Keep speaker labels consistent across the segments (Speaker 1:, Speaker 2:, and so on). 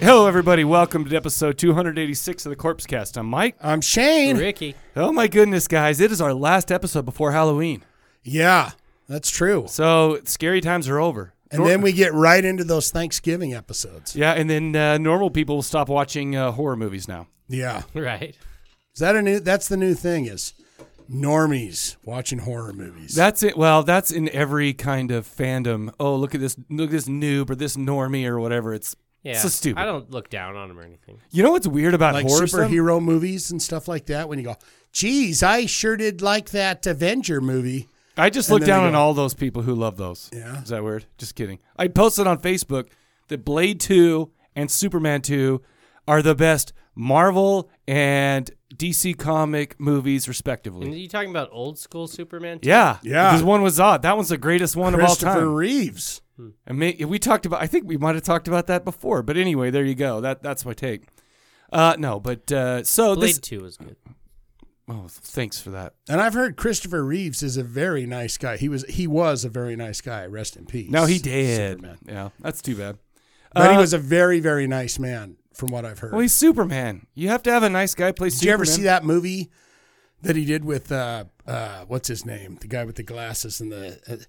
Speaker 1: Hello, everybody. Welcome to episode 286 of the Corpse Cast. I'm Mike.
Speaker 2: I'm Shane.
Speaker 3: Ricky.
Speaker 1: Oh, my goodness, guys. It is our last episode before Halloween.
Speaker 2: Yeah, that's true.
Speaker 1: So, scary times are over.
Speaker 2: And then we get right into those Thanksgiving episodes.
Speaker 1: Yeah, and then uh, normal people will stop watching uh, horror movies now.
Speaker 2: Yeah,
Speaker 3: Right.
Speaker 2: is that a new? That's the new thing is normies watching horror movies.
Speaker 1: That's it. Well, that's in every kind of fandom. Oh, look at this. Look at this noob or this normie or whatever. It's
Speaker 3: Yeah.
Speaker 1: so stupid.
Speaker 3: I don't look down on him or anything.
Speaker 1: You know what's weird about
Speaker 2: like
Speaker 1: horror? stuff?
Speaker 2: superhero movies and stuff like that. When you go, geez, I sure did like that Avenger movie.
Speaker 1: I just
Speaker 2: And
Speaker 1: look
Speaker 2: then they
Speaker 1: down on
Speaker 2: go-
Speaker 1: all those people who love those.
Speaker 2: Yeah.
Speaker 1: Is that weird? Just kidding. I posted on Facebook that Blade 2 and Superman 2 are the best Marvel and DC comic movies, respectively.
Speaker 3: And are you talking about old school Superman? too?
Speaker 1: yeah.
Speaker 2: Yeah.
Speaker 1: Because one was odd. That one's the greatest one of all
Speaker 2: Christopher
Speaker 1: time. Hmm.
Speaker 2: Reeves.
Speaker 1: And may, we talked about, I think we might have talked about that before. But anyway, there you go. That That's my take. Uh, no, but uh, so
Speaker 3: Blade
Speaker 1: this.
Speaker 3: 2 was good.
Speaker 1: Oh, thanks for that.
Speaker 2: And I've heard Christopher Reeves is a very nice guy. He was he was a very nice guy. Rest in peace.
Speaker 1: No, he did.
Speaker 2: Superman.
Speaker 1: Yeah, that's too bad.
Speaker 2: But he
Speaker 1: Uh,
Speaker 2: was a very very nice man, from what I've heard.
Speaker 1: Well, he's Superman. You have to have a nice guy play
Speaker 2: Did you
Speaker 1: Superman.
Speaker 2: ever see that movie that he did with uh, uh, what's his name? The guy with the glasses and the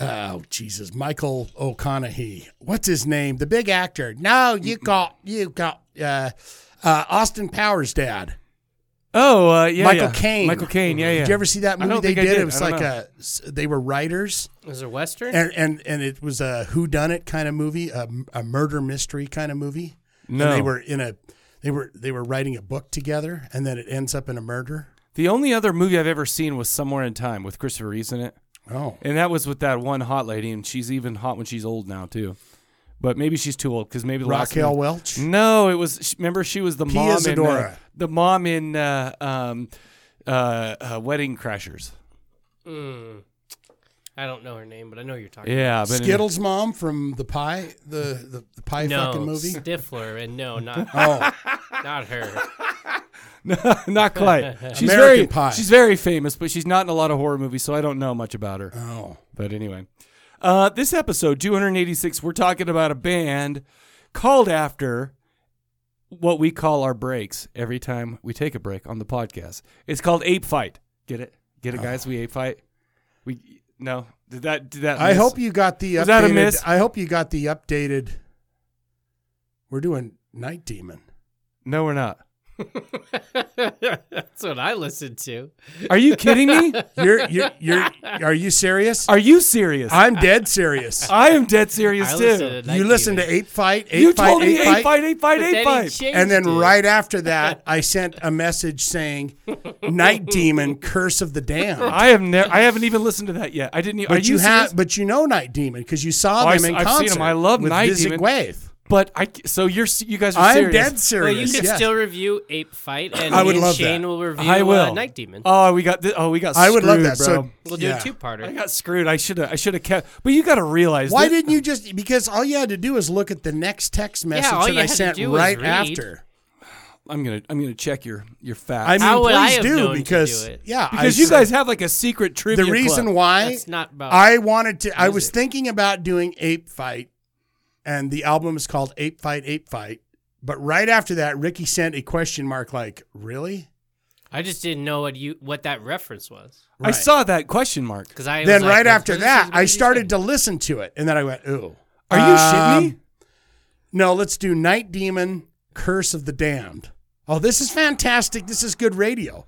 Speaker 2: uh, oh Jesus, Michael O'Conaughey. What's his name? The big actor. No, you got you got uh, uh, Austin Powers' dad,
Speaker 1: Oh, uh, yeah,
Speaker 2: Michael
Speaker 1: yeah.
Speaker 2: Caine.
Speaker 1: Michael Caine, yeah, yeah.
Speaker 2: Did you ever see that
Speaker 1: I
Speaker 2: movie
Speaker 1: don't
Speaker 2: they
Speaker 1: think I
Speaker 2: did?
Speaker 1: did.
Speaker 2: It was
Speaker 1: I
Speaker 2: like
Speaker 1: don't know.
Speaker 2: a they were writers.
Speaker 3: Is there Western?
Speaker 2: And, and and it was a who done it kind of movie, a, a murder mystery kind of movie.
Speaker 1: No.
Speaker 2: and they were in a they were they were writing a book together, and then it ends up in a murder.
Speaker 1: The only other movie I've ever seen was Somewhere in Time with Christopher Reeves in it,
Speaker 2: Oh,
Speaker 1: and that was with that one hot lady, and she's even hot when she's old now too. But maybe she's too old because maybe the last
Speaker 2: Raquel
Speaker 1: movie-
Speaker 2: Welch.
Speaker 1: No, it was. sh- Remember, she was the
Speaker 2: Pia
Speaker 1: mom in uh,
Speaker 2: Zadora.
Speaker 1: the mom in uh, um, uh, uh, Wedding Crashers.
Speaker 3: Mm. I don't know her name, but I know who you're talking
Speaker 1: Yeah, but in-
Speaker 2: Skittles' mom from the pie, the the, the pie
Speaker 3: about.
Speaker 2: fucking
Speaker 3: No,
Speaker 2: movie.
Speaker 3: Stifler, and no, not
Speaker 2: Oh,
Speaker 3: not her.
Speaker 1: not quite. She's
Speaker 2: American
Speaker 1: very
Speaker 2: Pie.
Speaker 1: she's very famous, but she's not in a lot of horror movies, so I don't know much about her.
Speaker 2: oh,
Speaker 1: But anyway, uh, this episode 286, we're talking about a band called after what we call our breaks every time we take a break on the podcast. It's called Ape Fight. Get it? Get it, guys? We ape fight. We no. Did that? Did that?
Speaker 2: Oh. I
Speaker 1: miss?
Speaker 2: hope you got the
Speaker 1: Was that a
Speaker 2: updated.
Speaker 1: miss?
Speaker 2: I hope you got the updated. We're doing Night Demon.
Speaker 1: No, we're not.
Speaker 3: That's what I listened to.
Speaker 1: Are you kidding me?
Speaker 2: You're you're, you're are you serious?
Speaker 1: Are you serious? I,
Speaker 2: I'm dead serious.
Speaker 1: am dead serious
Speaker 3: I
Speaker 1: too.
Speaker 3: listened to Night
Speaker 2: you listen to
Speaker 3: Demon.
Speaker 2: Ape Fight, Ape
Speaker 1: you
Speaker 2: Fight,
Speaker 1: told me
Speaker 2: Ape
Speaker 1: Ape Fight, Ape Fight,
Speaker 3: But
Speaker 1: Ape
Speaker 3: then he
Speaker 1: Fight.
Speaker 3: changed
Speaker 2: and then
Speaker 3: it.
Speaker 2: right after that, I sent a message saying, "Night Demon, Curse of the Damned."
Speaker 1: I have never. I haven't even listened to that yet. I didn't. e- Are
Speaker 2: But you,
Speaker 1: you serious?
Speaker 2: have, but you know Night Demon because you saw
Speaker 1: Oh, I
Speaker 2: them
Speaker 1: s-
Speaker 2: in
Speaker 1: I've seen
Speaker 2: concert.
Speaker 1: 'em. I love
Speaker 2: with
Speaker 1: Night
Speaker 2: Dizzy
Speaker 1: Demon.
Speaker 2: Gwave.
Speaker 1: But I. So you're. s- You guys are
Speaker 2: I'm
Speaker 1: serious.
Speaker 2: dead serious.
Speaker 3: Well, you can
Speaker 2: yes.
Speaker 3: still review Ape Fight, and
Speaker 2: I
Speaker 3: me
Speaker 2: would
Speaker 3: and
Speaker 2: love
Speaker 3: Shane
Speaker 2: that.
Speaker 3: will review
Speaker 1: I will.
Speaker 3: uh, Night Demon.
Speaker 1: Oh, we got. This, oh, we got.
Speaker 2: I would love
Speaker 1: screwed,
Speaker 2: that.
Speaker 1: Bro.
Speaker 2: So
Speaker 3: we'll do
Speaker 2: yeah.
Speaker 3: a two-parter.
Speaker 1: I got screwed. I should have. I should have kept. But you got to realize.
Speaker 2: Why
Speaker 1: that-
Speaker 2: didn't you just? Because all you had to do is look at the next text message
Speaker 3: all
Speaker 2: that
Speaker 3: you
Speaker 2: I
Speaker 3: had to
Speaker 2: sent
Speaker 3: do was
Speaker 2: right
Speaker 3: read.
Speaker 2: after.
Speaker 1: I'm gonna. I'm gonna check your your facts.
Speaker 2: I mean,
Speaker 3: How would
Speaker 2: please
Speaker 3: I have
Speaker 2: do
Speaker 3: known to
Speaker 2: because
Speaker 3: do it?
Speaker 2: yeah,
Speaker 1: because
Speaker 2: I
Speaker 1: you
Speaker 2: said-
Speaker 1: guys have like a secret trivia.
Speaker 2: The reason
Speaker 1: club.
Speaker 2: why
Speaker 3: That's not about.
Speaker 2: I wanted to, I was
Speaker 3: music.
Speaker 2: thinking about doing Ape Fight, and the album is called Ape Fight, Ape Fight. But right after that, Ricky sent a question mark like, "Really?"
Speaker 3: I just didn't know what you what that reference was
Speaker 1: I
Speaker 2: Right.
Speaker 1: saw that question mark.
Speaker 3: because I. was
Speaker 2: then
Speaker 3: like,
Speaker 2: right
Speaker 3: "Well,
Speaker 2: after
Speaker 3: this
Speaker 2: that,
Speaker 3: is what
Speaker 2: I
Speaker 3: you
Speaker 2: started
Speaker 3: said."
Speaker 2: to listen to it, and then I went, "Ooh,
Speaker 1: Are you shitting me?
Speaker 2: Um, No, let's do Night Demon, Curse of the Damned. Oh, this is fantastic. This is good radio.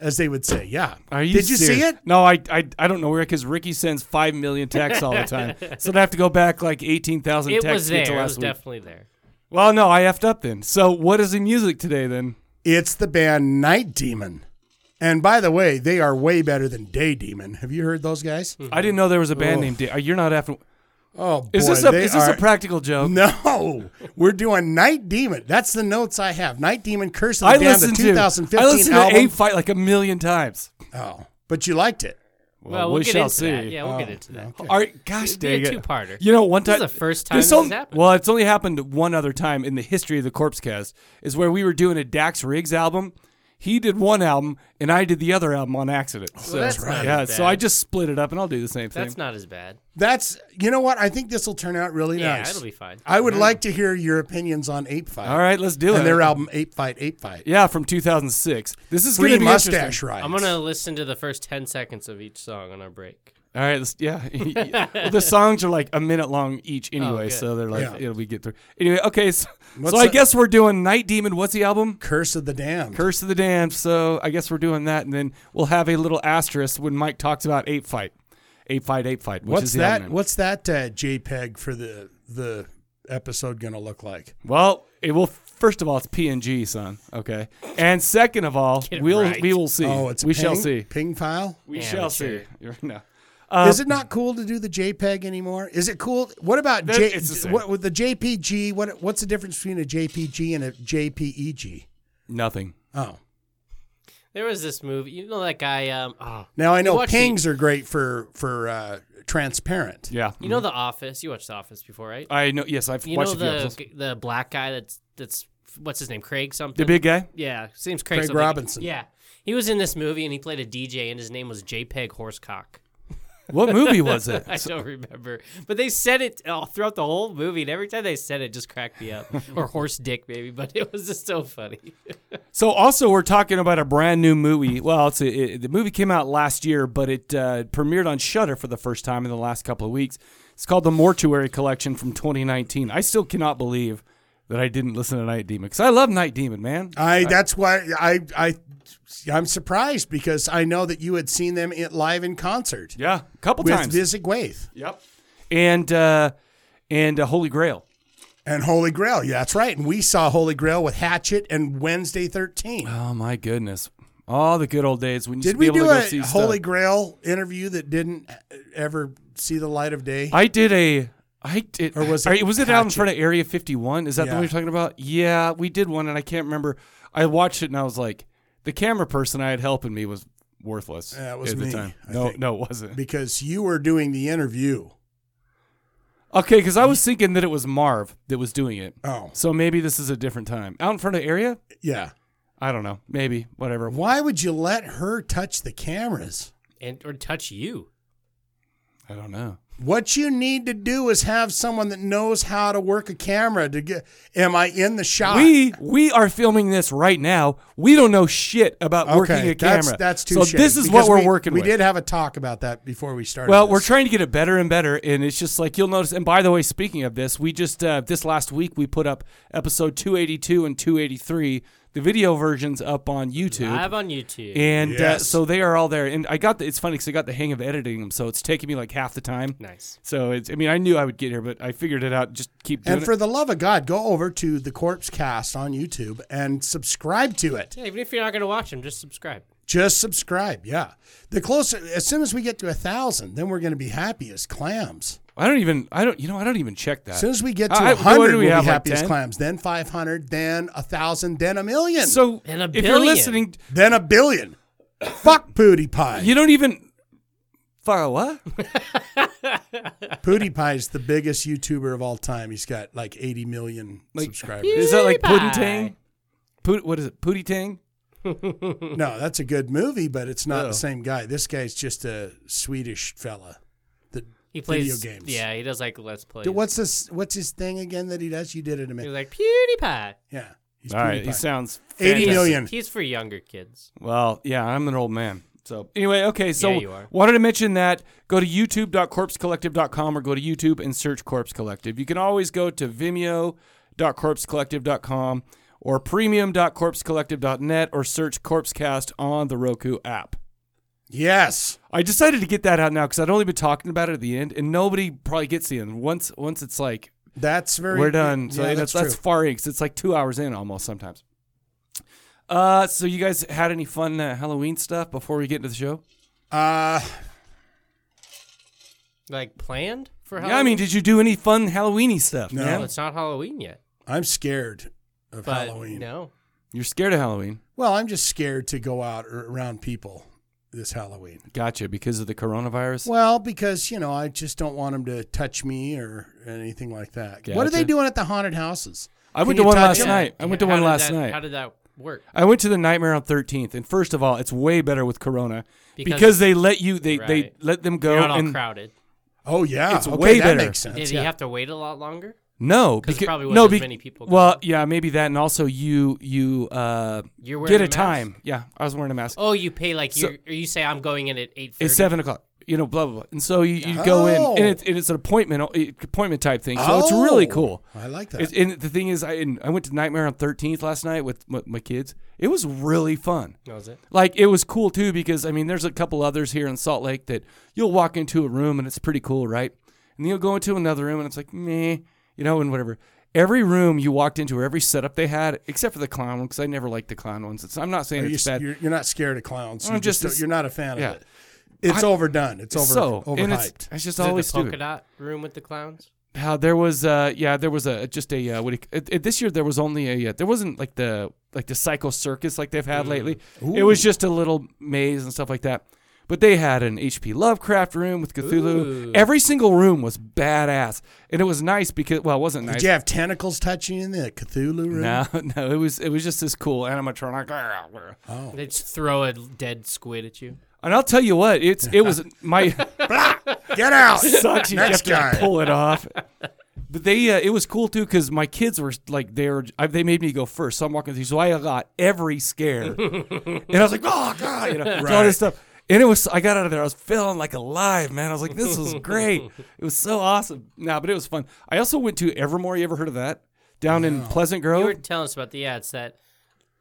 Speaker 2: as they would say. Yeah.
Speaker 1: Are you
Speaker 2: Did you see
Speaker 1: serious?
Speaker 2: it?
Speaker 1: No, I, I, I don't know where because Ricky sends five million texts all the time, so I'd have to go back like eighteen thousand
Speaker 3: It
Speaker 1: texts
Speaker 3: was
Speaker 1: to get to
Speaker 3: there. It
Speaker 1: last
Speaker 3: was
Speaker 1: week.
Speaker 3: definitely there.
Speaker 1: well, no, I effed up then. So what is the music today then?
Speaker 2: It's the band Night Demon. And by the way, they are way better than Day Demon. Have you heard those guys?
Speaker 1: I didn't know Hmm. Oh, there was a band named. Da- uh, You're not after.
Speaker 2: Oh, boy.
Speaker 1: Is this a
Speaker 2: they
Speaker 1: is this
Speaker 2: are-
Speaker 1: a practical joke?
Speaker 2: No, we're doing Night Demon. That's the notes I have. Night Demon, Curse of the
Speaker 1: I
Speaker 2: Damned, the
Speaker 1: listened to
Speaker 2: 2015
Speaker 1: I listened
Speaker 2: album.
Speaker 1: to a fight like a million times.
Speaker 2: oh, but you liked it.
Speaker 3: Well, we'll
Speaker 1: we
Speaker 3: get
Speaker 1: shall
Speaker 3: into
Speaker 1: see.
Speaker 3: that. Yeah, we'll get into that.
Speaker 2: Oh,
Speaker 1: All right, gosh
Speaker 3: It'd be a
Speaker 1: dang it.
Speaker 3: two-parter.
Speaker 1: You know, one
Speaker 3: This
Speaker 1: time
Speaker 3: is the first time this
Speaker 1: only-
Speaker 3: has happened.
Speaker 1: Well, it's only happened one other time in the history of the Corpse Cast is where we were doing a Dax Riggs album. He did one album and I did the other album on accident. so,
Speaker 3: that's not
Speaker 1: Yeah,
Speaker 3: as
Speaker 1: so
Speaker 3: bad.
Speaker 1: I just split it up and I'll do the same thing.
Speaker 3: That's not as bad.
Speaker 2: That's you know what I think this will turn out really
Speaker 3: Yeah,
Speaker 2: nice.
Speaker 3: it'll be fine.
Speaker 2: I would like to hear your opinions on Ape Fight
Speaker 1: All right, let's do it.
Speaker 2: and their album Ape Fight, Ape Fight.
Speaker 1: Yeah, from 2006. This is going
Speaker 2: Free
Speaker 1: to be
Speaker 2: mustache
Speaker 1: interesting.
Speaker 2: rides.
Speaker 3: I'm gonna listen to the first ten seconds of each song on our break.
Speaker 1: All right, let's, yeah. well, the songs are like a minute long each
Speaker 3: Oh,
Speaker 1: anyway,
Speaker 3: good.
Speaker 1: so they're like
Speaker 2: Yeah.
Speaker 1: it'll be get through. Anyway, okay, so,
Speaker 2: What's
Speaker 1: so I
Speaker 2: the-
Speaker 1: guess we're doing Night Demon. What's the album?
Speaker 2: Curse of the Damned.
Speaker 1: Curse of the Damned. So I guess we're doing that, and then we'll have a little asterisk when Mike talks about Ape Fight, Ape Fight, Ape Fight. Which
Speaker 2: What's
Speaker 1: is the
Speaker 2: that?
Speaker 1: album name.
Speaker 2: What's that uh, JPEG for the the episode gonna look like?
Speaker 1: Well, it will. First of all, it's PNG, son. Okay, and second of all,
Speaker 3: Get it
Speaker 1: we'll
Speaker 3: right.
Speaker 1: we will see.
Speaker 2: Oh, it's a
Speaker 1: we shall
Speaker 2: ping-
Speaker 1: see.
Speaker 2: Ping file.
Speaker 1: We
Speaker 3: Amateur.
Speaker 1: shall see. You're- no. Uh,
Speaker 2: Is it not cool to do the JPEG anymore? Is it cool? What about
Speaker 1: That-
Speaker 2: J,
Speaker 1: it's the same.
Speaker 2: what with the JPG? What what's the difference between a JPG and a JPEG?
Speaker 1: Nothing.
Speaker 2: Oh,
Speaker 3: There was this movie. You know that guy. Um, oh,
Speaker 2: now I
Speaker 3: You
Speaker 2: know
Speaker 3: watch the-
Speaker 2: pings are great for for uh, transparent.
Speaker 1: Yeah.
Speaker 3: you know The Office. You watched The Office before, right?
Speaker 1: Mm-hmm. I know. Yes, I've
Speaker 3: You
Speaker 1: watched
Speaker 3: know
Speaker 1: a few
Speaker 3: the
Speaker 1: episodes.
Speaker 3: g- the black guy that's that's what's his name? Craig something.
Speaker 1: The big guy.
Speaker 3: Yeah, his name's Craig.
Speaker 2: Craig
Speaker 3: something.
Speaker 2: Robinson.
Speaker 3: Yeah, he was in this movie and he played a DJ and his name was JPEG Horsecock.
Speaker 1: What movie was it?
Speaker 3: I don't remember, but they said it all throughout the whole movie, and every time they said it, just cracked me up. or horse dick, maybe, but it was just so funny.
Speaker 1: So also we're talking about a brand new movie. Well, it's a, it, the movie came out last year, but it uh, premiered on Shutter for the first time in the last couple of weeks. It's called The Mortuary Collection from 2019. I still cannot believe that I didn't listen to Night Demon because I love Night Demon, man.
Speaker 2: I that's why I I I'm surprised because I know that you had seen them in, live in concert
Speaker 1: yeah, a couple
Speaker 2: with
Speaker 1: times.
Speaker 2: Dizzy Gwaith
Speaker 1: Yep. And uh, and uh, Holy Grail.
Speaker 2: and Holy Grail. Yeah, that's right. And we saw Holy Grail with Hatchet and Wednesday 13.
Speaker 1: Oh my goodness, all the good old days when you
Speaker 2: Did
Speaker 1: used to be
Speaker 2: we do
Speaker 1: able to go
Speaker 2: a
Speaker 1: see
Speaker 2: Holy
Speaker 1: stuff.
Speaker 2: Grail interview that didn't ever see the light of day?
Speaker 1: I did a. I did.
Speaker 2: Or was
Speaker 1: are-
Speaker 2: it
Speaker 1: was it out in
Speaker 2: Hatchet?
Speaker 1: front of Area 51? Is that the
Speaker 2: Yeah.
Speaker 1: one you're talking about? Yeah, we did one, and I can't remember. I watched it, and I was like, the camera person I had helping me was worthless.
Speaker 2: Yeah, it was
Speaker 1: at the
Speaker 2: me,
Speaker 1: time.
Speaker 2: I
Speaker 1: No,
Speaker 2: think.
Speaker 1: no, it wasn't.
Speaker 2: because you were doing the interview.
Speaker 1: Okay, because I was thinking that it was Marv that was doing it.
Speaker 2: Oh,
Speaker 1: So maybe this is a different time. Out in front of Area?
Speaker 2: yeah.
Speaker 1: I don't know. Maybe whatever.
Speaker 2: Why would you let her touch the cameras?
Speaker 3: And or touch you.
Speaker 1: I don't know.
Speaker 2: What you need to do is have someone that knows how to work a camera to get. Am I in the shot?
Speaker 1: We we are filming this right now. We don't know shit about working a camera.
Speaker 2: That's, that's too
Speaker 1: So this is what we're working
Speaker 2: we
Speaker 1: with.
Speaker 2: did have a talk about that before we started.
Speaker 1: Well,
Speaker 2: this.
Speaker 1: we're trying to get it better and better, and it's just like you'll notice. And by the way, speaking of this, we just uh, this last week we put up episode 282 and 283, the video versions up on YouTube,
Speaker 3: Live on YouTube.
Speaker 1: and uh,
Speaker 2: Yes.
Speaker 1: so they are all there. And I got the, it's funny because I got the hang of editing them, so it's taking me like half the time.
Speaker 3: nice.
Speaker 1: So it's I mean I knew I would get here, but I figured it out. Just keep doing
Speaker 2: And
Speaker 1: it.
Speaker 2: for the love of God, go over to the Corpse Cast on YouTube and subscribe to it.
Speaker 3: Yeah, even if you're not gonna watch them, just subscribe.
Speaker 2: Just subscribe. Yeah. The closer, as soon as we get to a thousand, then we're going to be happy as clams.
Speaker 1: I don't even I don't you know I don't even check that.
Speaker 2: As soon as we get to
Speaker 1: I- I-
Speaker 2: a
Speaker 1: what do
Speaker 2: hundred,
Speaker 1: we
Speaker 2: we'll
Speaker 1: have,
Speaker 2: be
Speaker 1: like
Speaker 2: happy as
Speaker 1: 10?
Speaker 2: clams. Then five hundred, then a thousand, then a million,
Speaker 1: so
Speaker 3: And a
Speaker 1: if you're
Speaker 3: billion.
Speaker 1: listening,
Speaker 2: then a billion. Fuck Pootie Pie.
Speaker 1: you don't even. Fuck what?
Speaker 2: Pootie Pie is the biggest YouTuber of all time. He's got like eighty million
Speaker 1: Like-
Speaker 2: subscribers.
Speaker 1: Is that like
Speaker 3: Pewdiepie.
Speaker 1: Puddin Tang? Put what is it? Pootie Tang?
Speaker 2: No, that's a good movie, but it's not
Speaker 1: Oh.
Speaker 2: the same guy. This guy's just a Swedish fella. That
Speaker 3: He plays
Speaker 2: video games.
Speaker 3: Yeah, he does like let's plays.
Speaker 2: What's this? What's his thing again that he does? You did it a
Speaker 3: He's
Speaker 2: minute.
Speaker 3: like PewDiePie.
Speaker 2: Yeah, he's
Speaker 1: All right, he
Speaker 2: PewDiePie.
Speaker 1: sounds
Speaker 2: Eighty
Speaker 1: fantastic.
Speaker 2: million.
Speaker 3: He's for younger kids.
Speaker 1: Well, yeah, I'm an old man. So anyway, okay, so
Speaker 3: Yeah, you are.
Speaker 1: wanted to mention that go to youtube.corpsecollective.com or go to YouTube and search Corpse Collective. You can always go to vimeo.corpsecollective.com or premium.corpsecollective.net or search Corpsecast on the Roku app.
Speaker 2: Yes.
Speaker 1: I decided to get that out now because I'd only been talking about it at the end, and nobody probably gets the end. Once once it's like
Speaker 2: That's very.
Speaker 1: we're done. So
Speaker 2: Yeah,
Speaker 1: that's,
Speaker 2: that's,
Speaker 1: that's,
Speaker 2: true.
Speaker 1: far in 'cause it's like two hours in almost sometimes. Uh, so you guys had any fun uh, Halloween stuff before we get into the show?
Speaker 2: uh,
Speaker 3: Like planned for Halloween.
Speaker 1: Yeah, I mean, did you do any fun Halloweeny stuff?
Speaker 2: No.
Speaker 1: man?
Speaker 3: Well, it's not Halloween yet.
Speaker 2: I'm scared of
Speaker 3: But
Speaker 2: Halloween.
Speaker 3: No.
Speaker 1: you're scared of Halloween.
Speaker 2: Well, I'm just scared to go out or around people this Halloween.
Speaker 1: Gotcha, because of the coronavirus.
Speaker 2: Well, because you know, I just don't want them to touch me or anything like that. What are
Speaker 1: Gotcha.
Speaker 2: they doing at the haunted houses?
Speaker 1: I
Speaker 2: Can
Speaker 1: went to
Speaker 2: you
Speaker 1: one
Speaker 2: touch
Speaker 1: last
Speaker 2: them?
Speaker 1: night. I went to
Speaker 3: How
Speaker 1: one
Speaker 3: did
Speaker 1: last
Speaker 3: that-
Speaker 1: night.
Speaker 3: How did that work?
Speaker 1: I went to the Nightmare on 13th, and first of all, it's way better with Corona because,
Speaker 3: Because-
Speaker 1: they let you they they
Speaker 3: Right.
Speaker 1: let them go
Speaker 3: You're not all
Speaker 1: and
Speaker 3: crowded.
Speaker 2: Oh yeah,
Speaker 1: It's
Speaker 2: okay,
Speaker 1: way
Speaker 2: that
Speaker 1: better.
Speaker 2: Makes sense.
Speaker 3: Did
Speaker 2: yeah.
Speaker 3: he have to wait a lot longer?
Speaker 1: no
Speaker 3: 'Cause
Speaker 1: becau-
Speaker 3: probably wasn't
Speaker 1: no
Speaker 3: as
Speaker 1: bec-
Speaker 3: many people
Speaker 1: Well,
Speaker 3: going.
Speaker 1: yeah, maybe that, and also you you uh
Speaker 3: You're wearing
Speaker 1: get a,
Speaker 3: a mask?
Speaker 1: time. Yeah, I was wearing a mask.
Speaker 3: Oh, you pay like
Speaker 1: So-
Speaker 3: you or you say I'm going in at eight thirty.
Speaker 1: it's seven o'clock. You know, blah blah blah. And so you, you go in,
Speaker 2: Oh.
Speaker 1: and, it, and it's an appointment uh, appointment type thing. So it's really
Speaker 2: Oh,
Speaker 1: cool.
Speaker 2: I like that.
Speaker 1: It's, and the thing is, I and I went to Nightmare on Thirteenth last night with my, my kids. It was really fun.
Speaker 3: Was it?
Speaker 1: Like it was cool too because I mean, there's a couple others here in Salt Lake that you'll walk into a room and it's pretty cool, right? And then you'll go into another room and it's like meh, you know, and whatever. Every room you walked into, or every setup they had, except for the clown one, because I never liked the clown ones. It's, I'm not saying
Speaker 2: Are you,
Speaker 1: it's bad.
Speaker 2: are you're not scared of clowns.
Speaker 1: I'm
Speaker 2: You just,
Speaker 1: just-
Speaker 2: don't- you're not a fan
Speaker 1: yeah.
Speaker 2: of it. It's overdone. It's over
Speaker 1: so and it's,
Speaker 2: overhyped.
Speaker 1: it's just
Speaker 3: Is it
Speaker 1: always
Speaker 3: the polka
Speaker 1: stupid.
Speaker 3: dot room with the clowns?
Speaker 1: How there was, uh, yeah, there was a just a uh, what do you, it, it, this year there was only a uh, there wasn't like the like the psycho circus like they've had lately.
Speaker 2: Mm.
Speaker 1: It was just a little maze and stuff like that. But they had an H.P. Lovecraft room with Cthulhu.
Speaker 3: Ooh.
Speaker 1: Every single room was badass, and it was nice because well, it wasn't nice.
Speaker 2: Did you have tentacles touching you in the Cthulhu room?
Speaker 1: no, no, it was it was just this cool animatronic.
Speaker 2: Oh.
Speaker 3: They just throw a dead squid at you.
Speaker 1: And I'll tell you what, it's it was my
Speaker 2: Get out!
Speaker 1: sucks. You have
Speaker 2: Next
Speaker 1: to
Speaker 2: guy.
Speaker 1: pull it off. But they, uh, it was cool too because my kids were like they were. I, they made me go first, so I'm walking through. So I got every scare, and I was like, oh god, you know, it's all
Speaker 2: Right.
Speaker 1: this stuff. And it was, I got out of there. I was feeling like alive, man. I was like, this was great. it was so awesome. Nah, but it was fun. I also went to Evermore. You ever heard of that? Down in Pleasant Grove.
Speaker 3: You were telling us about the yeah, it's that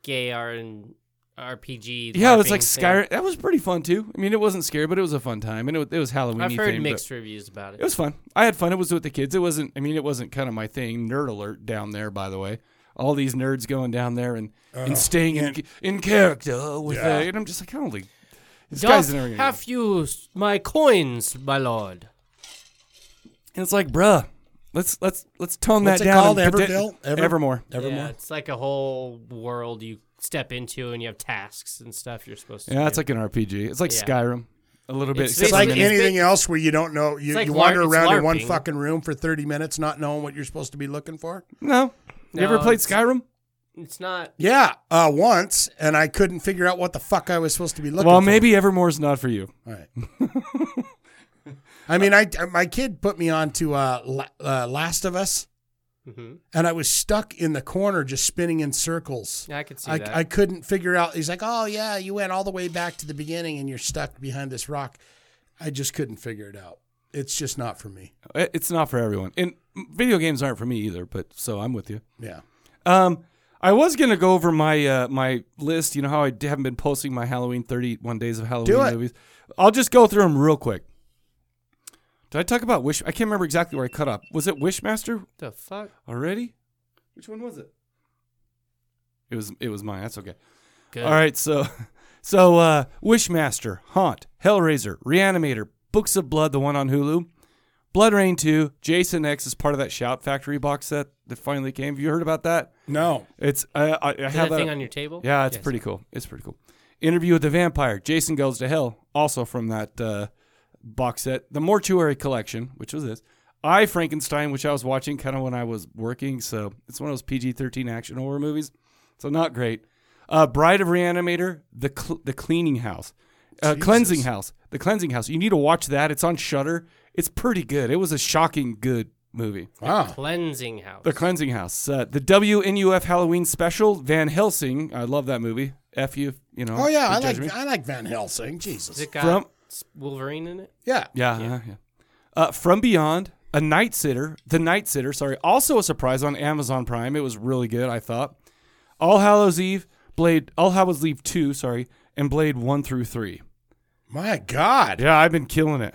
Speaker 3: gay R and RPG.
Speaker 1: yeah, it was
Speaker 3: LARPing
Speaker 1: like
Speaker 3: thing.
Speaker 1: Skyrim. That was pretty fun too. I mean, it wasn't scary, but it was a fun time, and it, it was Halloween.
Speaker 3: I've heard mixed reviews about it.
Speaker 1: It was fun. I had fun. It was with the kids. It wasn't. I mean, it wasn't kind of my thing. Nerd alert down there, by the way. All these nerds going down there and,
Speaker 2: Uh-huh.
Speaker 1: and staying in, in character with. Uh, and I'm just like, I don't think this guy's never gonna.
Speaker 3: have used my coins, my lord.
Speaker 1: and it's like, bruh, let's let's let's tone
Speaker 2: What's
Speaker 1: that
Speaker 2: it
Speaker 1: down.
Speaker 2: called?
Speaker 1: and pretend-
Speaker 2: Everville? Ever-
Speaker 1: Evermore.
Speaker 2: Evermore?
Speaker 3: Yeah, it's like a whole world you step into, and you have tasks and stuff you're supposed to.
Speaker 1: Yeah,
Speaker 3: do.
Speaker 1: it's like an RPG. It's like
Speaker 3: Yeah.
Speaker 1: Skyrim, a little bit.
Speaker 3: It's
Speaker 1: except
Speaker 2: It's like
Speaker 1: for
Speaker 3: It's
Speaker 1: mini-
Speaker 2: anything
Speaker 3: big-
Speaker 2: else where you don't know. You,
Speaker 3: It's like
Speaker 2: you
Speaker 3: lar-
Speaker 2: wander
Speaker 3: it's
Speaker 2: around in one
Speaker 3: LARPing.
Speaker 2: fucking room for 30 minutes not knowing what you're supposed to be looking for.
Speaker 1: no. You ever
Speaker 3: No,
Speaker 1: played
Speaker 3: it's-
Speaker 1: Skyrim?
Speaker 3: it's not.
Speaker 2: Yeah, uh, once, and I couldn't figure out what the fuck I was supposed to be looking
Speaker 1: Well,
Speaker 2: for.
Speaker 1: maybe Evermore's not for you.
Speaker 2: All right. I mean, I my kid put me on to uh, La- uh, Last of Us,
Speaker 3: Mhm.
Speaker 2: and I was stuck in the corner just spinning in circles.
Speaker 3: Yeah, I could see
Speaker 2: I,
Speaker 3: that.
Speaker 2: I couldn't figure out. He's like, "Oh yeah, you went all the way back to the beginning, and you're stuck behind this rock." I just couldn't figure it out. It's just not for me.
Speaker 1: It- Eh, It's not for everyone. And video games aren't for me either. But so I'm with you.
Speaker 2: Yeah.
Speaker 1: Um, I was gonna go over my uh, my list. You know how I d- haven't been posting my Halloween thirty one days of Halloween
Speaker 2: Do it.
Speaker 1: movies. I'll just go through them real quick. Did I talk about Wish? I can't remember exactly where I cut up. Was it Wishmaster
Speaker 3: the fuck?
Speaker 1: already? Which one was it? It was it was mine. That's okay.
Speaker 3: Good.
Speaker 1: All right, so so uh, Wishmaster, Haunt, Hellraiser, Reanimator, Books of Blood, the one on Hulu, Blood Rain two, Jason X is part of that Shout Factory box set that finally came. Have you heard about that?
Speaker 2: No.
Speaker 1: It's I I, I
Speaker 3: Is that
Speaker 1: have
Speaker 3: thing
Speaker 1: that.
Speaker 3: on your table?
Speaker 1: yeah, it's
Speaker 3: Yes.
Speaker 1: pretty cool. It's pretty cool. Interview with the Vampire, Jason Goes to Hell, also from that uh, box set, the Mortuary Collection, which was this. I Frankenstein, which I was watching kind of when I was working, so it's one of those PG thirteen action horror movies, so not great. Uh, Bride of Reanimator, the cl- the Cleaning House, uh, Cleansing House, the Cleansing House. You need to watch that. It's on Shutter. It's pretty good. It was a shocking good movie.
Speaker 2: Wow.
Speaker 3: Cleansing house.
Speaker 1: The Cleansing House, uh, the WNUF Halloween special, Van Helsing. I love that movie. F you, you know.
Speaker 2: Oh yeah,
Speaker 1: for
Speaker 2: I like
Speaker 1: judging me.
Speaker 2: I like Van Helsing.
Speaker 3: Is
Speaker 2: Jesus.
Speaker 3: it got
Speaker 1: From-
Speaker 3: s- Wolverine in it?
Speaker 2: Yeah.
Speaker 1: Yeah, yeah. yeah. Uh, From Beyond, A Night Sitter, The Night Sitter. Sorry, also a surprise on Amazon Prime. It was really good. I thought. All Hallows Eve, Blade, All Hallows Eve 2, sorry, and Blade 1 through 3.
Speaker 2: My God.
Speaker 1: Yeah, I've been killing it.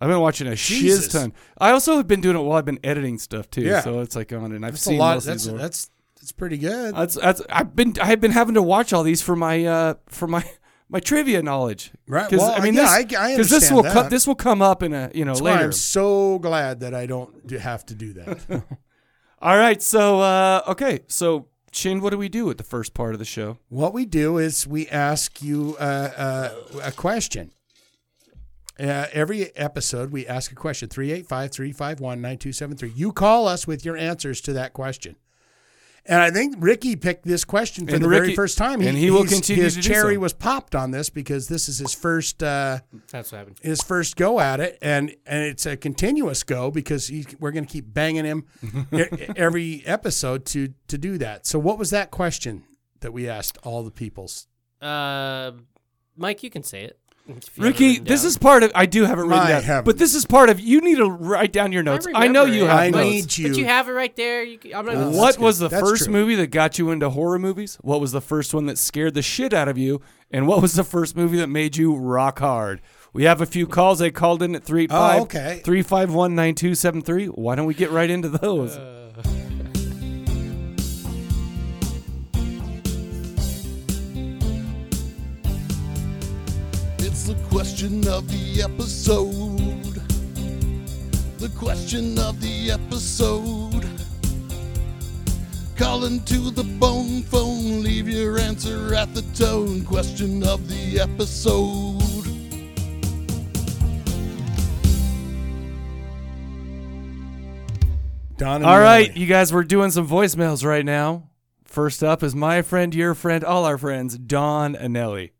Speaker 1: I've been watching a
Speaker 2: Jesus.
Speaker 1: shiz ton. I also have been doing it while I've been editing stuff too.
Speaker 2: Yeah.
Speaker 1: So it's like on and I've
Speaker 2: That's a
Speaker 1: seen
Speaker 2: lot.
Speaker 1: most of
Speaker 2: That's
Speaker 1: these over-
Speaker 2: that's that's pretty good.
Speaker 1: that's that's I've been I have been having to watch all these for my uh for my my trivia knowledge.
Speaker 2: Right,
Speaker 1: 'Cause,
Speaker 2: well,
Speaker 1: I mean
Speaker 2: yeah,
Speaker 1: this
Speaker 2: I- I
Speaker 1: this
Speaker 2: understand
Speaker 1: will
Speaker 2: that.
Speaker 1: this will come up in a you know
Speaker 2: That's why
Speaker 1: later.
Speaker 2: I'm so glad that I don't do- have to do that.
Speaker 1: All right, so uh okay, so Chin, what do we do with the first part of the show?
Speaker 2: what we do is we ask you uh, uh, a question. Uh, every episode, we ask a question 385 351 9273. You call us with your answers to that question. And I think Ricky picked this question for
Speaker 1: And
Speaker 2: the very
Speaker 1: Ricky-
Speaker 2: first time.
Speaker 1: and he will
Speaker 2: he's-
Speaker 1: continue
Speaker 2: His
Speaker 1: to do
Speaker 2: cherry
Speaker 1: so.
Speaker 2: was popped on this because this is his first. Uh,
Speaker 3: That's what happened.
Speaker 2: his first go at it, and and it's a continuous go because he, we're going to keep banging him e- every episode to to do that. So, what was that question that we asked all the peoples?
Speaker 3: Uh, Mike, you can say it. if you have it
Speaker 1: Ricky,
Speaker 3: written
Speaker 1: this
Speaker 3: down.
Speaker 1: is part of I do have it written
Speaker 2: I
Speaker 1: down,
Speaker 2: haven't.
Speaker 1: but this is part of you need to write down your notes. I, know
Speaker 3: remember
Speaker 1: you
Speaker 3: it.
Speaker 1: have
Speaker 2: I
Speaker 1: notes.
Speaker 2: need you.
Speaker 3: But you have it right there. You can, I'm not even-
Speaker 1: What
Speaker 2: good.
Speaker 1: was the
Speaker 2: That's
Speaker 1: first
Speaker 2: true.
Speaker 1: movie that got you into horror movies? What was the first one that scared the shit out of you? And what was the first movie that made you rock hard? We have a few calls. They called in at 385
Speaker 2: Oh, okay.
Speaker 1: 351 9273. Why don't we get right into those?
Speaker 2: Uh,
Speaker 4: It's the question of the episode. The question of the episode. Calling to the bone phone, leave your answer at the tone. Question of the episode.
Speaker 2: Don. and
Speaker 1: All
Speaker 2: Melanie.
Speaker 1: right, you guys, we're doing some voicemails right now. First up is my friend, your friend, all our friends, Don Anelli.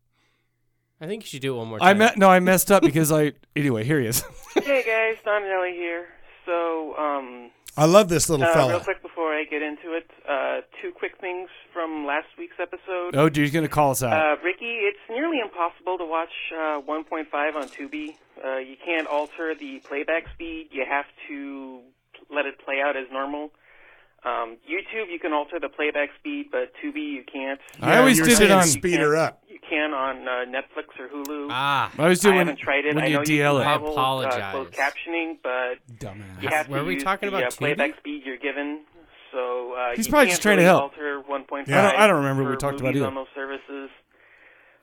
Speaker 3: I think you should do it one more time.
Speaker 1: I me- no, I messed up because I. Anyway, here he is.
Speaker 5: Hey guys, Donnelly here. So, um,
Speaker 2: I love this little
Speaker 5: uh, real
Speaker 2: fella.
Speaker 5: quick before I get into it, uh, two quick things from last week's episode.
Speaker 1: Oh, dude, he's going to call us out.
Speaker 5: Uh, Ricky, it's nearly impossible to watch uh, 1.5 on Tubi. Uh, you can't alter the playback speed. You have to let it play out as normal. Um, YouTube, you can alter the playback speed, but Tubi, you can't.
Speaker 1: I always
Speaker 2: you were
Speaker 1: did it
Speaker 2: saying
Speaker 1: on.
Speaker 2: speed her up.
Speaker 5: You can on uh, Netflix or Hulu.
Speaker 3: ah,
Speaker 1: I was
Speaker 5: I
Speaker 1: doing
Speaker 5: haven't tried it.
Speaker 1: when
Speaker 5: I
Speaker 1: you
Speaker 5: know
Speaker 1: DL
Speaker 5: you can
Speaker 1: it.
Speaker 5: toggle,
Speaker 3: apologize.
Speaker 5: Uh, closed captioning, but
Speaker 1: Dumbass.
Speaker 5: you have
Speaker 3: Were
Speaker 5: to
Speaker 3: we
Speaker 5: use
Speaker 3: talking
Speaker 5: the,
Speaker 3: about
Speaker 5: uh,
Speaker 3: Tubi?
Speaker 5: playback speed you're given. So uh,
Speaker 1: He's
Speaker 5: you
Speaker 1: probably
Speaker 5: can't
Speaker 1: just trying
Speaker 5: really
Speaker 1: to help.
Speaker 5: Alter 1.5.
Speaker 1: Yeah, I don't- I don't remember we
Speaker 5: for
Speaker 1: talked about
Speaker 5: movies
Speaker 1: either.
Speaker 5: on those services.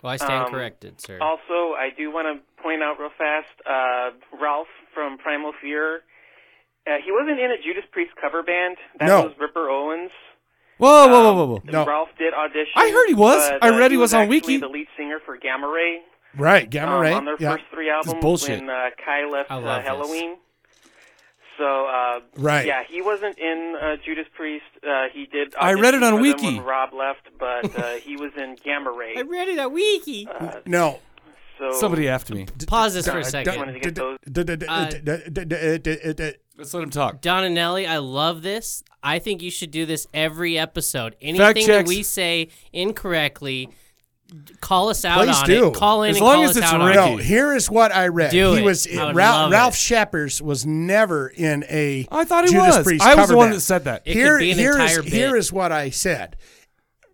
Speaker 3: well, I stand
Speaker 5: um,
Speaker 3: corrected, sir.
Speaker 5: Also, I do want to point out real fast, uh, Ralph from Primal Fear. Uh, he wasn't in a Judas Priest cover band. That
Speaker 2: No.
Speaker 5: was Ripper Owens.
Speaker 1: Whoa, whoa, whoa, whoa, whoa.
Speaker 2: No.
Speaker 5: Ralph did audition.
Speaker 1: I heard he was.
Speaker 5: but,
Speaker 1: I
Speaker 5: uh,
Speaker 1: read he was on
Speaker 5: actually
Speaker 1: Wiki.
Speaker 5: The lead singer for Gamma Ray.
Speaker 2: Right, Gamma
Speaker 5: um,
Speaker 2: Ray.
Speaker 5: on their
Speaker 2: yeah.
Speaker 5: first three albums
Speaker 1: bullshit.
Speaker 5: when uh, Kai left
Speaker 3: I
Speaker 5: uh,
Speaker 3: love this.
Speaker 5: Halloween. So uh,
Speaker 2: Right.
Speaker 5: yeah, he wasn't in uh, Judas Priest. Uh, he did.
Speaker 1: I read
Speaker 5: audition
Speaker 1: it on
Speaker 5: for them
Speaker 1: Wiki.
Speaker 5: when Rob left, but uh, he was in Gamma Ray.
Speaker 3: I read it at Wiki.
Speaker 2: No.
Speaker 5: So
Speaker 1: Somebody after me.
Speaker 3: Pause this for a
Speaker 5: I
Speaker 3: second.
Speaker 5: wanted to get those.
Speaker 1: Let's let him talk.
Speaker 3: Don and Nelly, I love this. I think you should do this every episode.
Speaker 1: Fact
Speaker 3: Anything that
Speaker 1: checks.
Speaker 3: we say incorrectly, call us out
Speaker 2: Please
Speaker 3: on
Speaker 2: do.
Speaker 3: it. Call in
Speaker 1: As
Speaker 3: and
Speaker 1: long
Speaker 3: call
Speaker 1: as
Speaker 3: us
Speaker 1: it's
Speaker 3: out on
Speaker 1: Ricky.
Speaker 3: it.
Speaker 2: No, here is what I read.
Speaker 3: Do
Speaker 2: he
Speaker 3: it.
Speaker 2: was
Speaker 3: I would
Speaker 2: Ralph,
Speaker 3: love
Speaker 2: Ralph
Speaker 3: it.
Speaker 2: Sheppers was never in a
Speaker 1: I thought he
Speaker 2: Judas
Speaker 1: was.
Speaker 2: Priest
Speaker 1: I was
Speaker 2: cover
Speaker 1: the one
Speaker 2: band.
Speaker 1: that said that.
Speaker 3: It could
Speaker 2: here,
Speaker 3: be an
Speaker 2: here is-
Speaker 3: entire bit.
Speaker 2: here is what I said.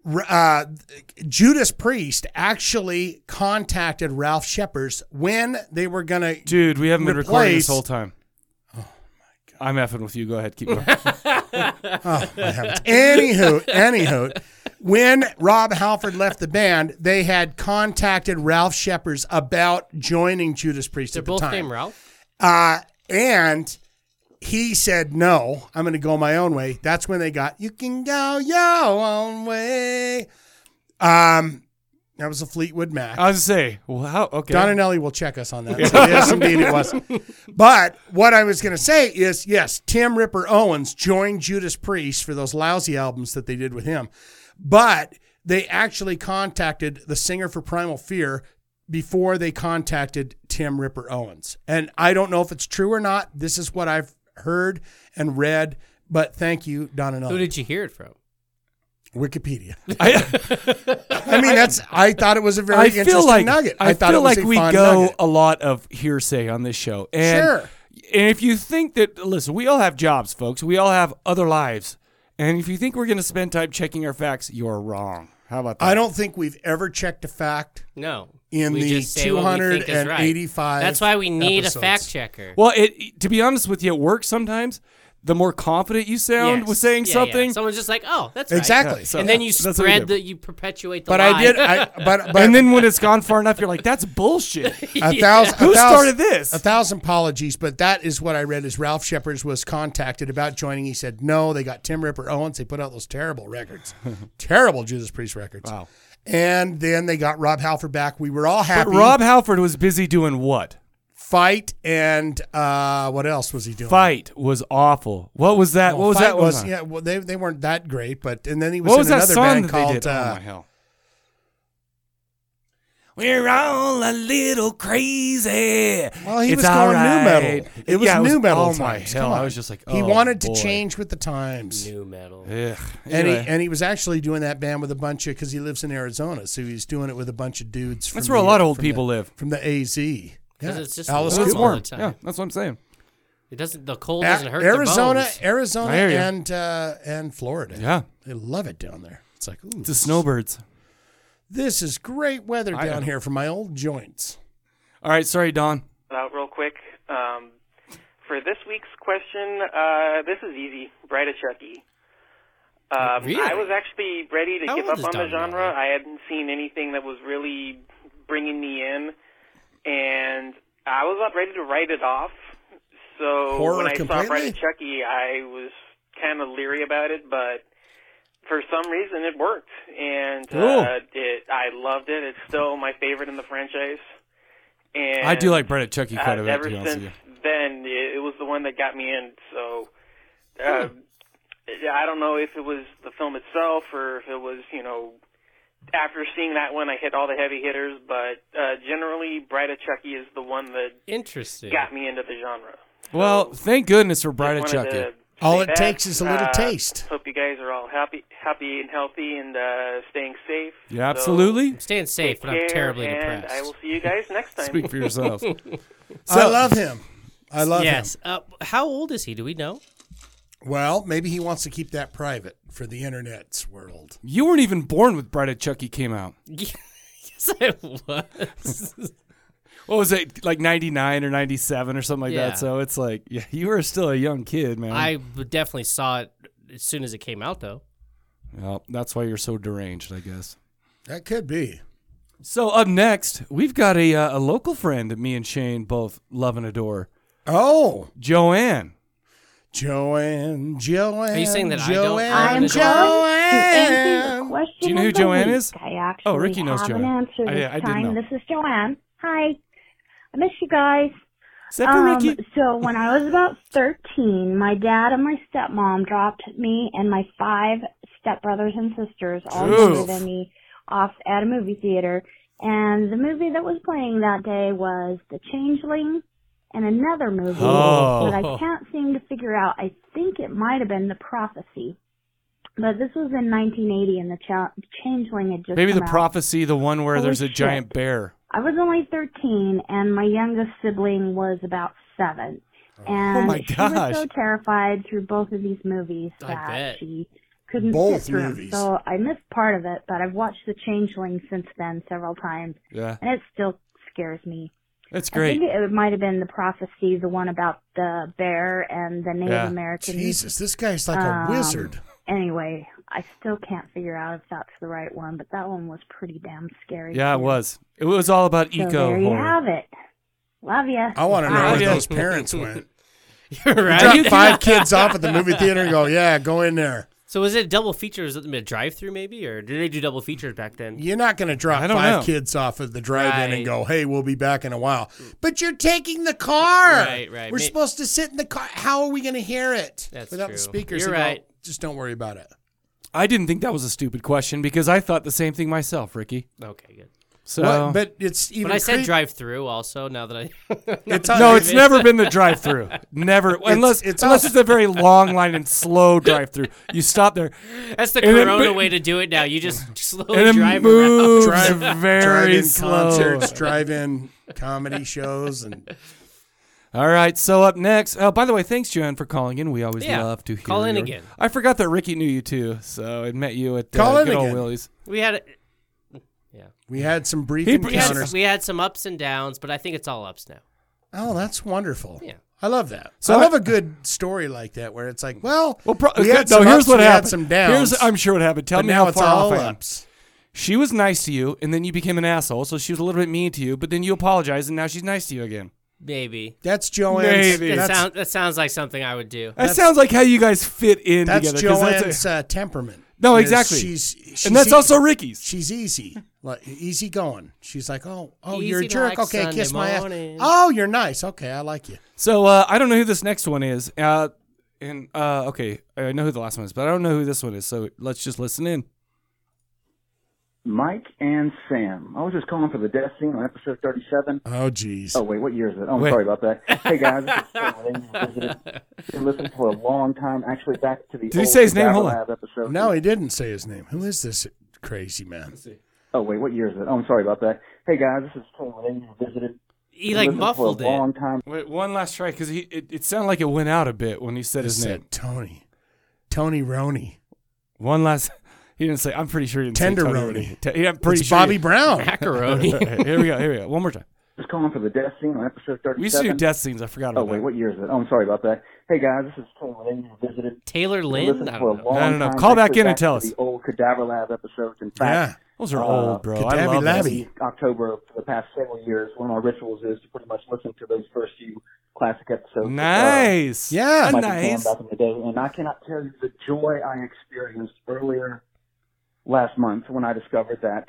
Speaker 2: R- Uh, Judas Priest actually contacted Ralph Sheppers when they were gonna.
Speaker 1: Dude, we haven't been recording this
Speaker 2: Replace-
Speaker 1: whole time. Oh my god. I'm effing with you. Go ahead. Keep going.
Speaker 2: Oh, my heavens. anywho, anywho, when Rob Halford left the band, they had contacted Ralph Sheppers about joining Judas Priest
Speaker 3: They're
Speaker 2: at the
Speaker 3: both
Speaker 2: time.
Speaker 3: named Ralph.
Speaker 2: Uh, and he said, no, I'm going to go my own way. That's when they got, you can go your own way. Um, that was a Fleetwood Mac.
Speaker 1: I was say, wow, okay.
Speaker 2: Donnelly will check us on that. yes, indeed, it was. But what I was going to say is, yes, Tim Ripper Owens joined Judas Priest for those lousy albums that they did with him, but they actually contacted the singer for Primal Fear before they contacted Tim Ripper Owens. And I don't know if it's true or not. This is what I've heard and read. But thank you,
Speaker 3: Who
Speaker 2: Donnelly.
Speaker 3: did you hear it from?
Speaker 2: Wikipedia.
Speaker 1: I,
Speaker 2: I mean, that's. I thought it was a very
Speaker 1: I
Speaker 2: interesting
Speaker 1: feel like
Speaker 2: nugget.
Speaker 1: I,
Speaker 2: thought
Speaker 1: feel
Speaker 2: it was
Speaker 1: like
Speaker 2: a
Speaker 1: we
Speaker 2: fun
Speaker 1: go
Speaker 2: nugget.
Speaker 1: a lot of hearsay on this show. And
Speaker 2: Sure.
Speaker 1: and if you think that listen, we all have jobs, folks. We all have other lives. And if you think we're going to spend time checking our facts, you're wrong. How about that?
Speaker 2: I don't think we've ever checked a fact.
Speaker 3: No.
Speaker 2: In
Speaker 3: we
Speaker 2: the
Speaker 3: just say what we think is right.
Speaker 2: 285
Speaker 3: That's why we need a
Speaker 2: episodes.
Speaker 3: fact checker.
Speaker 1: Well, it to be honest with you, it works sometimes. The more confident you sound
Speaker 3: Yes.
Speaker 1: with saying
Speaker 3: Yeah, yeah.
Speaker 1: something,
Speaker 3: Someone's just like, oh, that's right.
Speaker 2: Exactly.
Speaker 1: Yeah, so-
Speaker 3: and then you
Speaker 1: That's what we
Speaker 3: spread
Speaker 1: do.
Speaker 3: the, you perpetuate the
Speaker 2: But
Speaker 3: lie.
Speaker 2: I did. I, but but
Speaker 1: and then when it's gone far enough, you're like, "That's bullshit."
Speaker 2: a thousand.
Speaker 1: Who
Speaker 2: a thousand-
Speaker 1: started this?
Speaker 2: A thousand apologies, but that is what I read. Is Ralph Shepherds was contacted about joining. He said no. They got Tim Ripper Owens. They put out those terrible records, terrible Judas Priest records. Wow. And then they got Rob Halford back. We were all
Speaker 1: But
Speaker 2: happy.
Speaker 1: Rob Halford was busy doing what?
Speaker 2: fight and uh, what else was he doing?
Speaker 1: Fight was awful. What was that?
Speaker 2: No,
Speaker 1: what was
Speaker 2: Fight
Speaker 1: that? one
Speaker 2: Was
Speaker 1: time?
Speaker 2: yeah. Well, they, they weren't that great, but and then he was
Speaker 1: What
Speaker 2: in
Speaker 1: was that
Speaker 2: another
Speaker 1: song
Speaker 2: band
Speaker 1: that
Speaker 2: called
Speaker 1: they did?
Speaker 2: uh,
Speaker 1: oh my hell! We're all a little crazy.
Speaker 2: Well, he
Speaker 1: It's
Speaker 2: was
Speaker 1: all
Speaker 2: going new metal.
Speaker 1: right.
Speaker 2: It was
Speaker 1: Yeah,
Speaker 2: new metal.
Speaker 1: Oh my
Speaker 2: times.
Speaker 1: hell!
Speaker 2: Come
Speaker 1: I
Speaker 2: on.
Speaker 1: was just like,
Speaker 2: he
Speaker 1: oh,
Speaker 2: wanted
Speaker 1: boy.
Speaker 2: to change with the times.
Speaker 3: New metal.
Speaker 1: Ugh.
Speaker 2: And he,
Speaker 1: Anyway.
Speaker 2: and he was actually doing that band with a bunch of because he lives in Arizona, so he's doing it with a bunch of dudes. From
Speaker 1: That's where a
Speaker 2: the-
Speaker 1: lot of old
Speaker 2: from the-
Speaker 1: people live.
Speaker 2: From the AZ, yeah,
Speaker 3: it's just
Speaker 2: Alice
Speaker 3: warm.
Speaker 1: it's
Speaker 3: all
Speaker 2: Cooper.
Speaker 1: warm.
Speaker 3: the time.
Speaker 1: Yeah, that's what I'm saying.
Speaker 3: It doesn't. The cold doesn't
Speaker 2: A-
Speaker 3: hurt.
Speaker 2: Arizona,
Speaker 3: The bones.
Speaker 2: Arizona,
Speaker 1: I hear ya.
Speaker 2: and uh, and Florida.
Speaker 1: Yeah,
Speaker 2: they love it down there. It's like ooh,
Speaker 1: it's the snowbirds.
Speaker 2: This is great weather
Speaker 1: I
Speaker 2: down
Speaker 1: know.
Speaker 2: here for my old joints.
Speaker 1: All right, sorry, Don.
Speaker 5: out real quick. Um, for this week's question, uh, this is easy. Bride of Chucky. Um,
Speaker 3: Really?
Speaker 5: I was actually ready to
Speaker 3: How
Speaker 5: give
Speaker 3: old
Speaker 5: up
Speaker 3: is
Speaker 5: on the
Speaker 3: Donnie
Speaker 5: genre.
Speaker 3: Yen?
Speaker 5: I hadn't seen anything that was really bringing me in, and I was about ready to write it off. So
Speaker 2: Horror
Speaker 5: when I saw Bride
Speaker 2: completely?
Speaker 5: of Chucky, I was kind of leery about it, but for some reason it worked, and
Speaker 1: Cool.
Speaker 5: uh, it I loved it. It's still my favorite in the franchise. And
Speaker 1: I do like Brett at Chucky quite
Speaker 5: uh,
Speaker 1: a bit.
Speaker 5: ever
Speaker 1: To be honest with
Speaker 5: since
Speaker 1: you.
Speaker 5: then, it, it was the one that got me in. So, uh,
Speaker 1: Hmm.
Speaker 5: I don't know if it was the film itself or if it was, you know, after seeing that one, I hit all the heavy hitters. But uh, generally, Bride of Chucky is the one that
Speaker 3: Interesting.
Speaker 5: got me into the genre.
Speaker 1: Well, thank goodness for Bride
Speaker 5: Wanted
Speaker 1: of Chucky.
Speaker 5: to
Speaker 2: All
Speaker 5: say
Speaker 2: it
Speaker 5: that.
Speaker 2: takes is a little
Speaker 5: Uh,
Speaker 2: taste.
Speaker 5: Hope you guys are all happy, happy and healthy, and uh, staying safe.
Speaker 1: yeah,
Speaker 5: So,
Speaker 1: absolutely.
Speaker 3: I'm staying safe,
Speaker 5: take
Speaker 3: but I'm
Speaker 5: care,
Speaker 3: terribly
Speaker 5: and
Speaker 3: depressed.
Speaker 5: I will see you guys next time.
Speaker 1: Speak for yourself. so,
Speaker 2: I love him. I love
Speaker 3: yes. Uh, how old is he? Do we know?
Speaker 2: him. Well, maybe he wants to keep that private for the internet's world.
Speaker 1: You weren't even born when Bride of Chucky came out.
Speaker 3: yes, I was.
Speaker 1: What was it, like 99 or 97 or something like
Speaker 3: Yeah.
Speaker 1: that? So it's like, yeah, you were still a young kid, man.
Speaker 3: I would definitely saw it as soon as it came out, though.
Speaker 1: Well, that's why you're so deranged, I guess.
Speaker 2: That could be.
Speaker 1: So up next, we've got a, uh, a local friend that me and Shane both love and adore,
Speaker 2: Oh,
Speaker 1: Joanne.
Speaker 2: Joanne, Joanne.
Speaker 3: Are you saying that I don't
Speaker 2: Joanne,
Speaker 3: own
Speaker 6: I'm
Speaker 3: the
Speaker 6: Joanne.
Speaker 2: Joanne.
Speaker 6: Question
Speaker 1: Do you know who
Speaker 6: of the
Speaker 1: Joanne
Speaker 6: week.
Speaker 1: is?
Speaker 6: I actually
Speaker 1: Oh, Ricky knows
Speaker 6: have an
Speaker 1: Joanne.
Speaker 6: answer
Speaker 1: I-
Speaker 6: this
Speaker 1: I didn't
Speaker 6: time.
Speaker 1: know.
Speaker 6: This is Joanne. Hi. I miss you guys.
Speaker 1: Except for
Speaker 6: Um,
Speaker 1: Ricky.
Speaker 6: So when I was about 13, my dad and my stepmom dropped me and my five stepbrothers and sisters, all
Speaker 1: Oof.
Speaker 6: younger than me, off at a movie theater. And the movie that was playing that day was The Changeling and another movie
Speaker 1: Oh.
Speaker 6: that I can't seem to figure out. I think it might have been The Prophecy. But this was in 1980 and The cha- Changeling had just
Speaker 1: Maybe the
Speaker 6: come out.
Speaker 1: prophecy, the one where
Speaker 6: Holy
Speaker 1: there's a
Speaker 6: shit.
Speaker 1: giant bear.
Speaker 6: I was only 13, and my youngest sibling was about seven. And
Speaker 1: Oh. my
Speaker 6: she
Speaker 1: gosh.
Speaker 6: was so terrified through both of these movies
Speaker 3: I
Speaker 6: that
Speaker 3: bet.
Speaker 6: she couldn't
Speaker 2: Both
Speaker 6: sit through 'em.
Speaker 2: movies.
Speaker 6: So I missed part of it, but I've watched The Changeling since then several times,
Speaker 1: Yeah,
Speaker 6: and it still scares me.
Speaker 1: that's
Speaker 6: I
Speaker 1: great.
Speaker 6: think it might have been The Prophecy, the one about the bear and the Native
Speaker 1: Yeah.
Speaker 6: Americans.
Speaker 2: Jesus, this guy's like
Speaker 6: Um,
Speaker 2: a wizard.
Speaker 6: Anyway, I still can't figure out if that's the right one, but that one was pretty damn scary.
Speaker 1: Yeah, it
Speaker 6: too.
Speaker 1: was. It was all about
Speaker 6: So
Speaker 1: eco
Speaker 6: there you
Speaker 1: horror.
Speaker 6: have it. Love ya.
Speaker 2: I want to know
Speaker 1: I
Speaker 2: where
Speaker 1: did.
Speaker 2: those parents went.
Speaker 3: You're right.
Speaker 2: Drop five kids off at the movie theater and go, yeah, go in there.
Speaker 3: So was it a double feature? Was it a drive-through maybe, or did they do double features back then?
Speaker 2: You're not going to drop five
Speaker 1: I don't know.
Speaker 2: kids off at the drive-in and
Speaker 3: Right.
Speaker 2: go, "Hey, we'll be back in a while." But you're taking the car.
Speaker 3: Right, right.
Speaker 2: We're
Speaker 3: May-
Speaker 2: supposed to sit in the car. How are we going to hear it
Speaker 3: That's
Speaker 2: without
Speaker 3: true.
Speaker 2: the speakers?
Speaker 3: You're
Speaker 2: They go,
Speaker 3: right.
Speaker 2: Just don't worry about it.
Speaker 1: I didn't think that was a stupid question because I thought the same thing myself, Ricky.
Speaker 3: Okay, good.
Speaker 1: So,
Speaker 2: Well, but it's even.
Speaker 3: But I said
Speaker 2: creep-
Speaker 3: drive-through also. Now that I
Speaker 2: It's
Speaker 1: no, it's never been the drive-through. Never, unless
Speaker 2: it's
Speaker 1: it's unless
Speaker 2: us.
Speaker 1: it's a very long line and slow drive-through. You stop there,
Speaker 3: that's the
Speaker 1: And then-
Speaker 3: Corona way to do it now. You just slowly
Speaker 1: and it
Speaker 3: drive
Speaker 1: moves
Speaker 3: around.
Speaker 2: Drive-
Speaker 1: very
Speaker 2: drive-in
Speaker 1: slow.
Speaker 2: concerts, drive-in comedy shows, and
Speaker 1: All right. So up next. Oh, by the way, thanks, Joanne, for calling in. We always
Speaker 3: Yeah,
Speaker 1: love to hear.
Speaker 3: call in
Speaker 1: your-
Speaker 3: again.
Speaker 1: I forgot that Ricky knew you too, so I met you at uh,
Speaker 2: Call in
Speaker 1: good old
Speaker 2: again.
Speaker 1: Willie's.
Speaker 3: We had
Speaker 2: We had some brief
Speaker 1: He-
Speaker 3: we had,
Speaker 2: encounters.
Speaker 3: we had some ups and downs, but I think it's all ups now.
Speaker 2: Oh, that's wonderful.
Speaker 3: Yeah.
Speaker 2: I love that.
Speaker 1: So
Speaker 2: So I love
Speaker 1: I-
Speaker 2: a good story like that where it's like, well,
Speaker 1: Well, pro-
Speaker 2: we had
Speaker 1: uh, no,
Speaker 2: some
Speaker 1: here's
Speaker 2: ups,
Speaker 1: what
Speaker 2: we
Speaker 1: happened.
Speaker 2: had some downs.
Speaker 1: Here's, I'm sure what happened. Tell
Speaker 2: but
Speaker 1: me
Speaker 2: now
Speaker 1: how
Speaker 2: it's
Speaker 1: far
Speaker 2: all
Speaker 1: off I am.
Speaker 2: ups.
Speaker 1: She was nice to you, and then you became an asshole, so she was a little bit mean to you, but then you apologized, and now she's nice to you again.
Speaker 3: Maybe.
Speaker 2: That's Joanne's.
Speaker 1: Maybe. It
Speaker 3: That,
Speaker 2: That's,
Speaker 3: sound, that sounds like something I would do.
Speaker 1: That sounds like how you guys fit in
Speaker 2: that's
Speaker 1: together. 'cause that's a-
Speaker 2: Joanne's uh, temperament.
Speaker 1: No,
Speaker 2: is
Speaker 1: exactly.
Speaker 2: She's, she's
Speaker 1: and that's
Speaker 2: e-
Speaker 1: also Ricky's.
Speaker 2: she's easy, like easy going. She's like, oh, oh, you're
Speaker 3: Easy
Speaker 2: a
Speaker 3: to
Speaker 2: jerk.
Speaker 3: like
Speaker 2: okay,
Speaker 3: Sunday
Speaker 2: kiss my
Speaker 3: morning.
Speaker 2: ass. Oh, you're nice. Okay, I like you.
Speaker 1: So uh, I don't know who this next one is. Uh, and uh, okay, I know who the last one is, but I don't know who this one is. So let's just listen in.
Speaker 7: Mike and Sam. I was just calling for the death scene on episode 37.
Speaker 2: Oh, geez.
Speaker 7: Oh, wait, what year is it? Oh, I'm
Speaker 1: Wait.
Speaker 7: sorry about that. Hey, guys. this is Sam. I didn't visit it. Been listening for a long time. Actually, back to the
Speaker 1: Did he
Speaker 7: old
Speaker 1: say his name?
Speaker 7: Cadaver
Speaker 1: Hold on.
Speaker 7: Lab episode.
Speaker 2: No, he didn't say his name. Who is this crazy man?
Speaker 7: Oh, wait, what year is it? Oh, I'm sorry about that. Hey, guys. This is Sam. I didn't visit it.
Speaker 3: He
Speaker 7: Been
Speaker 3: like
Speaker 7: listening
Speaker 3: muffled
Speaker 7: for a
Speaker 3: it.
Speaker 7: long time.
Speaker 1: Wait, one last try because it, it sounded like it went out a bit when he said his
Speaker 2: This
Speaker 1: name.
Speaker 2: said Tony. Tony Roney.
Speaker 1: One last. He didn't say. I'm pretty sure he didn't say Tony
Speaker 2: Tenderoni.
Speaker 1: Rooney. Te- yeah, I'm pretty
Speaker 2: it's
Speaker 1: sure.
Speaker 2: Bobby
Speaker 1: he-
Speaker 2: Brown.
Speaker 3: Macaroni.
Speaker 1: here we go. Here we go. One more time.
Speaker 7: Just calling for the death scene on episode 37.
Speaker 1: We used to do death scenes. I forgot about
Speaker 7: Oh, wait,
Speaker 1: that.
Speaker 7: what year is it? Oh, I'm sorry about that. Hey, guys. This is Sam. I didn't visit it.
Speaker 3: Taylor
Speaker 7: Been
Speaker 3: Lynn?
Speaker 7: listening
Speaker 3: I
Speaker 7: for a
Speaker 3: don't know.
Speaker 7: long
Speaker 1: I don't know.
Speaker 7: time.
Speaker 1: Call back
Speaker 7: Actually,
Speaker 1: in and tell
Speaker 7: to
Speaker 1: us.
Speaker 7: The old Cadaver Lab episodes. In fact,
Speaker 2: Yeah.
Speaker 1: Those are
Speaker 7: Uh,
Speaker 1: old, bro. I
Speaker 2: Kadabi Labby.
Speaker 1: love those.
Speaker 2: Abby.
Speaker 7: October for the past several years, one of our rituals is to pretty much listen to those first few classic episodes.
Speaker 1: Nice.
Speaker 2: Yeah.
Speaker 7: Uh, Mike and
Speaker 1: nice.
Speaker 7: Sam back in the day, and I cannot tell you the joy I experienced earlier last month when I discovered that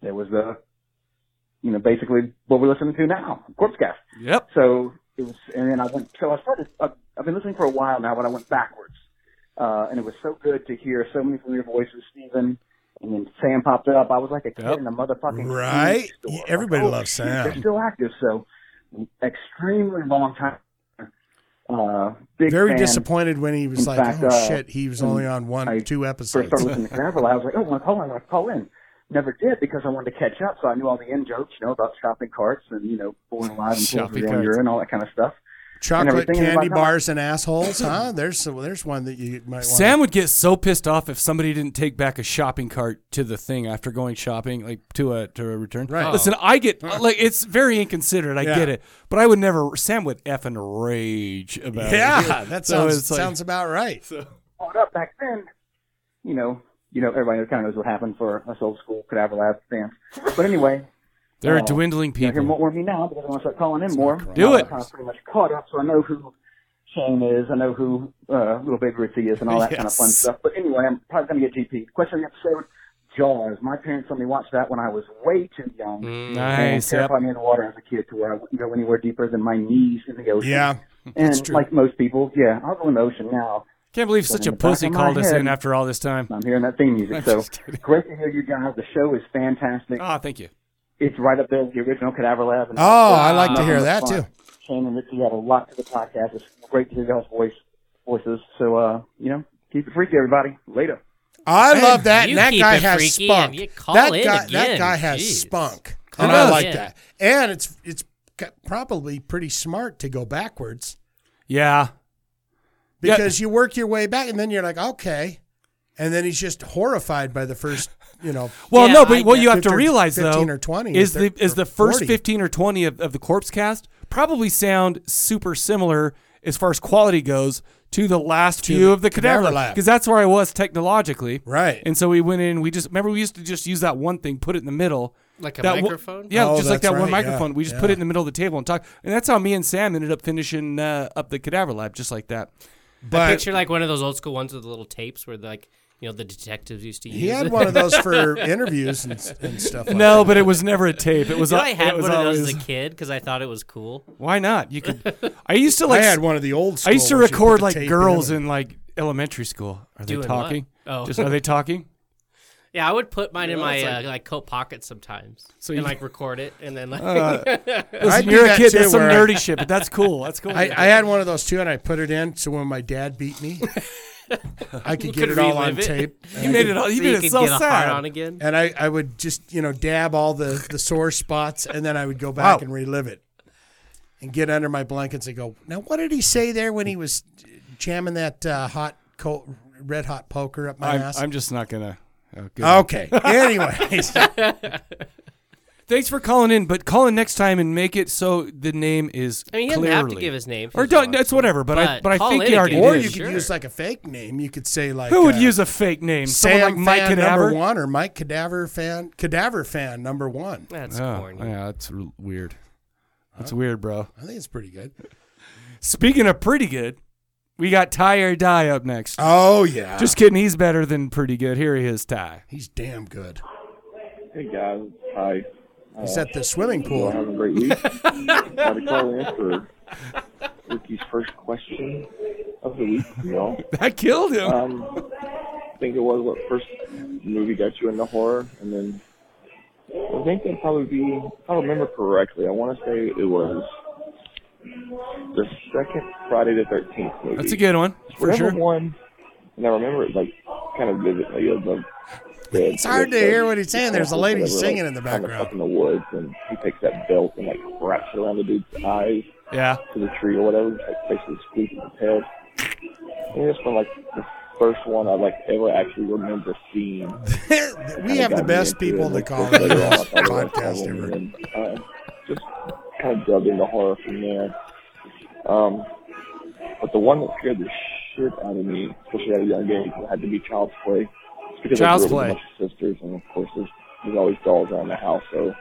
Speaker 7: there was the, you know, basically what we're listening to now, Corpsecast.
Speaker 1: Yep.
Speaker 7: So it was, and then I went. So I started. I've, I've been listening for a while now, but I went backwards, uh, and it was so good to hear so many familiar voices. Stephen and then Sam popped up. I was like a kid
Speaker 1: Yep.
Speaker 7: in a motherfucking
Speaker 2: Right?
Speaker 7: candy store.
Speaker 2: Everybody
Speaker 7: Like, oh,
Speaker 2: loves
Speaker 7: shit,
Speaker 2: Sam.
Speaker 7: They're still active, so extremely long time. Uh, big
Speaker 2: Very
Speaker 7: fan.
Speaker 2: disappointed when he was
Speaker 7: In
Speaker 2: like,
Speaker 7: fact,
Speaker 2: oh,
Speaker 7: uh,
Speaker 2: shit, he was
Speaker 7: when
Speaker 2: only on one,
Speaker 7: I
Speaker 2: two
Speaker 7: First
Speaker 2: episodes.
Speaker 7: started listening to Gravel. I was like, oh, I want to call in. I want to call in. Never did because I wanted to catch up, so I knew all the in jokes, you know, about shopping carts and you know, born alive and fools
Speaker 1: Shopping
Speaker 7: with one
Speaker 1: carts.
Speaker 7: year and all that kind of stuff.
Speaker 2: Chocolate
Speaker 7: everything "Oh." is
Speaker 2: candy
Speaker 7: about-
Speaker 2: bars and assholes, huh? There's so there's one that you might want.
Speaker 1: Sam would get so pissed off if somebody didn't take back a shopping cart to the thing after going shopping, like to a to a return.
Speaker 2: Right.
Speaker 1: Listen, I get like it's very inconsiderate. I
Speaker 2: Yeah.
Speaker 1: get it, but I would never. Sam would effing rage about it.
Speaker 2: Yeah, uh, that
Speaker 1: So
Speaker 2: sounds
Speaker 1: it's like-
Speaker 2: sounds about right.
Speaker 7: brought up back then, you know, you know, everybody kind of knows what happened for us old school cadaver lab fans. But anyway,
Speaker 1: There are
Speaker 7: Oh.
Speaker 1: dwindling
Speaker 7: you know, hear
Speaker 1: people.
Speaker 7: more of me now because I want to start calling in more.
Speaker 1: Do it.
Speaker 7: I'm kind of pretty much caught up, so I know who Shane is, I know who uh, Little Big Ritzy is, and all that kind of fun
Speaker 1: Yes.
Speaker 7: stuff. But anyway, I'm probably going to get GP. Question of the episode: Jaws. My parents let me watch that when I was way too young. And
Speaker 1: Nice. Yep.
Speaker 7: terrified me in the water as a kid to where I wouldn't go anywhere deeper than my knees in the ocean.
Speaker 2: Yeah,
Speaker 7: and like most people, yeah, I'll go in the ocean now.
Speaker 1: Can't believe such a
Speaker 7: in the back
Speaker 1: pussy
Speaker 7: of my
Speaker 1: called us
Speaker 7: head-
Speaker 1: in after all this time.
Speaker 7: I'm hearing that theme music.
Speaker 1: I'm
Speaker 7: So
Speaker 1: just kidding.
Speaker 7: great to hear you guys. The show is fantastic.
Speaker 1: Ah, thank you.
Speaker 7: It's right up there with the original Cadaver Lab. And
Speaker 2: Oh, I like to
Speaker 7: Nothing
Speaker 2: hear
Speaker 7: but
Speaker 2: that
Speaker 7: fun.
Speaker 2: too.
Speaker 7: Shane and Richie had a lot to the podcast. It's great to hear y'all's voice voices. So uh, you know, keep it freaky, everybody. Later.
Speaker 2: I love that.
Speaker 3: you
Speaker 2: And that
Speaker 3: keep
Speaker 2: guy
Speaker 3: it
Speaker 2: has
Speaker 3: freaky
Speaker 2: spunk.
Speaker 3: and you call
Speaker 2: that
Speaker 3: in
Speaker 2: guy,
Speaker 3: again.
Speaker 2: that guy has
Speaker 3: Jeez.
Speaker 2: spunk,
Speaker 3: Call
Speaker 2: and I
Speaker 3: in.
Speaker 2: like
Speaker 3: Yeah.
Speaker 2: that. And it's it's ca- probably pretty smart to go backwards
Speaker 1: Yeah. Yeah.
Speaker 2: because you work your way back, and then you're like, okay, and then he's just horrified by the first, you know,
Speaker 1: Well,
Speaker 3: Yeah,
Speaker 1: no, but
Speaker 3: I
Speaker 1: what
Speaker 3: get-
Speaker 1: you have to
Speaker 2: 15
Speaker 1: realize though,
Speaker 2: 15 or 20
Speaker 1: is
Speaker 2: or
Speaker 1: the is the first
Speaker 2: 40.
Speaker 1: fifteen or twenty of, of the corpse cast probably sound super similar as far as quality goes to the last
Speaker 2: To
Speaker 1: few
Speaker 2: the
Speaker 1: of the
Speaker 2: Cadaver
Speaker 1: cadaver
Speaker 2: Lab.
Speaker 1: because that's where I was technologically.
Speaker 2: right.
Speaker 1: And so we went in. We just remember we used to just use that one thing, put it in the middle,
Speaker 3: Like a
Speaker 1: that one-
Speaker 3: microphone?
Speaker 1: yeah,
Speaker 2: Oh,
Speaker 1: just like that
Speaker 2: that's
Speaker 1: one
Speaker 2: right, yeah,
Speaker 1: microphone. We just put it
Speaker 2: yeah.
Speaker 1: in the middle of the table and talk. And that's how me and Sam ended up finishing uh, up the cadaver lab, just like that.
Speaker 3: I
Speaker 2: but
Speaker 3: picture like one of those old school ones with the little tapes where like, you know, the detectives used to use.
Speaker 2: he had
Speaker 3: it.
Speaker 2: one of those for interviews and, and stuff. Like
Speaker 1: No, but it was never a tape. It was.
Speaker 3: You know,
Speaker 1: al-
Speaker 3: I
Speaker 1: it
Speaker 3: had
Speaker 1: was
Speaker 3: one of those
Speaker 1: always-
Speaker 3: as a kid because I thought it was cool.
Speaker 1: Why not? You could. I used to
Speaker 2: that.
Speaker 1: like.
Speaker 2: I had one of the old.
Speaker 1: I used to
Speaker 2: school ones you put
Speaker 1: record
Speaker 2: the
Speaker 1: like
Speaker 2: tape
Speaker 1: girls
Speaker 2: it.
Speaker 1: in like elementary school. Are they
Speaker 3: Doing
Speaker 1: talking?
Speaker 3: what? Oh.
Speaker 1: Just are they talking?
Speaker 3: Yeah, I would put mine in my uh, like coat pocket sometimes,
Speaker 1: So
Speaker 3: so
Speaker 1: you-
Speaker 3: and like record it, and then like
Speaker 1: Uh, Listen,
Speaker 2: Uh, do
Speaker 1: you're a
Speaker 2: that
Speaker 1: kid.
Speaker 2: too,
Speaker 1: That's some
Speaker 2: where I-
Speaker 1: nerdy shit, but that's cool. That's cool.
Speaker 2: I, I had one of those too, and I put it in so when my dad beat me, I could get
Speaker 3: Could
Speaker 2: it all on
Speaker 3: relive it.
Speaker 2: tape. And
Speaker 1: you
Speaker 2: I
Speaker 1: made
Speaker 2: could-
Speaker 1: it. All, you
Speaker 3: so
Speaker 1: made
Speaker 3: you
Speaker 1: it
Speaker 3: could
Speaker 1: so
Speaker 3: get a hard
Speaker 1: sad.
Speaker 3: on again.
Speaker 2: And I, I would just you know dab all the the sore spots, and then I would go back
Speaker 1: Wow.
Speaker 2: and relive it. and get under my blankets and go, now what did he say there when he was jamming that uh, hot, cold, red hot poker up my
Speaker 1: I'm,
Speaker 2: ass?
Speaker 1: I'm just not gonna. Oh, good.
Speaker 2: okay. Anyways,
Speaker 1: Thanks for calling in, but call in next time and make it so the name is.
Speaker 3: I mean, he
Speaker 1: clearly.
Speaker 3: doesn't have to give his name if
Speaker 1: Or
Speaker 3: he
Speaker 1: don't.
Speaker 3: wants
Speaker 1: That's
Speaker 3: to,
Speaker 1: whatever. But, I.
Speaker 3: but
Speaker 1: But I
Speaker 3: call
Speaker 1: think
Speaker 3: in
Speaker 1: he already
Speaker 3: again.
Speaker 2: or
Speaker 1: did.
Speaker 2: you could
Speaker 3: Sure.
Speaker 2: use like a fake name. You could say like
Speaker 1: Who would
Speaker 2: uh,
Speaker 1: use a fake name?
Speaker 2: Sam
Speaker 1: Someone like Mike
Speaker 2: fan
Speaker 1: Canaver.
Speaker 2: number one or Mike Cadaver fan Cadaver fan number one.
Speaker 3: That's
Speaker 1: Oh,
Speaker 3: corny.
Speaker 1: yeah, that's r- weird. That's weird, bro.
Speaker 2: I think it's pretty good.
Speaker 1: Speaking of pretty good, we got Ty or Die up next.
Speaker 2: Oh yeah,
Speaker 1: Just kidding. He's better than pretty good. Here he is, Ty.
Speaker 2: he's damn good.
Speaker 8: Hey guys, hi.
Speaker 2: He's at the swimming
Speaker 8: Well,
Speaker 2: pool.
Speaker 8: have a great week. Had to call in for Ricky's first question of the week. You know,
Speaker 1: That killed him.
Speaker 8: um, I think it was what first movie got you into horror, and then I think it'd probably be, if I remember correctly, I want to say it was the second Friday the Thirteenth movie.
Speaker 1: that's a good one for
Speaker 8: Whatever
Speaker 1: sure.
Speaker 8: one, and I remember it like kind of vividly. Of the, the
Speaker 2: It's hard to hear what he's saying. There's a lady singing in the
Speaker 8: Kind of up
Speaker 2: background.
Speaker 8: in the woods, and he takes that belt and like wraps it around the dude's eyes
Speaker 1: Yeah.
Speaker 8: to the tree or whatever, like basically squeezing his head. And it's been like the first one I like ever actually remember seeing.
Speaker 2: we have the best people to call in this podcast ever.
Speaker 8: ever. Uh, Just kind of dug into horror from there. Um, but the one that scared the shit out of me, especially at a young age, had to be Child's Play. It's because
Speaker 1: Child's
Speaker 8: I grew
Speaker 1: Play.
Speaker 8: up with a bunch of sisters, and of course there's, there's always dolls around the house, so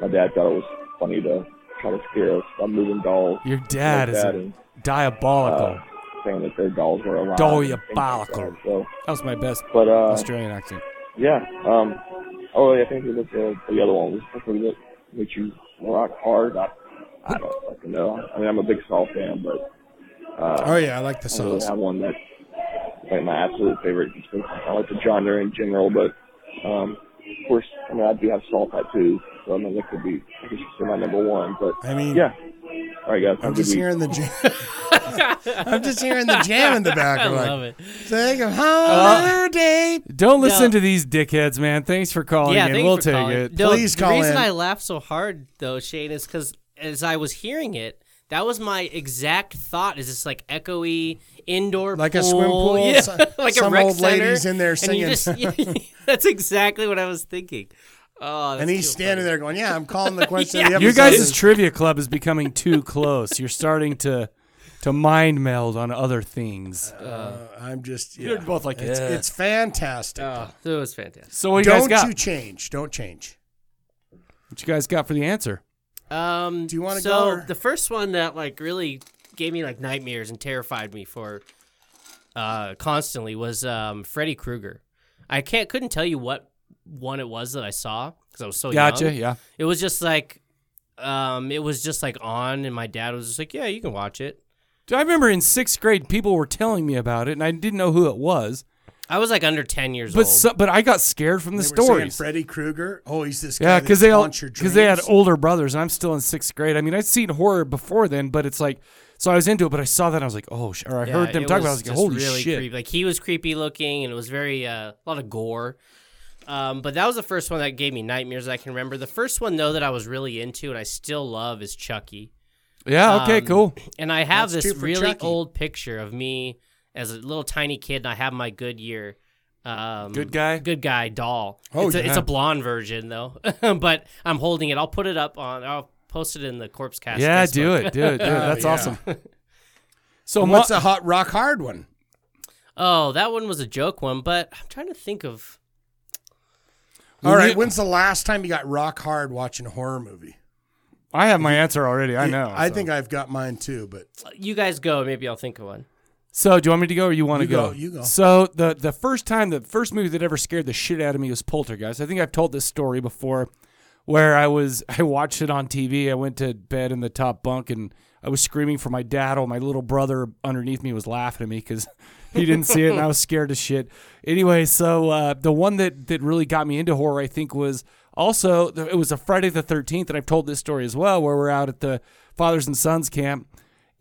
Speaker 8: my dad thought it was funny to try to scare us by moving dolls.
Speaker 1: Your dad
Speaker 8: like
Speaker 1: is
Speaker 8: that,
Speaker 1: a
Speaker 8: and,
Speaker 1: diabolical.
Speaker 8: uh, saying that their dolls were alive. and things like that,
Speaker 1: Diabolical.
Speaker 8: So,
Speaker 1: that was my best
Speaker 8: but uh,
Speaker 1: Australian accent.
Speaker 8: yeah. Um. Oh, yeah, I think it was the, the other one. Was something that made you rock hard. I, I don't fucking know. I mean, I'm a big Saw fan, but uh,
Speaker 2: Oh yeah, I like the
Speaker 8: I don't really
Speaker 2: songs.
Speaker 8: have one that like my absolute favorite. I like the genre in general, but um, of course, I mean, I do have Saw tattoos, so I mean, that could be I guess you say my number one. But
Speaker 2: I mean,
Speaker 8: yeah. All right, guys. Have a
Speaker 2: I'm
Speaker 8: good
Speaker 2: just
Speaker 8: week.
Speaker 2: hearing the jam. I'm just hearing the jam in the
Speaker 3: I
Speaker 2: background.
Speaker 3: love
Speaker 2: Like,
Speaker 3: it.
Speaker 2: think
Speaker 1: Uh,
Speaker 2: of holiday.
Speaker 1: Don't listen
Speaker 3: No.
Speaker 1: to these dickheads, man. Thanks for calling
Speaker 3: yeah,
Speaker 1: in.
Speaker 3: thank you
Speaker 1: we'll
Speaker 3: for
Speaker 1: take
Speaker 3: calling.
Speaker 1: it.
Speaker 3: No,
Speaker 2: Please
Speaker 3: the
Speaker 2: call
Speaker 3: reason
Speaker 2: in.
Speaker 3: I laughed so hard though, Shane, is because as I was hearing it, that was my exact thought. Is this like echoey indoor,
Speaker 2: Like a
Speaker 3: pool,
Speaker 2: swim pool?
Speaker 3: yeah,
Speaker 2: So-
Speaker 3: like
Speaker 2: some
Speaker 3: a rec
Speaker 2: old
Speaker 3: center,
Speaker 2: lady's in there
Speaker 3: and you
Speaker 2: singing.
Speaker 3: just- that's exactly what I was thinking. Oh,
Speaker 2: And he's standing there going, "Yeah, I'm calling the question." of the
Speaker 1: Your
Speaker 2: episode."
Speaker 1: guys' trivia club is becoming too close. You're starting to to mind meld on other things.
Speaker 2: Uh, I'm just. Yeah.
Speaker 1: You're both like,
Speaker 2: it's,
Speaker 1: "Yeah."
Speaker 2: it's fantastic.
Speaker 3: Oh, that was fantastic.
Speaker 1: So what you guys
Speaker 2: Don't
Speaker 1: got?
Speaker 2: you change? Don't change.
Speaker 1: what you guys got for the answer?
Speaker 3: Um,
Speaker 2: Do you wanna
Speaker 3: so
Speaker 2: go, or-
Speaker 3: the first one that like really gave me like nightmares and terrified me for uh, constantly was um, Freddy Krueger. I can't couldn't tell you what one it was that I saw because I was so
Speaker 1: Gotcha.
Speaker 3: young.
Speaker 1: Yeah.
Speaker 3: It was just like um, it was just like on, and my dad was just like, "Yeah, you can watch it."
Speaker 1: I remember in sixth grade, people were telling me about it, and I didn't know who it was.
Speaker 3: I was like under ten years
Speaker 1: But
Speaker 3: old.
Speaker 1: so, but I got scared from the
Speaker 2: They were saying
Speaker 1: stories.
Speaker 2: Freddy Krueger. Oh, he's this guy.
Speaker 1: Yeah,
Speaker 2: because
Speaker 1: because they all
Speaker 2: because
Speaker 1: because they had older brothers, and I'm still in sixth grade. I mean, I'd seen horror before then, but it's like so I was into it, but I saw that and I was like, oh, sh- or I
Speaker 3: Yeah,
Speaker 1: heard them
Speaker 3: it
Speaker 1: talk about. it. I
Speaker 3: was
Speaker 1: was like,
Speaker 3: just
Speaker 1: holy
Speaker 3: really
Speaker 1: shit!
Speaker 3: Creepy. Like he was creepy looking, and it was very uh, a lot of gore. Um, but that was the first one that gave me nightmares I can remember. The first one though that I was really into and I still love is Chucky.
Speaker 1: Yeah. Okay.
Speaker 3: Um,
Speaker 1: cool.
Speaker 3: And I have
Speaker 2: That's
Speaker 3: this
Speaker 2: two for
Speaker 3: really
Speaker 2: Chucky.
Speaker 3: old picture of me as a little tiny kid, and I have my Goodyear. Um,
Speaker 1: Good guy?
Speaker 3: Good guy doll.
Speaker 2: Oh,
Speaker 3: it's a, it's
Speaker 1: yeah.
Speaker 3: a blonde version though, but I'm holding it. I'll put it up on. I'll post it in the corpse cast.
Speaker 1: Yeah.
Speaker 3: Facebook.
Speaker 1: Do it. Do it. Do it. That's
Speaker 2: yeah.
Speaker 1: awesome. So
Speaker 2: What's
Speaker 1: mo-
Speaker 2: the hot rock hard one?
Speaker 3: Oh, that one was a joke one, but I'm trying to think of.
Speaker 2: All right.
Speaker 1: you-
Speaker 2: When's the last time you got rock hard watching a horror movie?
Speaker 1: I have my answer already. I know.
Speaker 2: I
Speaker 1: so.
Speaker 2: think I've got mine too, but
Speaker 3: You guys go. Maybe I'll think of one.
Speaker 1: So, do you want me to go or you want to
Speaker 2: You go,
Speaker 1: go?
Speaker 2: you go.
Speaker 1: So, the the first time, the first movie that ever scared the shit out of me was Poltergeist. I think I've told this story before, where I was I watched it on TV. I went to bed in the top bunk and I was screaming for my dad. While my little brother underneath me was laughing at me because he didn't see it and I was scared as shit. Anyway, so uh, the one that that really got me into horror, I think, was also it was a Friday the Thirteenth, and I've told this story as well, where we're out at the fathers and sons camp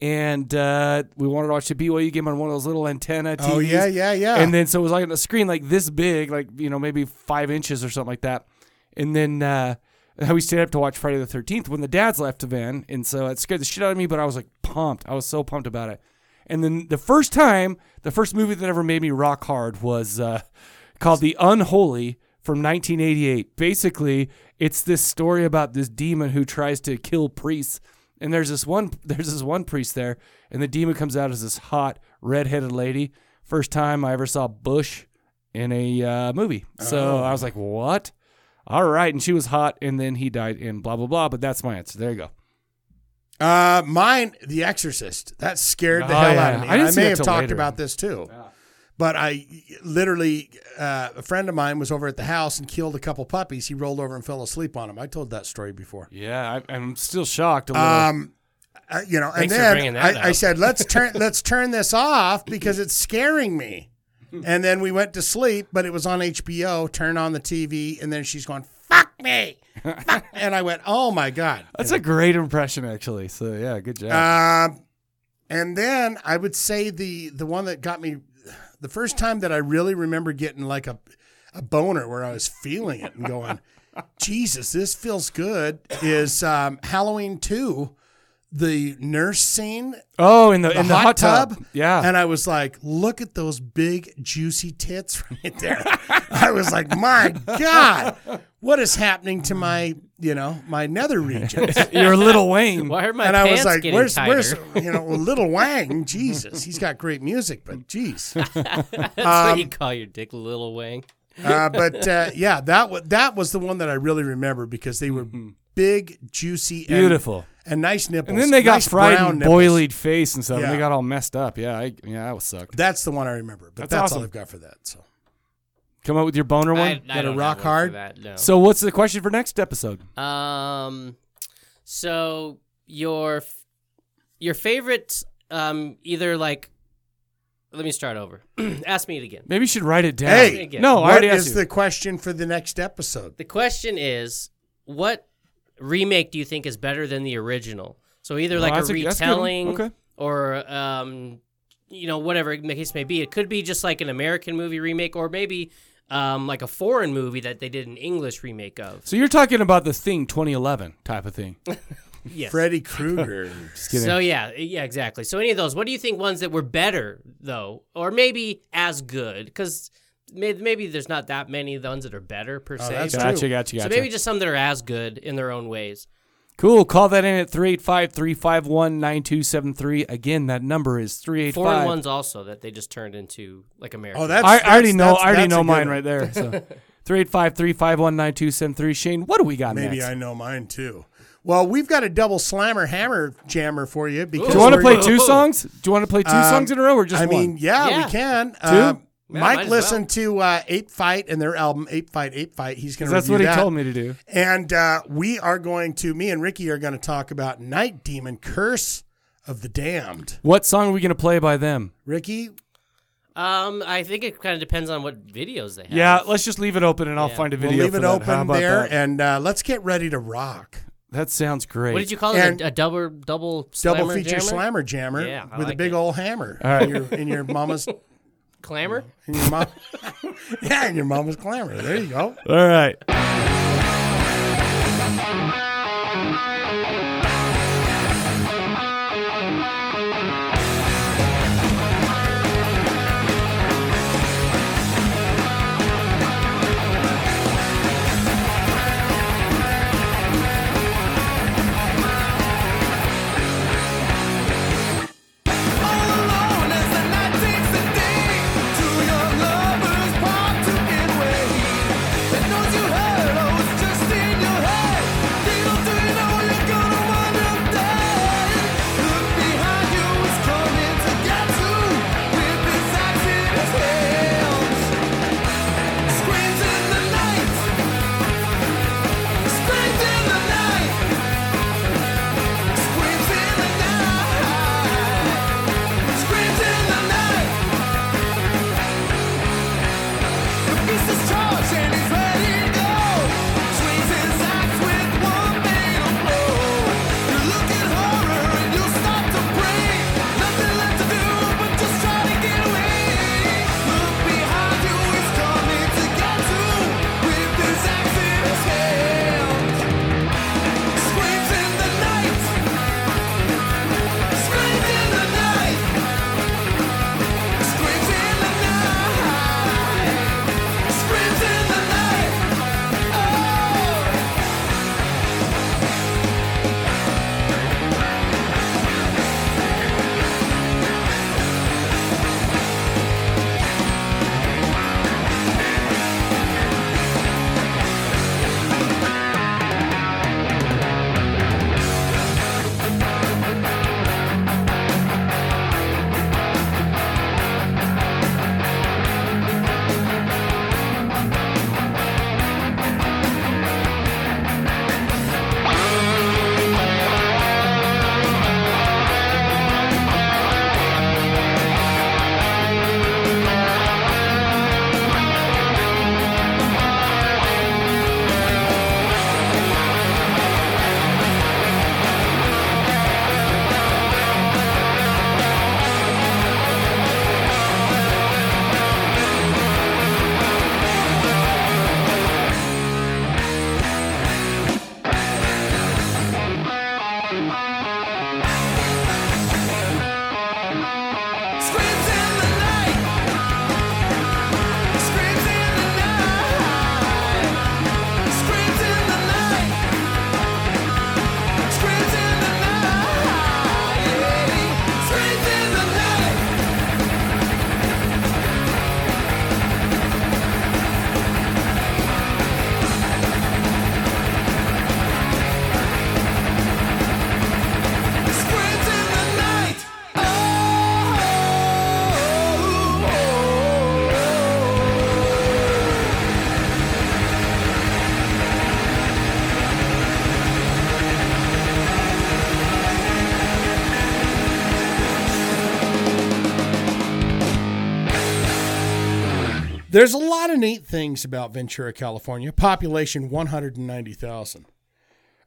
Speaker 1: and uh, we wanted to watch the BYU game on one of those little antenna TVs.
Speaker 2: Oh, yeah, yeah, yeah.
Speaker 1: And then so it was like on a screen like this big, like you know maybe five inches or something like that. And then uh, and how we stayed up to watch Friday the Thirteenth when the dads left the van, and so it scared the shit out of me. But I was like pumped. I was so pumped about it. And then the first time, the first movie that ever made me rock hard was uh, called The Unholy from 1988. Basically, it's this story about this demon who tries to kill priests. And there's this one, there's this one priest there, and the demon comes out as this hot redheaded lady. First time I ever saw Bush in a uh, movie. So
Speaker 2: Oh.
Speaker 1: I was like, what? All right. And she was hot, and then he died in blah, blah, blah. But that's my answer. There you go.
Speaker 2: Uh, mine, The Exorcist. That scared the
Speaker 1: Oh,
Speaker 2: hell
Speaker 1: yeah.
Speaker 2: out of me.
Speaker 1: I didn't
Speaker 2: I,
Speaker 1: see
Speaker 2: may
Speaker 1: that
Speaker 2: have
Speaker 1: till
Speaker 2: talked
Speaker 1: later.
Speaker 2: about this too. But I literally, uh, a friend of mine was over at the house and killed a couple puppies. He rolled over and fell asleep on them. I told that story before.
Speaker 1: Yeah, I, I'm still shocked a little.
Speaker 2: Um, uh, you know, and
Speaker 3: Thanks for bringing
Speaker 2: then
Speaker 3: that
Speaker 2: I, I
Speaker 3: up.
Speaker 2: said, "Let's turn let's turn this off because it's scaring me." And then we went to sleep, but it was on HBO. Turn on the TV, and then she's going, "Fuck me," Fuck. and I went, "Oh my god."
Speaker 1: that's a great impression, actually. So yeah, good job.
Speaker 2: Um, and then I would say the the one that got me the first time that I really remember getting like a a boner where I was feeling it and going, Jesus, this feels good. Is um, Halloween two the nurse scene
Speaker 1: oh, in the, in the hot, tub. Yeah.
Speaker 2: and I was like, look at those big juicy tits right there. I was like, my God, what is happening to my you know my nether regions?
Speaker 1: You're little Wayne.
Speaker 3: Why are my
Speaker 2: and I
Speaker 3: pants
Speaker 2: was like,
Speaker 3: getting
Speaker 2: "Where's,
Speaker 3: tighter?
Speaker 2: where's, you know, Little Wang? Jesus, he's got great music, but jeez."
Speaker 3: That's what you call your dick, Little Wang.
Speaker 2: Um, Uh, but uh, yeah, that was that was the one that I really remember because they were big, juicy, and-
Speaker 1: Mm-hmm. Beautiful.
Speaker 2: and, nice nipples.
Speaker 1: And then they got
Speaker 2: nice
Speaker 1: fried
Speaker 2: brown
Speaker 1: and
Speaker 2: nipples.
Speaker 1: boiled face and stuff, and
Speaker 2: Yeah.
Speaker 1: they got all messed up. Yeah, I, yeah, that was sucked.
Speaker 2: That's the one I remember. But
Speaker 1: That's
Speaker 2: that's,
Speaker 1: awesome.
Speaker 2: all I've got for that. So
Speaker 1: Come up with your boner one.
Speaker 3: I, I
Speaker 2: Gotta
Speaker 3: don't
Speaker 2: rock
Speaker 3: have one for
Speaker 2: hard?
Speaker 3: That, no.
Speaker 1: so what's the question for next episode?
Speaker 3: Um, so your f- your favorite, um, either like, let me start over. Ask me it again.
Speaker 1: Maybe you should write it down.
Speaker 2: Hey,
Speaker 1: no, I
Speaker 2: what
Speaker 1: already asked
Speaker 2: is
Speaker 1: you.
Speaker 2: the question for the next episode?
Speaker 3: The question is, what remake do you think is better than the original? So either
Speaker 1: Oh,
Speaker 3: like a
Speaker 1: that's a- that's good.
Speaker 3: retelling,
Speaker 1: Okay.
Speaker 3: or um, you know, whatever the case may be. It could be just like an American movie remake, or maybe um, like a foreign movie that they did an English remake of.
Speaker 1: so you're talking about the thing 2011 type of thing.
Speaker 3: Yes.
Speaker 2: Freddy Krueger.
Speaker 1: Just kidding.
Speaker 3: So yeah, yeah, exactly. So any of those, what do you think ones that were better though, or maybe as good? Because maybe there's not that many of the ones that are better per se.
Speaker 2: Oh, that's
Speaker 3: but-
Speaker 1: gotcha,
Speaker 2: true.
Speaker 1: gotcha,
Speaker 3: So
Speaker 1: gotcha.
Speaker 3: maybe just some that are as good in their own ways.
Speaker 1: cool. Call that in at 385 351 9273. Again, that number is
Speaker 3: Foreign
Speaker 1: 385.
Speaker 3: ones also that they just turned into like American.
Speaker 2: Oh, that's,
Speaker 1: I, I already
Speaker 2: that's-
Speaker 1: know.
Speaker 2: that's-
Speaker 1: I already
Speaker 2: that's a good
Speaker 1: know
Speaker 2: one.
Speaker 1: mine right there. So 385 351 9273. Shane, what do we got
Speaker 2: Maybe
Speaker 1: next?
Speaker 2: I know mine too. Well, we've got a double slammer hammer jammer for you because
Speaker 1: Do you want to
Speaker 2: we're-
Speaker 1: play
Speaker 3: Whoa.
Speaker 1: two songs? Do you want to play two
Speaker 2: Um,
Speaker 1: songs in a row or just
Speaker 2: I
Speaker 1: one?
Speaker 2: mean, yeah,
Speaker 3: Yeah.
Speaker 2: we can. Um,
Speaker 3: Yeah, might
Speaker 2: Mike
Speaker 3: as
Speaker 2: listened to uh, Ape Fight and their album Ape Fight, Ape Fight. He's going
Speaker 1: 'Cause
Speaker 2: to
Speaker 1: that's what he told me to do.
Speaker 2: And uh, we are going to. Me and Ricky are going to talk about Night Demon Curse of the Damned.
Speaker 1: What song are we going to play by them?
Speaker 2: Ricky,
Speaker 3: Um, I think it kind of depends on what videos they have.
Speaker 1: Yeah, let's just leave it open and I'll
Speaker 3: Yeah.
Speaker 1: find a
Speaker 2: we'll
Speaker 1: video.
Speaker 2: leave
Speaker 1: for
Speaker 2: it
Speaker 1: that. How
Speaker 2: open
Speaker 1: about
Speaker 2: there,
Speaker 1: That?
Speaker 2: and uh, let's get ready to rock.
Speaker 1: That sounds great.
Speaker 3: What did you call it?
Speaker 2: And-
Speaker 3: A, a double double
Speaker 2: Double
Speaker 3: slammer
Speaker 2: feature
Speaker 3: jammer?
Speaker 2: slammer jammer
Speaker 3: Yeah, I
Speaker 2: with a
Speaker 3: like
Speaker 2: big
Speaker 3: it.
Speaker 2: old hammer
Speaker 1: All right.
Speaker 2: in, your, in your mama's
Speaker 3: clamor.
Speaker 2: in your mom, yeah, in your mama's clamor. There you go.
Speaker 1: All right.
Speaker 9: Two young lovers part to end where he that knows you have
Speaker 2: There's a lot of neat things about Ventura, California. Population 190,000.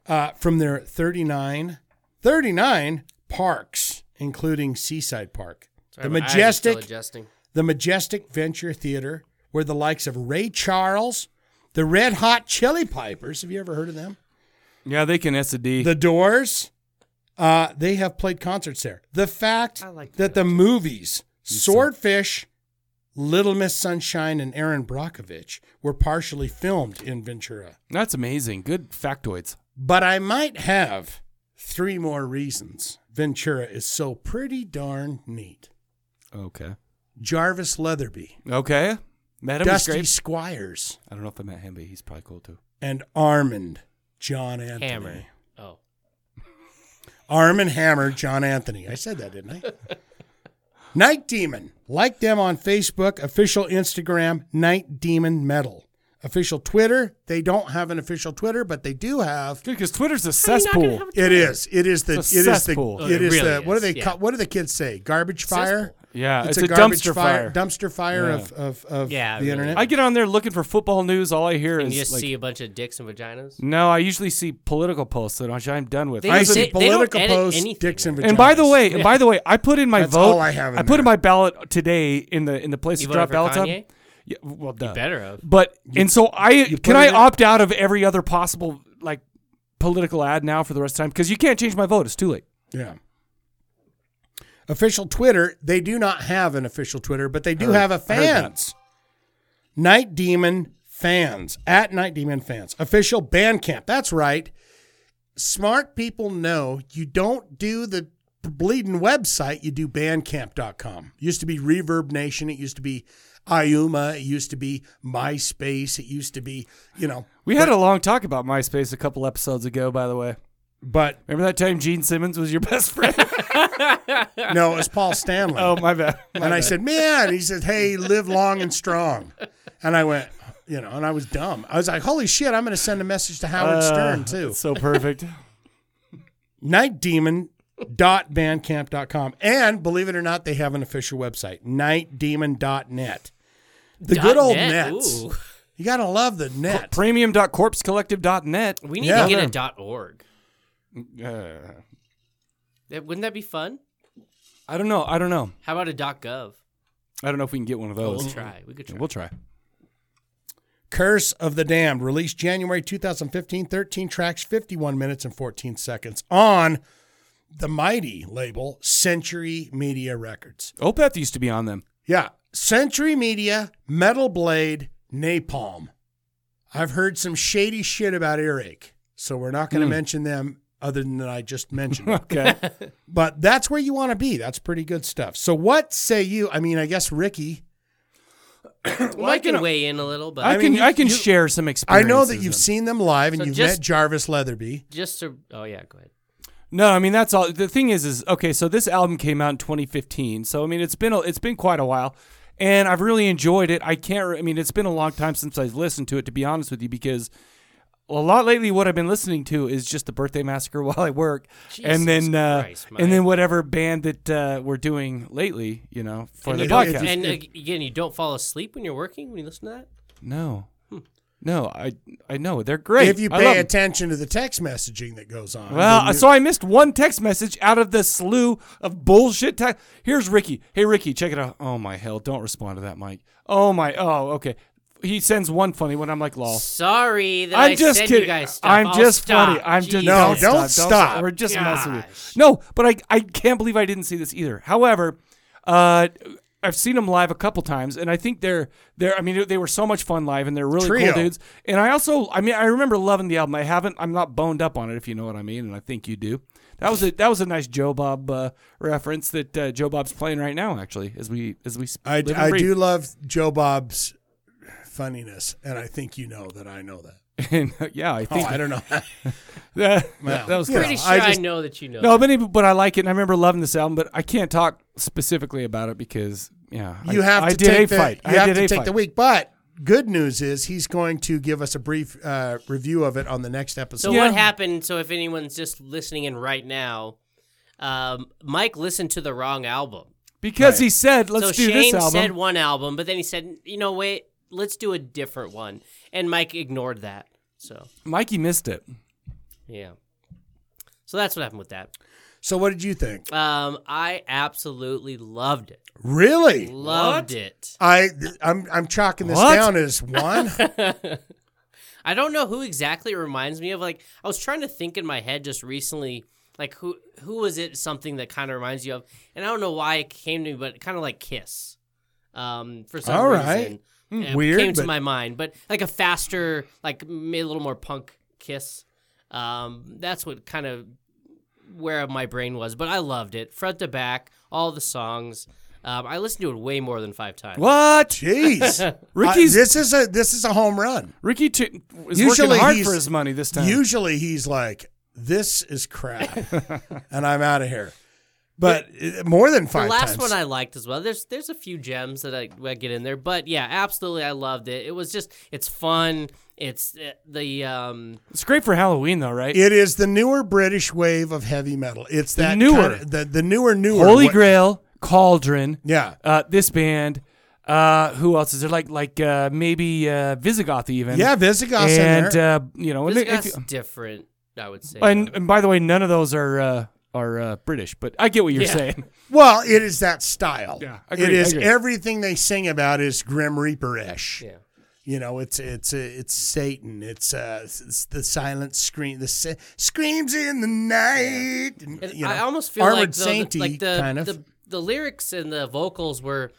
Speaker 2: Uh, from their 39, 39 parks, including Seaside Park,
Speaker 3: Sorry,
Speaker 2: the
Speaker 3: my eyes are still
Speaker 2: majestic,
Speaker 3: adjusting.
Speaker 2: the majestic Venture Theater, where the likes of Ray Charles, the Red Hot Chili Pipers. Have you ever heard of them?
Speaker 1: Yeah, they can S a D.
Speaker 2: The Doors, uh, they have played concerts there. The fact
Speaker 3: I like
Speaker 2: that the movies Swordfish, Little Miss Sunshine, and Aaron Brockovich were partially filmed in Ventura.
Speaker 1: That's amazing. Good factoids.
Speaker 2: But I might have three more reasons Ventura is so pretty darn neat.
Speaker 1: Okay.
Speaker 2: Jarvis Leatherby,
Speaker 1: Okay. Met him. he's
Speaker 2: Dusty
Speaker 1: great.
Speaker 2: Squires,
Speaker 1: I don't know if I met him, but he's probably cool too.
Speaker 2: and Armand John Anthony.
Speaker 3: Hammer. Oh,
Speaker 2: Arm and Hammer, John Anthony. I said that, didn't I? Night Demon. Like them on Facebook, official Instagram, Night Demon Metal. Official Twitter. They don't have an official Twitter, but they do have.
Speaker 1: Good, because Twitter's a
Speaker 3: How are you not gonna
Speaker 1: cesspool.
Speaker 3: have a-
Speaker 2: It is. It is the. It
Speaker 1: It's a
Speaker 2: is the.
Speaker 1: cesspool.
Speaker 2: It is
Speaker 3: It really
Speaker 2: the. What do
Speaker 3: is,
Speaker 2: they?
Speaker 3: yeah.
Speaker 2: Call, what do the kids say? Garbage fire.
Speaker 1: yeah, it's, a,
Speaker 2: garbage
Speaker 1: dumpster fire.
Speaker 2: Dumpster fire
Speaker 1: Yeah.
Speaker 2: of of of
Speaker 3: Yeah,
Speaker 2: the
Speaker 3: really.
Speaker 2: internet.
Speaker 1: I get on there looking for football news. All I hear
Speaker 3: and
Speaker 1: is
Speaker 3: you just
Speaker 1: like,
Speaker 3: see a bunch of dicks and vaginas.
Speaker 1: no. I usually see political posts, that which I'm done with.
Speaker 3: They
Speaker 2: I
Speaker 3: don't-
Speaker 2: see
Speaker 3: they- they don't
Speaker 2: political
Speaker 3: edit
Speaker 2: posts,
Speaker 3: anything.
Speaker 2: dicks and vaginas.
Speaker 1: and by the way, and by the way, I put in my
Speaker 2: That's
Speaker 1: vote.
Speaker 2: all I have in
Speaker 1: put
Speaker 2: there.
Speaker 1: in my ballot today in the in the place
Speaker 3: You
Speaker 1: to
Speaker 3: voted
Speaker 1: drop
Speaker 3: for
Speaker 1: ballots up.
Speaker 3: Kanye?
Speaker 1: Yeah, well, duh.
Speaker 3: Better of.
Speaker 1: But and so I
Speaker 2: put
Speaker 1: can
Speaker 2: it
Speaker 1: I
Speaker 2: in?
Speaker 1: opt out of every other possible like political ad now for the rest of time because you can't change my vote. It's too late.
Speaker 2: Yeah. Official Twitter, they do not have an official Twitter, but they do
Speaker 1: Heard-
Speaker 2: have a
Speaker 1: I heard that.
Speaker 2: fans. Night Demon fans at Night Demon fans. Official Bandcamp. That's right. Smart people know you don't do the bleeding website, you do bandcamp.com. It used to be Reverb Nation, it used to be IUMA, it used to be MySpace, it used to be, you know,
Speaker 1: We had a long talk about MySpace a couple episodes ago. By the way,
Speaker 2: but
Speaker 1: remember that time Gene Simmons was your best friend?
Speaker 2: no, it was Paul Stanley.
Speaker 1: oh my bad.
Speaker 2: and I said, "Man," he said, "Hey, live long and strong." And I went, you know, and I was dumb. I was like, "Holy shit!" I'm going to send a message to
Speaker 3: Uh.
Speaker 2: Howard Stern too.
Speaker 1: Uh, It's so perfect.
Speaker 2: Nightdemon.bandcamp.com, and believe it or not, they have an official website, nightdemon.net. The
Speaker 3: Dot
Speaker 2: good old
Speaker 3: net?
Speaker 2: nets.
Speaker 3: Ooh.
Speaker 2: You gotta love the net.
Speaker 1: Premium.corpsecollective.net.
Speaker 3: We need
Speaker 2: Yeah.
Speaker 3: to get a dot org.
Speaker 1: Uh,
Speaker 3: That- Wouldn't that be fun?
Speaker 1: I don't know. I don't know.
Speaker 3: How about a dot gov?
Speaker 1: I don't know if we can get one of those.
Speaker 3: We'll try. We could try.
Speaker 1: We'll try.
Speaker 2: Curse of the Damned, released January 2015, 13 tracks, 51 minutes and 14 seconds on the mighty label Century Media Records.
Speaker 1: Opeth used to be on them.
Speaker 2: Yeah. Century Media, Metal Blade, Napalm. I've heard some shady shit about Earache, so we're not going
Speaker 3: Hmm.
Speaker 2: to mention them other than that I just mentioned. them.
Speaker 1: Okay.
Speaker 2: but that's where you want to be. That's pretty good stuff. So, what say you? I mean, I guess Ricky,
Speaker 3: Well, I can weigh in a little, but
Speaker 1: I,
Speaker 2: mean,
Speaker 1: can
Speaker 2: you-
Speaker 1: I can
Speaker 2: you-
Speaker 1: share some
Speaker 2: I
Speaker 1: experience.
Speaker 2: know that you've seen them live and
Speaker 3: So
Speaker 2: you've
Speaker 3: just-
Speaker 2: met Jarvis Leatherby.
Speaker 3: just to. Oh yeah, go ahead.
Speaker 1: No, I mean that's all. The thing is, is okay. So this album came out in 2015. So I mean, it's been a, it's been quite a while, and I've really enjoyed it. I can't. re- I mean, it's been a long time since I've listened to it, to be honest with you, because a lot lately what I've been listening to is just the Birthday Massacre while I work,
Speaker 3: Jesus
Speaker 1: and then uh,
Speaker 3: Christ, Mike.
Speaker 1: and then whatever band that uh, we're doing lately, you know, for
Speaker 2: And
Speaker 1: the
Speaker 2: you don't-
Speaker 1: podcast.
Speaker 2: Just-
Speaker 3: and uh, ag- again, you don't fall asleep when you're working when you listen to that.
Speaker 1: no,
Speaker 3: Hmm.
Speaker 1: no, I I know they're great.
Speaker 2: If you
Speaker 1: I love
Speaker 2: pay
Speaker 1: 'em.
Speaker 2: attention to the text messaging that goes on.
Speaker 1: Well,
Speaker 2: then you-
Speaker 1: so I missed one text message out of the slew of bullshit. Te- Here's Ricky. Hey, Ricky, check it out. Oh my hell! Don't respond to that, Mike. Oh my. Oh, okay. He sends one funny one. I'm like, lol.
Speaker 3: Sorry that
Speaker 1: I'm
Speaker 3: I
Speaker 1: just
Speaker 3: said
Speaker 1: kidding.
Speaker 3: you guys stuff.
Speaker 1: I'm
Speaker 3: I'll
Speaker 1: just
Speaker 3: stop.
Speaker 1: funny. I'm just
Speaker 3: Jesus.
Speaker 2: No, don't stop.
Speaker 1: We're just messing with
Speaker 3: Gosh.
Speaker 1: you. No, but I I can't believe I didn't see this either. However, uh, I've seen them live a couple times, and I think they're they're. I mean, they were so much fun live, and they're really
Speaker 2: Trio.
Speaker 1: cool dudes. And I also, I mean, I remember loving the album. I haven't. I'm not boned up on it, if you know what I mean, and I think you do. That was a that was a nice Joe Bob uh, reference that uh, Joe Bob's playing right now, actually, as we as we.
Speaker 2: I,
Speaker 1: live and
Speaker 2: I
Speaker 1: breathe.
Speaker 2: do love Joe Bob's funniness, and I think you know that I know that.
Speaker 1: And, uh, yeah, I
Speaker 2: Oh,
Speaker 1: think
Speaker 2: I don't know.
Speaker 1: that,
Speaker 2: Well,
Speaker 1: that was
Speaker 2: you know,
Speaker 1: good.
Speaker 3: Pretty sure
Speaker 2: I
Speaker 3: I,
Speaker 2: just-
Speaker 3: know that you know.
Speaker 1: No,
Speaker 3: that.
Speaker 1: many, but I like it, and I remember loving this album. But I can't talk specifically about it because yeah, I-
Speaker 2: you have
Speaker 1: I
Speaker 2: to
Speaker 1: did
Speaker 2: take
Speaker 1: a
Speaker 2: the,
Speaker 1: fight.
Speaker 2: You
Speaker 1: I
Speaker 2: have
Speaker 1: did
Speaker 2: to
Speaker 1: a
Speaker 2: take
Speaker 1: fight.
Speaker 2: the week, but good news is he's going to give us a brief uh, review of it on the next episode.
Speaker 3: So
Speaker 1: Yeah.
Speaker 3: what happened? So if anyone's just listening in right now, um, Mike listened to the wrong album.
Speaker 1: because he said, "Let's
Speaker 3: so
Speaker 1: do
Speaker 3: Shane
Speaker 1: this album."
Speaker 3: said one album, but then he said, "You know, wait, let's do a different one. And Mike ignored that. So
Speaker 1: Mikey missed it.
Speaker 3: yeah. So that's what happened with that.
Speaker 2: So what did you think?
Speaker 3: Um, I absolutely loved it.
Speaker 2: Really?
Speaker 3: Loved it.
Speaker 2: I I'm I'm chalking this
Speaker 1: What?
Speaker 2: down as one.
Speaker 3: I don't know who exactly it reminds me of. Like I was trying to think in my head just recently, like who who was it something that kind of reminds you of? And I don't know why it came to me, but kind of like Kiss. Um, for some
Speaker 2: All right. Hmm,
Speaker 3: reason, it
Speaker 2: weird,
Speaker 3: came to
Speaker 2: but-
Speaker 3: my mind, but like a faster, like maybe a little more punk Kiss. Um, that's what kind of where my brain was, but I loved it front to back, all the songs. Um, I listened to it way more than five times.
Speaker 1: What?
Speaker 2: Jeez.
Speaker 1: Ricky's
Speaker 2: I- this is a this is a home run.
Speaker 1: Ricky t- is
Speaker 2: Usually
Speaker 1: working hard
Speaker 2: he's-
Speaker 1: for his money this time.
Speaker 2: Usually he's like, "This is crap," and I'm out of here. But uh, more than five
Speaker 3: the last one
Speaker 2: times.
Speaker 3: I liked as well. There's there's a few gems that I, I get in there, but yeah, absolutely, I loved it. It was just it's fun. It's uh, the um
Speaker 1: it's great for Halloween though, right?
Speaker 2: it is the newer British wave of heavy metal. It's
Speaker 1: The
Speaker 2: that
Speaker 1: newer.
Speaker 2: kinda- the the newer newer
Speaker 1: Holy
Speaker 2: what-
Speaker 1: Grail, Cauldron,
Speaker 2: Yeah,
Speaker 1: uh, this band. Uh, who else is there? Like like uh, maybe uh, Visigoth even.
Speaker 2: yeah, Visigoth's in
Speaker 1: and
Speaker 2: there.
Speaker 1: Uh, you know, and, if
Speaker 3: Visigoth's
Speaker 1: you-
Speaker 3: different. I would say.
Speaker 1: and, and by the way, none of those are uh, are uh, British, but I get what you're
Speaker 3: Yeah.
Speaker 1: saying.
Speaker 2: well, it is that style.
Speaker 1: Yeah,
Speaker 2: it
Speaker 1: agreed,
Speaker 2: is
Speaker 1: agreed.
Speaker 2: everything they sing about is grim reaper ish.
Speaker 3: yeah,
Speaker 2: You know, it's it's uh, it's Satan. It's, uh, it's- it's the silent scream. The sa- screams in the night. And,
Speaker 3: And
Speaker 2: you know,
Speaker 3: I almost feel
Speaker 2: Armored
Speaker 3: like the,
Speaker 2: Sainty
Speaker 3: like the,
Speaker 2: kind of.
Speaker 3: the the lyrics and the vocals were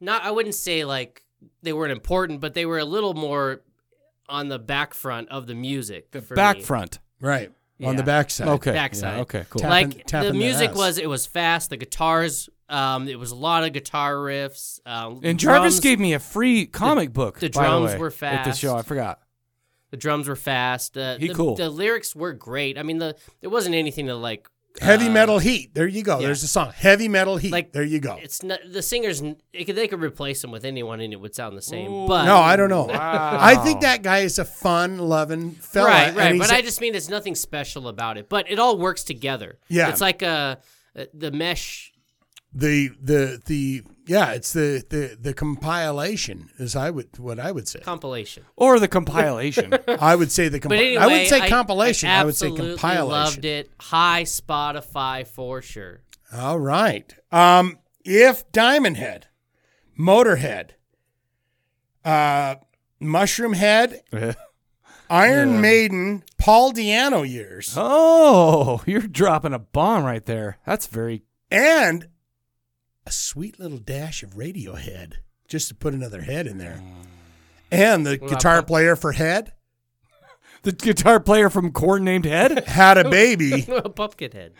Speaker 3: not. I wouldn't say like they weren't important, but they were a little more on the back front of the music. The
Speaker 1: Back front.
Speaker 2: right on
Speaker 3: Yeah.
Speaker 2: the backside.
Speaker 1: Okay.
Speaker 3: Backside.
Speaker 1: Yeah, okay. Cool.
Speaker 2: Tap-
Speaker 3: like
Speaker 2: Tapping- tapping
Speaker 3: the
Speaker 2: the
Speaker 3: music
Speaker 2: ass.
Speaker 3: was it was fast the guitars um it was a lot of guitar riffs um
Speaker 1: and Jarvis
Speaker 3: drums-
Speaker 1: gave me a free comic book.
Speaker 3: the
Speaker 1: by
Speaker 3: drums
Speaker 1: way,
Speaker 3: were
Speaker 1: at the
Speaker 3: fast.
Speaker 1: show. I forgot.
Speaker 3: the drums were fast uh,
Speaker 1: He
Speaker 3: the,
Speaker 1: cool.
Speaker 3: the lyrics were great i mean the it wasn't anything to like
Speaker 2: Heavy
Speaker 3: uh,
Speaker 2: metal heat. There you go.
Speaker 3: yeah.
Speaker 2: There's the song. Heavy metal heat.
Speaker 3: Like,
Speaker 2: there you go.
Speaker 3: it's not the singers n- it could, they could replace them with anyone and it would sound the same but
Speaker 2: No, I don't know.
Speaker 1: Wow.
Speaker 2: I think that guy is a fun loving fella.
Speaker 3: right
Speaker 2: and
Speaker 3: right
Speaker 2: he's
Speaker 3: but
Speaker 2: a-
Speaker 3: I just mean it's nothing special about it but it all works together
Speaker 2: Yeah.
Speaker 3: it's like a the mesh
Speaker 2: the the the yeah, it's the the the compilation is I would what I would say.
Speaker 3: compilation
Speaker 1: Or the compilation.
Speaker 2: I would say the
Speaker 3: But
Speaker 2: compilation.
Speaker 3: anyway,
Speaker 2: I wouldn't say
Speaker 3: I-
Speaker 2: compilation. I, would say
Speaker 3: absolutely
Speaker 2: compilation.
Speaker 3: Loved it. High Spotify for sure.
Speaker 2: All right. Um, if Diamond Head, Motorhead, uh, Mushroom Head, Iron Maiden, Paul Diano years,
Speaker 1: oh, you're dropping a bomb right there. That's very
Speaker 2: and a sweet little dash of Radiohead, just to put another head in there, and the
Speaker 3: What about
Speaker 2: guitar
Speaker 3: Paul-
Speaker 2: player for Head
Speaker 1: the guitar player from Corn named Head.
Speaker 2: had a baby.
Speaker 3: Pumpkinhead.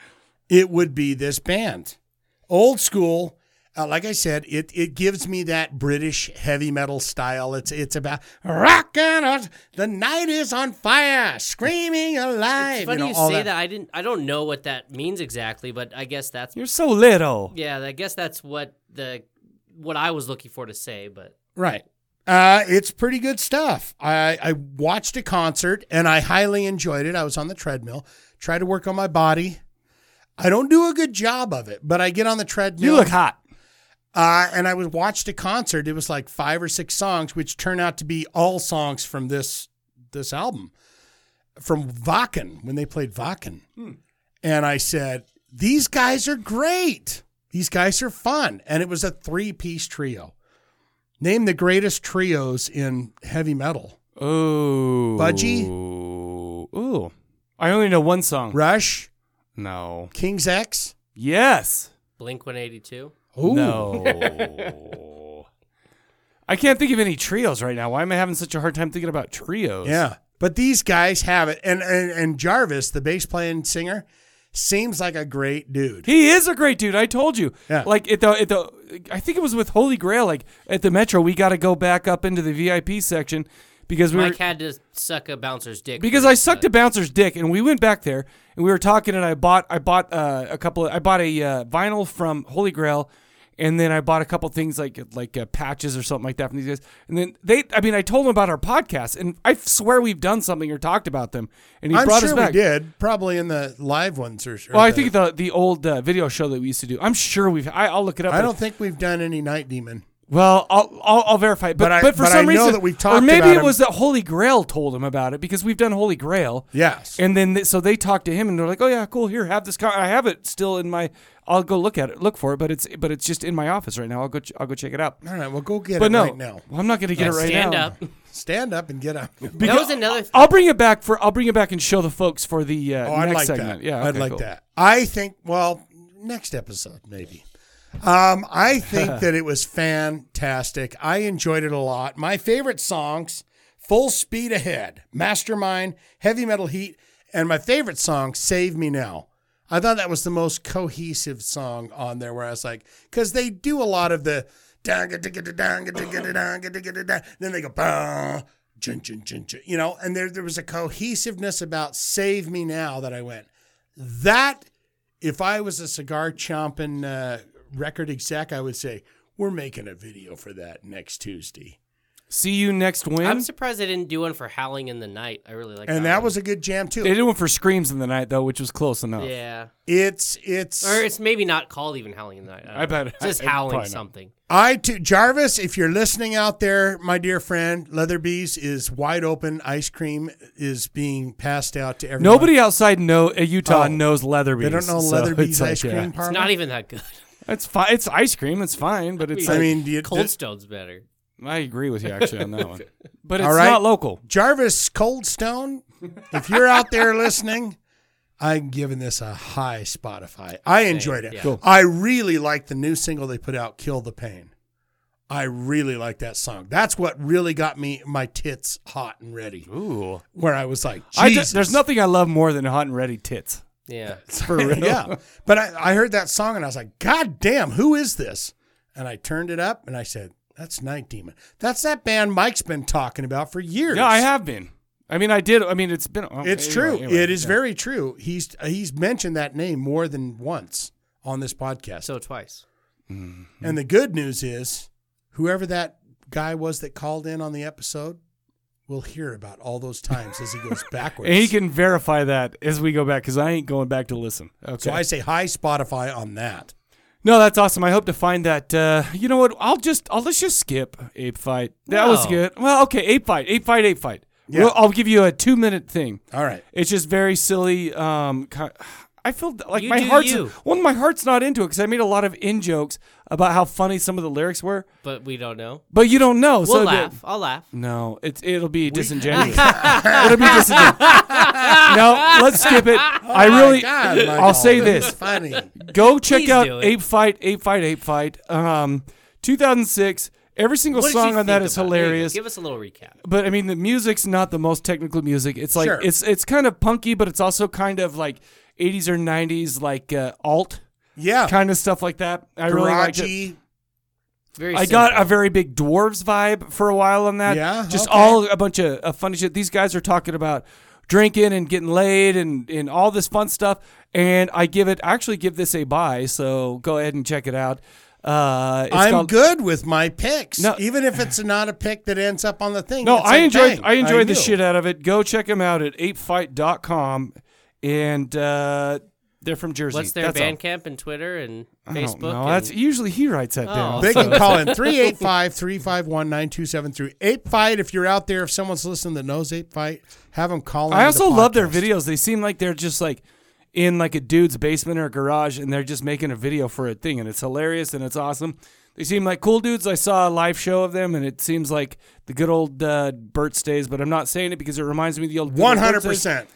Speaker 2: it would be this band, old school. Uh, like I said, it it gives me that British heavy metal style. It's it's about rockin' on the night is on fire, screaming alive.
Speaker 3: It's funny you,
Speaker 2: know, all
Speaker 3: say that. I didn't. I don't know what that means exactly, but I guess that's
Speaker 1: You're so little.
Speaker 3: yeah. I guess that's what the what I was looking for to say. But
Speaker 2: Right. Uh, it's pretty good stuff. I, I watched a concert and I highly enjoyed it. I was on the treadmill, tried to work on my body. I don't do a good job of it, but I get on the treadmill.
Speaker 1: You look hot.
Speaker 2: Uh, and I was watched a concert. It was like five or six songs, which turn out to be all songs from this this album, from Vakken when they played Vakken. And I said, "These guys are great. These guys are fun." And it was a three piece trio. Name the greatest trios in heavy metal:
Speaker 1: Oh.
Speaker 2: Budgie?
Speaker 1: Ooh. I only know one song.
Speaker 2: Rush,
Speaker 1: No.
Speaker 2: King's X.
Speaker 1: Yes.
Speaker 3: Blink One Eighty Two.
Speaker 2: Ooh.
Speaker 1: No. I can't think of any trios right now. Why am I having such a hard time thinking about trios?
Speaker 2: Yeah. But these guys have it. And and, and Jarvis, the bass playing singer, seems like a great dude.
Speaker 1: He is a great dude. I told you.
Speaker 2: Yeah.
Speaker 1: Like at the at the I think it was with Holy Grail. Like at the Metro, we got to go back up into the VIP section because we were,
Speaker 3: Mike had to suck a bouncer's dick
Speaker 1: because I sucked a bouncer's dick, and we went back there and we were talking, and I bought I bought uh, a couple. Of, I bought a uh, vinyl from Holy Grail. And then I bought a couple things like like uh, patches or something like that from these guys. And then they, I mean, I told them about our podcast, and I swear we've done something or talked about them. And he
Speaker 2: I'm
Speaker 1: brought
Speaker 2: sure
Speaker 1: us back.
Speaker 2: we did, probably in the live ones or. or
Speaker 1: Well, I
Speaker 2: the-
Speaker 1: think the the old uh, video show that we used to do. I'm sure we've. I, I'll look it up.
Speaker 2: I
Speaker 1: but-
Speaker 2: don't think we've done any Night Demon.
Speaker 1: Well, I'll I'll, I'll verify.
Speaker 2: But
Speaker 1: But, but,
Speaker 2: I-
Speaker 1: for
Speaker 2: but I
Speaker 1: some
Speaker 2: know
Speaker 1: reason,
Speaker 2: that we've talked
Speaker 1: or maybe
Speaker 2: about
Speaker 1: it
Speaker 2: him.
Speaker 1: was that Holy Grail told him about it because we've done Holy Grail.
Speaker 2: Yes.
Speaker 1: And then they, so they talked to him and they're like, "Oh yeah, cool. Here, have this. Con- I have it still in my. I'll go look at it, look for it. But it's but it's just in my office right now. I'll go. Ch- I'll go check it out.
Speaker 2: All right, well, go get
Speaker 1: But
Speaker 2: it
Speaker 1: no,
Speaker 2: right now.
Speaker 1: well, I'm not going to get it right
Speaker 3: Stand
Speaker 1: now.
Speaker 3: up.
Speaker 2: Stand up and get up.
Speaker 3: that was another. Th-
Speaker 1: I'll bring it back for. I'll bring it back and show the folks for the uh,
Speaker 2: Oh, I'd
Speaker 1: next
Speaker 2: like
Speaker 1: segment.
Speaker 2: that.
Speaker 1: Yeah,
Speaker 2: I'd
Speaker 1: okay,
Speaker 2: like
Speaker 1: cool.
Speaker 2: that. I think. Well, next episode maybe. Um, I think that it was fantastic. I enjoyed it a lot. My favorite songs: "Full Speed Ahead," "Mastermind," "Heavy Metal Heat," and my favorite song, "Save Me Now." I thought that was the most cohesive song on there. Where I was like, because they do a lot of the danga digga da danga digga da danga digga da da, then they go bah, jin, jin, jin, jin, you know, and there there was a cohesiveness about "Save Me Now" that I went that if I was a cigar chomping uh, record exec, I would say we're making a video for that next Tuesday.
Speaker 1: See you next
Speaker 3: I'm
Speaker 1: win.
Speaker 3: surprised they didn't do one for Howling in the Night. I really like.
Speaker 2: And
Speaker 3: that
Speaker 2: that
Speaker 3: one.
Speaker 2: was a good jam
Speaker 1: They
Speaker 2: too.
Speaker 1: did one for Screams in the Night though, which was close enough.
Speaker 3: Yeah,
Speaker 2: It's it's
Speaker 3: or it's maybe not called even Howling in the Night. don't
Speaker 1: I
Speaker 3: know.
Speaker 1: bet-
Speaker 3: It's just
Speaker 1: I- probably
Speaker 3: Howling
Speaker 1: not.
Speaker 3: something.
Speaker 2: I too Jarvis. If you're listening out there, my dear friend, Leatherbees is wide open. Ice cream is being passed out to everyone.
Speaker 1: Nobody outside know uh, Utah
Speaker 2: Oh.
Speaker 1: knows Leatherbees.
Speaker 2: They don't know
Speaker 1: so
Speaker 2: Leatherbees
Speaker 1: it's like,
Speaker 2: ice cream
Speaker 1: yeah.
Speaker 2: parlor.
Speaker 3: It's not even that good.
Speaker 1: It's fine. It's ice cream. It's fine, but it's.
Speaker 2: I
Speaker 1: like-
Speaker 2: mean, do you,
Speaker 3: Cold Stone's better.
Speaker 1: I agree with you actually on that one. But it's
Speaker 2: All right.
Speaker 1: not local.
Speaker 2: Jarvis Coldstone, if you're out there listening, I'm giving this a high Spotify. I enjoyed it.
Speaker 3: yeah.
Speaker 1: Cool.
Speaker 2: I really like the new single they put out, Kill the Pain. I really like that song. That's what really got me my tits hot and ready.
Speaker 1: Ooh.
Speaker 2: Where I was like,
Speaker 1: I
Speaker 2: Jesus.
Speaker 1: just, there's nothing I love more than hot and ready tits.
Speaker 3: Yeah.
Speaker 1: For real.
Speaker 2: yeah. But I, I heard that song and I was like, God damn, who is this? And I turned it up and I said, That's Night Demon. That's that band Mike's been talking about for years.
Speaker 1: No, I have been. I mean, I did. I mean, it's been. oh,
Speaker 2: It's
Speaker 1: anyway,
Speaker 2: true.
Speaker 1: anyway,
Speaker 2: it is
Speaker 1: yeah.
Speaker 2: very true. He's he's mentioned that name more than once on this podcast.
Speaker 3: So twice.
Speaker 1: Mm-hmm. Hmm.
Speaker 2: and the good news is, whoever that guy was that called in on the episode, will hear about all those times as he goes backwards.
Speaker 1: And he can verify that as we go back because I ain't going back to listen. Okay.
Speaker 2: so I say hi Spotify on that.
Speaker 1: no, that's awesome. I hope to find that. Uh, you know what? I'll just. I'll, let's just skip ape fight. That was
Speaker 3: No.
Speaker 1: good. Well, okay. Ape fight. Ape fight. Ape fight.
Speaker 2: Yeah.
Speaker 1: Well, I'll give you a two minute thing.
Speaker 2: All right.
Speaker 1: It's just very silly. Um, ki- I feel th- like
Speaker 3: You
Speaker 1: my
Speaker 3: do
Speaker 1: heart's
Speaker 3: you.
Speaker 1: well, my heart's not into it because I made a lot of in jokes about how funny some of the lyrics were,
Speaker 3: But we don't know.
Speaker 1: but you don't
Speaker 2: Oh,
Speaker 1: know.
Speaker 3: We'll
Speaker 1: so the-
Speaker 3: laugh. I'll laugh.
Speaker 1: no, it's it'll be disingenuous. it'll be disingenuous. no, let's skip it. I really,
Speaker 2: Oh God, Michael,
Speaker 1: I'll say
Speaker 2: is
Speaker 1: this:
Speaker 2: funny.
Speaker 1: go check
Speaker 3: Please do
Speaker 1: out
Speaker 3: it.
Speaker 1: Ape Fight, Ape Fight, Ape Fight. Um, 2006. Every single
Speaker 3: What did
Speaker 1: song
Speaker 3: you
Speaker 1: on that
Speaker 3: think
Speaker 1: is
Speaker 3: about it? There you go.
Speaker 1: hilarious.
Speaker 3: Give us a little recap.
Speaker 1: but I mean, the music's not the most technical music. It's like
Speaker 2: Sure.
Speaker 1: it's it's kind of punky, but it's also kind of like 80s or 90s, like uh, alt
Speaker 2: Yeah.
Speaker 1: kind of stuff like that. I really liked it.
Speaker 2: Garagey.
Speaker 3: Very.
Speaker 1: I got
Speaker 3: simple.
Speaker 1: a very big dwarves vibe for a while on that.
Speaker 2: Yeah?
Speaker 1: just
Speaker 2: Okay.
Speaker 1: all a bunch of, of funny shit. These guys are talking about drinking and getting laid and and all this fun stuff. And I give it I actually give this a buy. So go ahead and check it out. Uh, it's
Speaker 2: I'm
Speaker 1: called-
Speaker 2: good with my picks,
Speaker 1: No.
Speaker 2: even if it's not a pick that ends up on the thing.
Speaker 1: No,
Speaker 2: it's
Speaker 1: I
Speaker 2: like,
Speaker 1: enjoyed
Speaker 2: dang,
Speaker 1: I enjoyed the
Speaker 2: knew.
Speaker 1: shit out of it. Go check them out at apefight.com and uh, they're from Jersey.
Speaker 3: What's their
Speaker 1: That's all.
Speaker 3: Bandcamp and Twitter and
Speaker 1: I don't
Speaker 3: Facebook?
Speaker 1: know.
Speaker 3: and-
Speaker 1: That's usually he writes that down.
Speaker 2: They can call in 385 351 9273. Ape Fight, if you're out there, if someone's listening that knows Ape Fight, have them call in.
Speaker 1: I
Speaker 2: to
Speaker 1: also
Speaker 2: the
Speaker 1: love their
Speaker 2: podcast.
Speaker 1: videos. They seem like they're just like in like a dude's basement or garage and they're just making a video for a thing and it's hilarious and it's awesome. They seem like cool dudes. I saw a live show of them and it seems like the good old uh, Bert stays, but I'm not saying it because it reminds me of the old good old Bert Stays.
Speaker 2: 100%.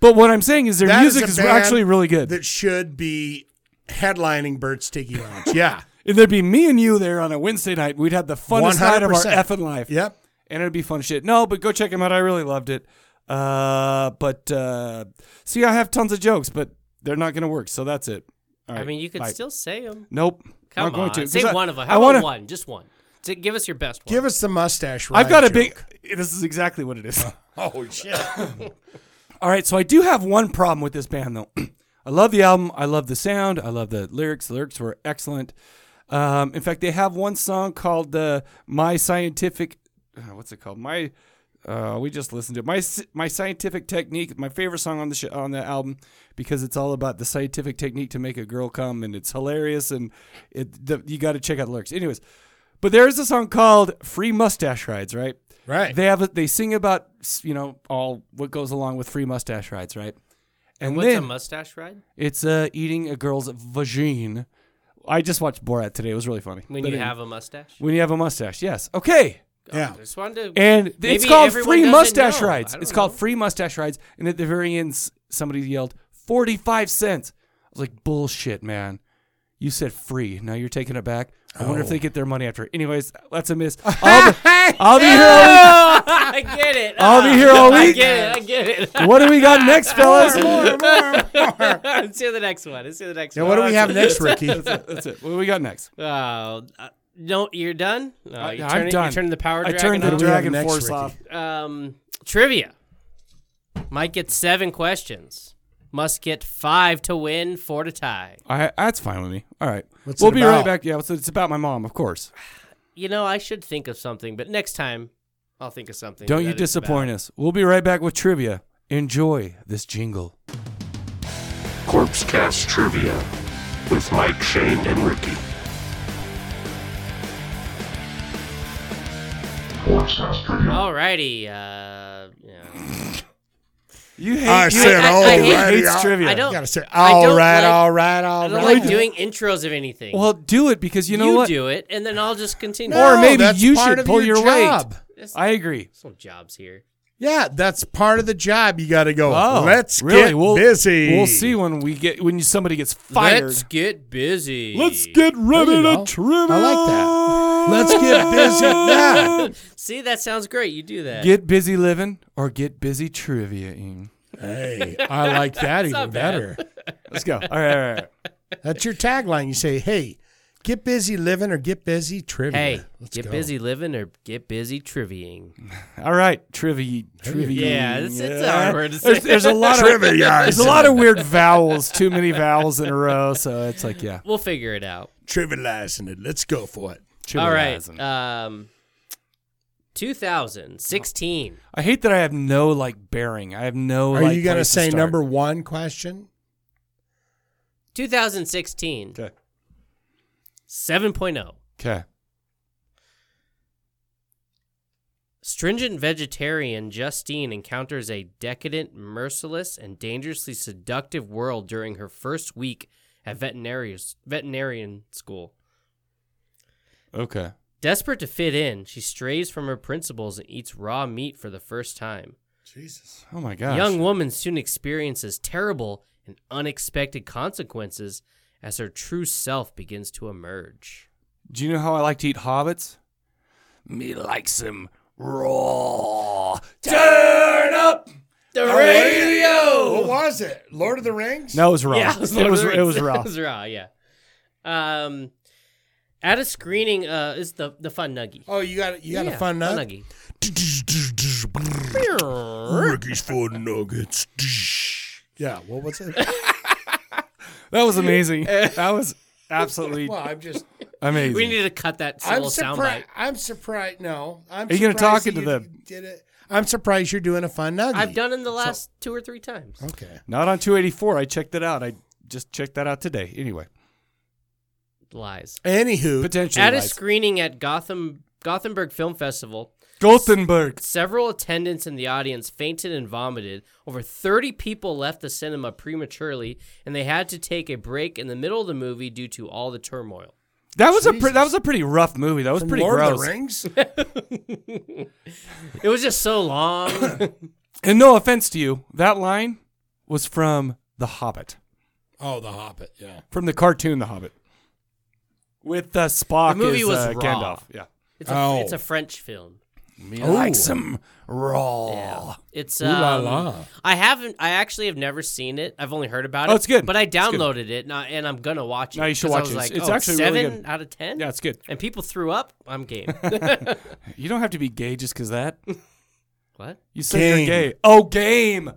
Speaker 1: But what I'm saying is their
Speaker 2: That a
Speaker 1: music is,
Speaker 2: band
Speaker 1: actually really good.
Speaker 2: That should be headlining Bert's Tiki Lounge. Yeah.
Speaker 1: And there'd be me and you there on a Wednesday night. We'd have the funnest night of our
Speaker 2: 100%.
Speaker 1: effing life.
Speaker 2: Yep.
Speaker 1: And it'd be fun shit. No, but go check them out. I really loved it. Uh, but uh, see, I have tons of jokes, but they're not going to work. So that's it. All
Speaker 3: I
Speaker 1: right,
Speaker 3: mean, you could
Speaker 1: bye.
Speaker 3: still say them.
Speaker 1: Nope.
Speaker 3: Come
Speaker 1: not going
Speaker 3: on,
Speaker 1: to. 'cause
Speaker 3: say
Speaker 1: I-
Speaker 3: one of them.
Speaker 1: I
Speaker 3: How
Speaker 1: wanna-
Speaker 3: about one? Just one. To give us your best one.
Speaker 2: Give us the mustache.
Speaker 1: I've
Speaker 2: ride
Speaker 1: got a
Speaker 2: joke.
Speaker 1: big. This is exactly what it is.
Speaker 2: Oh, shit.
Speaker 1: All right, so I do have one problem with this band though. I love the album. I love the sound. I love the lyrics. The lyrics were excellent. Um, in fact, they have one song called uh, "My Scientific." Uh, what's it called? My. Uh, we just listened to it. my s- my scientific technique. My favorite song on the sh- on the album because it's all about the scientific technique to make a girl come, and it's hilarious. And it the, you got to check out the lyrics. Anyways, But there is a song called "Free Mustache Rides," right?
Speaker 2: Right.
Speaker 1: They have a, they sing about you know all what goes along with free mustache rides, right? And
Speaker 3: What's a
Speaker 1: then
Speaker 3: mustache ride?
Speaker 1: it's uh, eating a girl's vagine. I just watched Borat today. It was really funny.
Speaker 3: When
Speaker 1: But
Speaker 3: you
Speaker 1: anyway.
Speaker 3: have a mustache?
Speaker 1: when you have a mustache, yes. Okay.
Speaker 2: Yeah.
Speaker 3: I just wanted to.
Speaker 1: And th- it's
Speaker 3: Maybe
Speaker 1: called
Speaker 3: everyone
Speaker 1: Free
Speaker 3: doesn't
Speaker 1: Mustache
Speaker 3: know.
Speaker 1: Rides.
Speaker 3: I don't
Speaker 1: It's called
Speaker 3: know.
Speaker 1: Free Mustache Rides. And at the very end, s- somebody yelled, 45 cents. I was like, bullshit, man. You said free. Now you're taking it back. I wonder if
Speaker 3: Oh.
Speaker 1: they get their money after. Anyways, that's a miss. I'll be, I'll be here all week.
Speaker 3: Oh, I get it. Uh,
Speaker 1: I'll be here all
Speaker 3: I
Speaker 1: week.
Speaker 3: get it. I get it.
Speaker 1: What do we got next, fellas?
Speaker 3: Let's hear the next one. Let's hear the next
Speaker 2: Now,
Speaker 3: one.
Speaker 2: what do we have next, Ricky?
Speaker 1: That's it. What do we got next?
Speaker 3: Oh, uh, no, you're done. No,
Speaker 1: I-
Speaker 3: you
Speaker 1: I'm
Speaker 3: turn it-
Speaker 1: done.
Speaker 3: You turn the power.
Speaker 1: I
Speaker 3: dragon
Speaker 1: turned
Speaker 3: on?
Speaker 1: the
Speaker 2: What do we have
Speaker 1: Dragon
Speaker 2: next,
Speaker 1: Force
Speaker 2: Ricky?
Speaker 1: off.
Speaker 3: Um, trivia. Might get seven questions. Must get five to win, four to tie.
Speaker 1: I, that's fine with me. All right.
Speaker 2: What's
Speaker 1: we'll
Speaker 2: it
Speaker 1: be
Speaker 2: about?
Speaker 1: right back. Yeah, so it's about my mom, of course.
Speaker 3: You know, I should think of something, but next time I'll think of something.
Speaker 1: Don't
Speaker 3: that
Speaker 1: you
Speaker 3: it's
Speaker 1: disappoint us. We'll be right back with trivia. Enjoy this jingle.
Speaker 9: Corpse Cast Trivia with Mike, Shane, and Ricky.
Speaker 4: Corpse Cast Trivia.
Speaker 3: about. Alrighty. Uh, yeah.
Speaker 1: You hate.
Speaker 2: I
Speaker 1: you
Speaker 2: said,
Speaker 3: I-
Speaker 2: all
Speaker 3: I
Speaker 2: right.
Speaker 3: hate-
Speaker 1: hates
Speaker 2: all-
Speaker 1: trivia.
Speaker 3: I don't.
Speaker 2: You gotta say,
Speaker 3: I don't
Speaker 2: all right,
Speaker 3: like-
Speaker 2: all right,
Speaker 3: I
Speaker 2: all
Speaker 3: don't
Speaker 2: right.
Speaker 3: like doing intros of anything.
Speaker 1: Well, do it because you know
Speaker 3: you
Speaker 1: what?
Speaker 3: do it, and then I'll just continue.
Speaker 1: Or maybe
Speaker 2: that's
Speaker 1: you
Speaker 2: part
Speaker 1: should
Speaker 2: of
Speaker 1: pull
Speaker 2: your
Speaker 1: your,
Speaker 2: job.
Speaker 1: weight.
Speaker 3: That's-
Speaker 1: I agree.
Speaker 3: There's no jobs here.
Speaker 2: Yeah, that's part of the job. You got to go.
Speaker 1: Oh,
Speaker 2: let's
Speaker 1: really?
Speaker 2: get
Speaker 1: we'll,
Speaker 2: busy.
Speaker 1: We'll see when we get when somebody gets fired.
Speaker 3: Let's get busy.
Speaker 1: get
Speaker 2: There you go.
Speaker 1: trivia.
Speaker 2: I like that. Let's get busy. Yeah.
Speaker 3: See, that sounds great. You do that.
Speaker 1: Get busy living or get busy triviaing.
Speaker 2: Hey, I like that even
Speaker 3: not bad.
Speaker 2: better.
Speaker 1: Let's go. All right, all right, all right.
Speaker 2: That's your tagline. You say, "Hey, get busy living or get busy trivia."
Speaker 3: hey,
Speaker 2: Let's
Speaker 3: get
Speaker 2: go.
Speaker 3: busy living or get busy triviaing.
Speaker 1: All right, trivia, trivia.
Speaker 3: Yeah, it's- it's hard to say.
Speaker 1: There's, there's a lot of
Speaker 2: Trivia.
Speaker 1: There's a lot of weird vowels. Too many vowels in a row. So it's like, yeah.
Speaker 3: We'll figure it out.
Speaker 2: trivializing it. Let's go for it.
Speaker 3: All right.
Speaker 1: trivializing.
Speaker 3: Um, 2016.
Speaker 1: I hate that I have no like bearing. I have no.
Speaker 2: Are
Speaker 1: like,
Speaker 2: you gonna
Speaker 1: place to
Speaker 2: say
Speaker 1: start.
Speaker 2: number one question?
Speaker 3: 2016.
Speaker 1: Okay.
Speaker 3: 7.0.
Speaker 1: Okay.
Speaker 3: Stringent vegetarian Justine encounters a decadent, merciless, and dangerously seductive world during her first week at veterinarius- veterinarian school.
Speaker 1: Okay.
Speaker 3: Desperate to fit in, she strays from her principles and eats raw meat for the first time.
Speaker 2: Jesus.
Speaker 1: Oh my gosh.
Speaker 3: The young woman soon experiences terrible and unexpected consequences as her true self begins to emerge.
Speaker 1: Do you know how I like to eat hobbits? Me likes them raw. Turn up the
Speaker 2: What
Speaker 1: radio.
Speaker 2: was it? Lord of the Rings.
Speaker 1: No, it was raw.
Speaker 3: Yeah,
Speaker 1: it was
Speaker 3: Lord
Speaker 1: it
Speaker 3: of
Speaker 1: was,
Speaker 3: the Rings.
Speaker 1: raw.
Speaker 3: It was raw, yeah. Um, at a screening uh, is the the fun nuggie.
Speaker 2: Oh, you got you got
Speaker 3: Yeah,
Speaker 2: a fun nut.
Speaker 3: nuggie.
Speaker 2: Ricky's fun nuggets. Yeah. What was it?
Speaker 1: That was amazing. That was absolutely
Speaker 2: Well, I'm just.
Speaker 1: amazing.
Speaker 3: We need to cut that
Speaker 2: I'm
Speaker 3: little soundbite.
Speaker 2: surprised. I'm surprised. No, I'm.
Speaker 1: Are you gonna
Speaker 2: surprised
Speaker 1: talk
Speaker 2: that
Speaker 1: into
Speaker 2: you
Speaker 1: them?
Speaker 2: Did it? I'm surprised you're doing a fun nugget.
Speaker 3: I've done it the last two or three times.
Speaker 2: Okay.
Speaker 1: Not on 284. I checked it out. I just checked that out today. Anyway,
Speaker 3: Lies.
Speaker 2: Anywho,
Speaker 1: potentially.
Speaker 3: At a
Speaker 1: lies.
Speaker 3: screening at Gotham Gothenburg Film Festival,
Speaker 1: Gothenburg.
Speaker 3: Several attendants in the audience fainted and vomited. Over 30 people left the cinema prematurely, and they had to take a break in the middle of the movie due to all the turmoil.
Speaker 1: That was a pre- that was a pretty rough movie. That was
Speaker 2: From
Speaker 1: pretty
Speaker 2: Lord of
Speaker 1: gross.
Speaker 2: the Rings.
Speaker 3: It was just so long.
Speaker 1: And no offense to you, that line was from The Hobbit,
Speaker 2: oh, The Hobbit. Yeah.
Speaker 1: from the cartoon The Hobbit, with uh, Spock.
Speaker 3: The movie
Speaker 1: as,
Speaker 3: was
Speaker 1: uh,
Speaker 3: raw.
Speaker 1: Gandalf. Yeah,
Speaker 3: It's a,
Speaker 2: Oh.
Speaker 3: it's a French film.
Speaker 1: me
Speaker 2: like
Speaker 1: some
Speaker 2: Oh.
Speaker 1: raw.
Speaker 3: Yeah. It's
Speaker 2: Ooh la
Speaker 3: um,
Speaker 2: la.
Speaker 3: I haven't. I actually have never seen it. I've only heard about it.
Speaker 1: Oh, it's good.
Speaker 3: But I
Speaker 1: It's good.
Speaker 3: downloaded it, and, I, and I'm gonna watch it.
Speaker 1: No, you should
Speaker 3: 'cause I
Speaker 1: watch
Speaker 3: was
Speaker 1: it.
Speaker 3: Like,
Speaker 1: It's
Speaker 3: oh,
Speaker 1: actually
Speaker 3: seven
Speaker 1: really good.
Speaker 3: out of ten.
Speaker 1: Yeah, it's good.
Speaker 3: And people threw up. I'm game.
Speaker 1: You don't have to be gay just because that.
Speaker 3: what?
Speaker 1: You said
Speaker 2: Game.
Speaker 1: you're gay. Oh, game.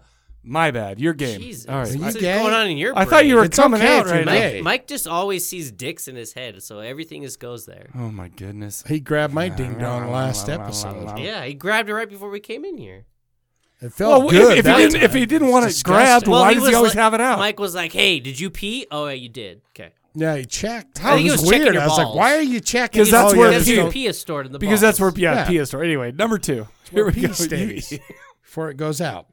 Speaker 1: My bad. You're game.
Speaker 3: Jesus.
Speaker 1: All right.
Speaker 2: You
Speaker 3: What's
Speaker 2: gay?
Speaker 3: going on in your?
Speaker 1: I thought you
Speaker 3: brain?
Speaker 1: were
Speaker 2: It's
Speaker 1: coming
Speaker 2: okay
Speaker 1: out
Speaker 2: if you're
Speaker 1: right
Speaker 2: gay.
Speaker 1: now.
Speaker 3: Mike, Mike just always sees dicks in his head, so everything just goes there.
Speaker 1: Oh my goodness.
Speaker 2: He grabbed my ding dong last episode.
Speaker 3: Yeah, he grabbed it right before we came in here.
Speaker 2: It felt good.
Speaker 1: If,
Speaker 2: that
Speaker 1: he didn't,
Speaker 2: time.
Speaker 1: if he didn't want it
Speaker 2: Disgusting.
Speaker 1: grabbed, why does
Speaker 3: was
Speaker 1: he always
Speaker 3: like-
Speaker 1: have it out?
Speaker 3: Mike was like, "Hey, did you pee? Oh, yeah, you did. Okay,
Speaker 2: Yeah, he checked.
Speaker 3: I think he was checking
Speaker 2: weird.
Speaker 3: your
Speaker 2: I was like,
Speaker 3: balls.
Speaker 2: why are you checking?
Speaker 1: 'Cause that's
Speaker 2: Oh,
Speaker 1: where
Speaker 2: yeah,
Speaker 1: pee-
Speaker 2: there's no-
Speaker 3: P is stored in the
Speaker 1: because that's where yeah,
Speaker 2: Yeah.
Speaker 1: Pia story. Anyway, number two.
Speaker 2: where
Speaker 1: we
Speaker 2: pee
Speaker 1: go.
Speaker 2: stays. before it goes out.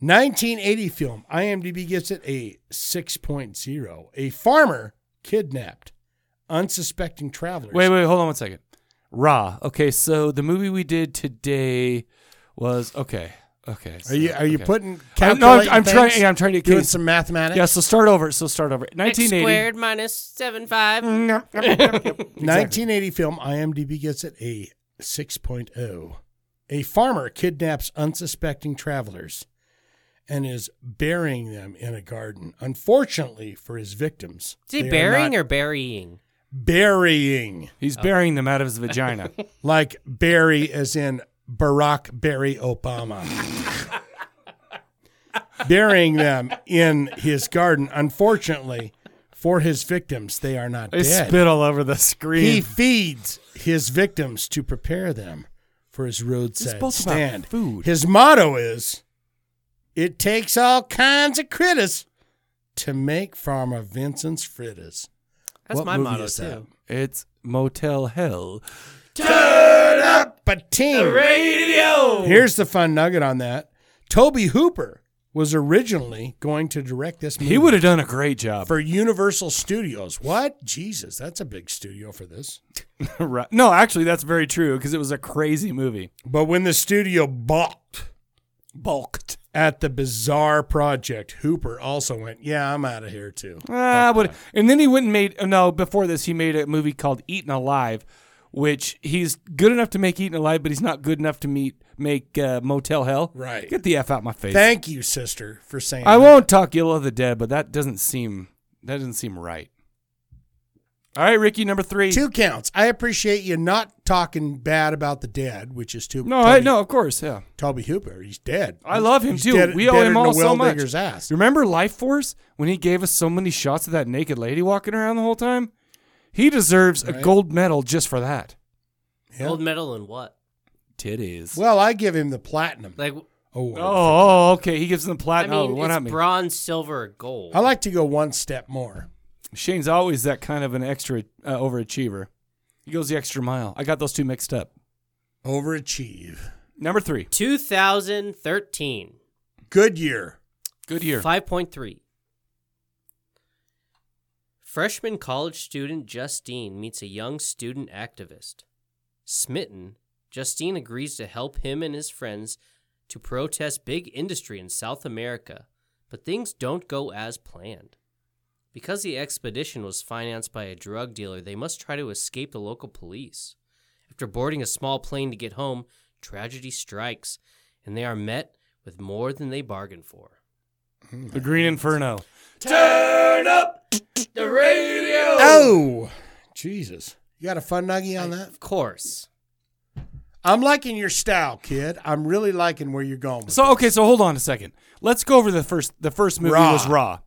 Speaker 2: 1980 film. IMDb gives it a 6.0. A farmer kidnapped unsuspecting travelers.
Speaker 1: Wait, wait, hold on one second. Raw. Okay, so the movie we did today was okay. Okay. so-
Speaker 2: Are you are you
Speaker 1: okay.
Speaker 2: putting?
Speaker 1: I'm- no, I'm- I'm
Speaker 2: calculating
Speaker 1: trying-
Speaker 2: things?
Speaker 1: yeah, I'm trying to-
Speaker 2: doing
Speaker 1: okay.
Speaker 2: some mathematics.
Speaker 1: Yeah, so start over. So start over.
Speaker 3: X
Speaker 1: 1980.
Speaker 3: squared minus seven five.
Speaker 1: Mm,
Speaker 2: 1980 film. IMDb gives it a 6.0. A farmer kidnaps unsuspecting travelers and is burying them in a garden. Unfortunately for his victims,
Speaker 3: Is he
Speaker 2: they are
Speaker 3: burying
Speaker 2: not
Speaker 3: or burying?
Speaker 2: burying? Oh.
Speaker 1: He's burying them out of his vagina.
Speaker 2: like Barry, as in Barack Barry Obama. Burying them in his garden. Unfortunately, for his victims, they are not
Speaker 1: I
Speaker 2: dead.
Speaker 1: spit all over the screen.
Speaker 2: He feeds his victims to prepare them for his roadside
Speaker 1: both about
Speaker 2: stand.
Speaker 1: food.
Speaker 2: His motto is, "It takes all kinds of critters to make Farmer Vincent's fritters."
Speaker 3: That's
Speaker 2: What
Speaker 3: my
Speaker 2: movie
Speaker 3: motto
Speaker 2: is that?
Speaker 3: too.
Speaker 1: it's Motel Hell.
Speaker 2: Turn up a team. Here's the fun nugget on that. Toby Hooper was originally going to direct this movie.
Speaker 1: He would have done a great job.
Speaker 2: for Universal Studios. What? Jesus, that's a big studio for this.
Speaker 1: Right. No, actually, that's very true because it was a crazy movie.
Speaker 2: But when the studio balked
Speaker 1: Bulked.
Speaker 2: at the bizarre project, Hooper also went, "Yeah, I'm out of here too."
Speaker 1: Ah, but and then he went and made no. Before this, he made a movie called Eaten Alive, which he's good enough to make Eaten Alive, but he's not good enough to meet make uh, Motel Hell.
Speaker 2: Right.
Speaker 1: Get the f out my face.
Speaker 2: Thank you, sister, for saying.
Speaker 1: I
Speaker 2: that.
Speaker 1: won't talk ill of the dead, but that doesn't seem that doesn't seem right. All right, Ricky, number three.
Speaker 2: Two counts. I appreciate you not talking bad about the dead, which is too.
Speaker 1: No, I, no, of course, yeah.
Speaker 2: Toby Hooper, he's dead.
Speaker 1: I love him
Speaker 2: He's
Speaker 1: too.
Speaker 2: dead-
Speaker 1: we owe
Speaker 2: deader
Speaker 1: him
Speaker 2: than a
Speaker 1: all so
Speaker 2: well
Speaker 1: much.
Speaker 2: digger's ass.
Speaker 1: Remember Life Force when he gave us so many shots of that naked lady walking around the whole time? He deserves a
Speaker 2: Right.
Speaker 1: gold medal just for that.
Speaker 2: Yeah.
Speaker 3: Gold medal and what?
Speaker 1: Titties.
Speaker 2: Well, I give him the platinum.
Speaker 3: Like
Speaker 2: award.
Speaker 1: Oh, okay. He gives them
Speaker 3: I
Speaker 1: platinum.
Speaker 3: mean,
Speaker 1: oh, what
Speaker 3: it's
Speaker 1: I mean.
Speaker 3: bronze, silver, or gold.
Speaker 2: I like to go one step more.
Speaker 1: Shane's always that kind of an extra uh, overachiever. He goes the extra mile. I got those two mixed up.
Speaker 2: Overachieve.
Speaker 1: Number three.
Speaker 3: 2013,
Speaker 2: Good year.
Speaker 1: Good year.
Speaker 3: 5.3. Freshman college student Justine meets a young student activist. Smitten, Justine agrees to help him and his friends to protest big industry in South America, but things don't go as planned. Because the expedition was financed by a drug dealer, they must try to escape the local police. After boarding a small plane to get home, tragedy strikes, and they are met with more than they bargained for.
Speaker 1: The Green Inferno.
Speaker 2: Oh, Jesus. You got a fun nuggie on that?
Speaker 3: Of course.
Speaker 2: I'm liking your style, kid. I'm really liking where you're going. with
Speaker 1: So okay, so hold on a second. Let's go over the first. The first movie
Speaker 2: Raw.
Speaker 1: was Raw.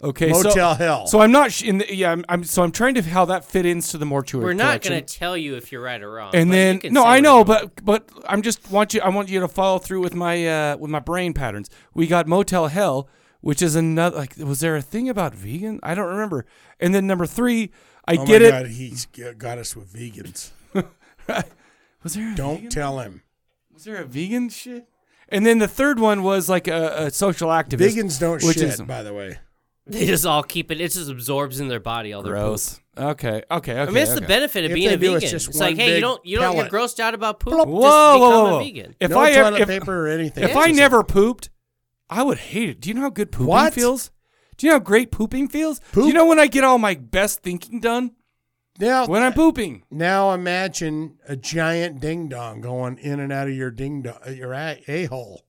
Speaker 1: Okay,
Speaker 2: Motel
Speaker 1: so,
Speaker 2: Hell.
Speaker 1: So I'm not sh- in. The, yeah, I'm, I'm. So I'm trying to how that fit into the mortuary.
Speaker 3: We're not
Speaker 1: collection.
Speaker 3: going to tell you if you're right or wrong.
Speaker 1: And
Speaker 3: but you
Speaker 1: then
Speaker 3: can
Speaker 1: no,
Speaker 3: say
Speaker 1: I
Speaker 3: we're
Speaker 1: know,
Speaker 3: wrong.
Speaker 1: but but I'm just want you. I want you to follow through with my uh with my brain patterns. We got Motel Hell, which is another. Like, was there a thing about vegan? I don't remember. And then number three, I
Speaker 2: oh
Speaker 1: get
Speaker 2: my
Speaker 1: it.
Speaker 2: God, he's g- got us with vegans.
Speaker 1: Was there a
Speaker 2: Don't
Speaker 1: vegan?
Speaker 2: tell him.
Speaker 1: was there a vegan shit? And then the third one was like a, a social activist.
Speaker 2: Vegans don't
Speaker 1: which
Speaker 2: shit,
Speaker 1: is
Speaker 2: by the way.
Speaker 3: they just all keep it. It just absorbs in their body all their poop.
Speaker 1: gross. Okay, okay, okay.
Speaker 3: I mean, that's the
Speaker 1: okay.
Speaker 3: benefit of
Speaker 2: If
Speaker 3: being
Speaker 2: they
Speaker 3: a
Speaker 2: do,
Speaker 3: vegan.
Speaker 2: it's
Speaker 3: It's,
Speaker 2: just
Speaker 3: like,
Speaker 2: one
Speaker 3: hey, you
Speaker 2: big
Speaker 3: don't you don't get
Speaker 2: pellet.
Speaker 3: grossed out about poop.
Speaker 1: Whoa,
Speaker 3: just
Speaker 1: whoa,
Speaker 3: become
Speaker 1: whoa,
Speaker 3: a
Speaker 1: whoa.
Speaker 3: vegan.
Speaker 1: If
Speaker 2: no
Speaker 1: I ever,
Speaker 2: toilet
Speaker 1: if,
Speaker 2: paper or anything.
Speaker 1: if
Speaker 2: It's
Speaker 1: I
Speaker 2: just
Speaker 1: never pooped, I would hate it. Do you know how good pooping
Speaker 2: What?
Speaker 1: feels? Do you know how great pooping feels? Do you
Speaker 2: Poop?
Speaker 1: know when I get all my best thinking done?
Speaker 2: a- now,
Speaker 1: When I'm pooping.
Speaker 2: now imagine a giant ding dong going in and out of your ding dong, your a hole,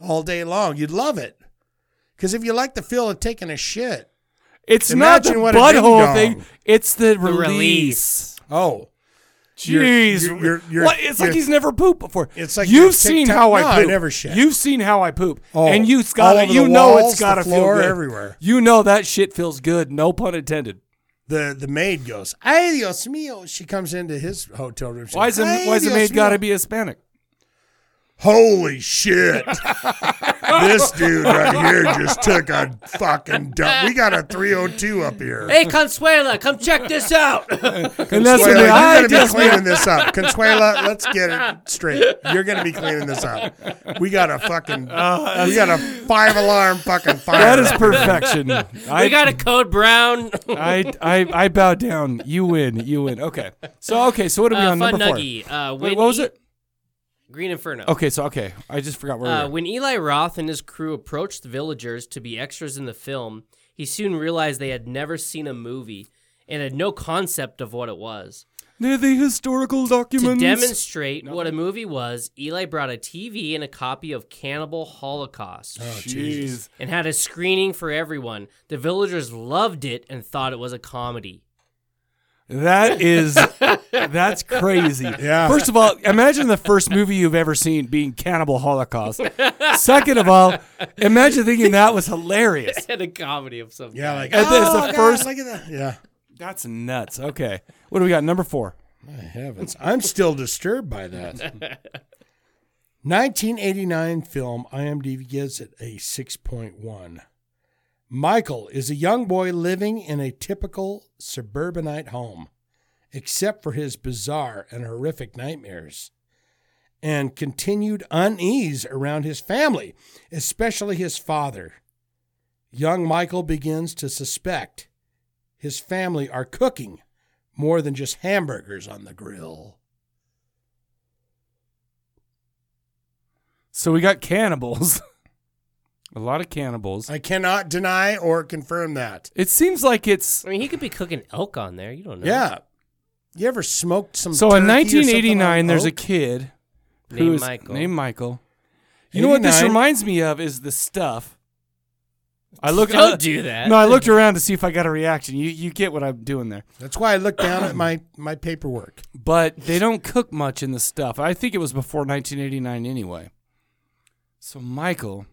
Speaker 2: all day long. You'd love it, because if you like the feel of taking a shit,
Speaker 1: It's
Speaker 2: Imagine
Speaker 1: not
Speaker 2: what
Speaker 1: the
Speaker 2: a
Speaker 1: butthole
Speaker 2: ding-dong.
Speaker 1: thing. It's the, release.
Speaker 3: release.
Speaker 2: oh, You're-
Speaker 1: Jeez,
Speaker 2: you're- you're- you're-
Speaker 1: What- it's like
Speaker 2: you're-
Speaker 1: he's never pooped before.
Speaker 2: It's like you're
Speaker 1: you've seen
Speaker 2: TikTok-
Speaker 1: how I
Speaker 2: No, I
Speaker 1: poop.
Speaker 2: never shit.
Speaker 1: You've seen how I poop,
Speaker 2: Oh,
Speaker 1: and you
Speaker 2: all
Speaker 1: got
Speaker 2: over
Speaker 1: you
Speaker 2: the
Speaker 1: know
Speaker 2: walls,
Speaker 1: it's gotta
Speaker 2: the
Speaker 1: feel
Speaker 2: floor,
Speaker 1: good.
Speaker 2: everywhere.
Speaker 1: You know that shit feels good. No pun intended.
Speaker 2: the the maid goes, "Ay Dios mío!" She comes into his hotel room. She
Speaker 1: Why is
Speaker 2: goes,
Speaker 1: the,
Speaker 2: "Ay,
Speaker 1: why is the
Speaker 2: Dios
Speaker 1: maid got to
Speaker 2: mío."
Speaker 1: be Hispanic?
Speaker 10: Holy shit. this dude right here just took a fucking dump. We got a 302 up here.
Speaker 3: Hey, Consuela, come check this out.
Speaker 1: And that's when
Speaker 10: Consuela,
Speaker 1: the
Speaker 10: you're
Speaker 1: I
Speaker 10: going to be
Speaker 1: just
Speaker 10: cleaning this up. Consuela, let's get it straight. You're going to be cleaning this up. We got a fucking,
Speaker 1: Uh,
Speaker 10: we got a five alarm fucking fire.
Speaker 1: that is
Speaker 10: up here.
Speaker 1: perfection. I
Speaker 3: we got a code brown.
Speaker 1: I, I I bow down. You win. You win. Okay. So okay. So what are we
Speaker 3: Uh,
Speaker 1: on
Speaker 3: Fun
Speaker 1: number four?
Speaker 3: Nuggy. Uh,
Speaker 1: Wait,
Speaker 3: when
Speaker 1: what was
Speaker 3: E-
Speaker 1: it?
Speaker 3: Green Inferno.
Speaker 1: Okay. So okay. I just forgot where
Speaker 3: Uh,
Speaker 1: we were.
Speaker 3: when Eli Roth and his crew approached the villagers to be extras in the film, he soon realized they had never seen a movie and had no concept of what it was.
Speaker 1: Near the historical
Speaker 3: To
Speaker 1: documents.
Speaker 3: demonstrate what a movie was, Eli brought a TV and a copy of Cannibal Holocaust
Speaker 1: Oh, Jeez.
Speaker 3: and had a screening for everyone. The villagers loved it and thought it was a comedy.
Speaker 1: That is that's crazy.
Speaker 10: Yeah.
Speaker 1: First of all, imagine the first movie you've ever seen being Cannibal Holocaust. Second of all, imagine thinking that was hilarious.
Speaker 3: And a comedy of some
Speaker 10: Yeah,
Speaker 3: kind.
Speaker 10: like,
Speaker 1: And there's the
Speaker 10: "Oh, God,
Speaker 1: first-
Speaker 10: Look at that. Yeah.
Speaker 1: That's nuts. Okay. What do we got? Number four.
Speaker 2: My heavens. I'm still disturbed by that. 1989 film IMDb gives it a 6.1. Michael is a young boy living in a typical suburbanite home, except for his bizarre and horrific nightmares and continued unease around his family, especially his father. Young Michael begins to suspect his family are cooking more than just hamburgers on the grill.
Speaker 1: So we got cannibals. a lot of cannibals.
Speaker 10: I cannot deny or confirm that.
Speaker 1: It seems like it's
Speaker 3: I mean, he could be cooking elk on there. You don't know.
Speaker 10: Yeah.
Speaker 2: You ever smoked some?
Speaker 1: so
Speaker 2: turkey or
Speaker 1: in
Speaker 2: something Oh. on
Speaker 1: 1989 there's a
Speaker 2: oak?
Speaker 1: kid who
Speaker 3: Named
Speaker 1: is
Speaker 3: Michael.
Speaker 1: named Michael. You know what this
Speaker 2: 89.
Speaker 1: reminds me of is the stuff. I look
Speaker 3: Don't do that.
Speaker 1: No, I looked around to see if I got a reaction. You you get what I'm doing there.
Speaker 2: That's why I looked down at my my paperwork.
Speaker 1: but they don't cook much in the stuff. I think it was before 1989 anyway. So Michael,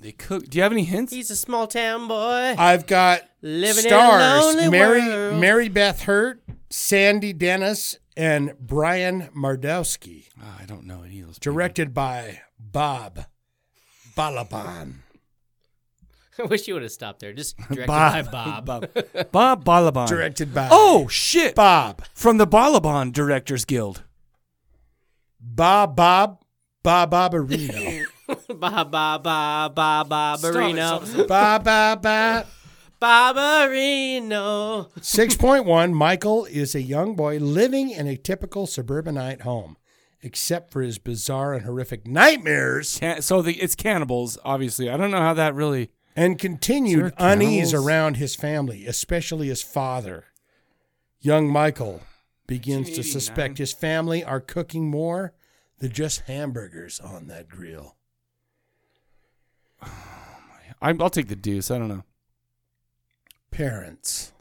Speaker 1: they cook. Do you have any hints?
Speaker 3: He's a small town boy.
Speaker 2: I've got
Speaker 3: Living in a
Speaker 2: stars:
Speaker 3: lonely
Speaker 2: Mary
Speaker 3: world.
Speaker 2: Mary Beth Hurt, Sandy Dennis, and Brian Mardowski.
Speaker 1: Ah, I don't know any of those. people.
Speaker 2: Directed by Bob Balaban.
Speaker 3: I wish you would have stopped there. Just directed by Bob.
Speaker 1: Bob Bob Balaban.
Speaker 2: Directed by
Speaker 1: Oh shit!
Speaker 2: Bob
Speaker 1: From the Balaban Directors Guild.
Speaker 2: Bob Bob Bob Barbarino.
Speaker 3: Ba ba ba ba ba Barino.
Speaker 2: Bob Bob Bob.
Speaker 3: Barbarino.
Speaker 2: 6.1 Michael is a young boy living in a typical suburbanite home, except for his bizarre and horrific nightmares
Speaker 1: Can- so the, it's cannibals, obviously. I don't know how that really.
Speaker 2: and
Speaker 1: Is
Speaker 2: continued
Speaker 1: there
Speaker 2: unease
Speaker 1: cannibals?
Speaker 2: around his family, especially his father. Young Michael begins to
Speaker 1: 1989.
Speaker 2: suspect his family are cooking more than just hamburgers on that grill.
Speaker 1: I'm, I'll take the deuce. I don't know.
Speaker 2: Parents.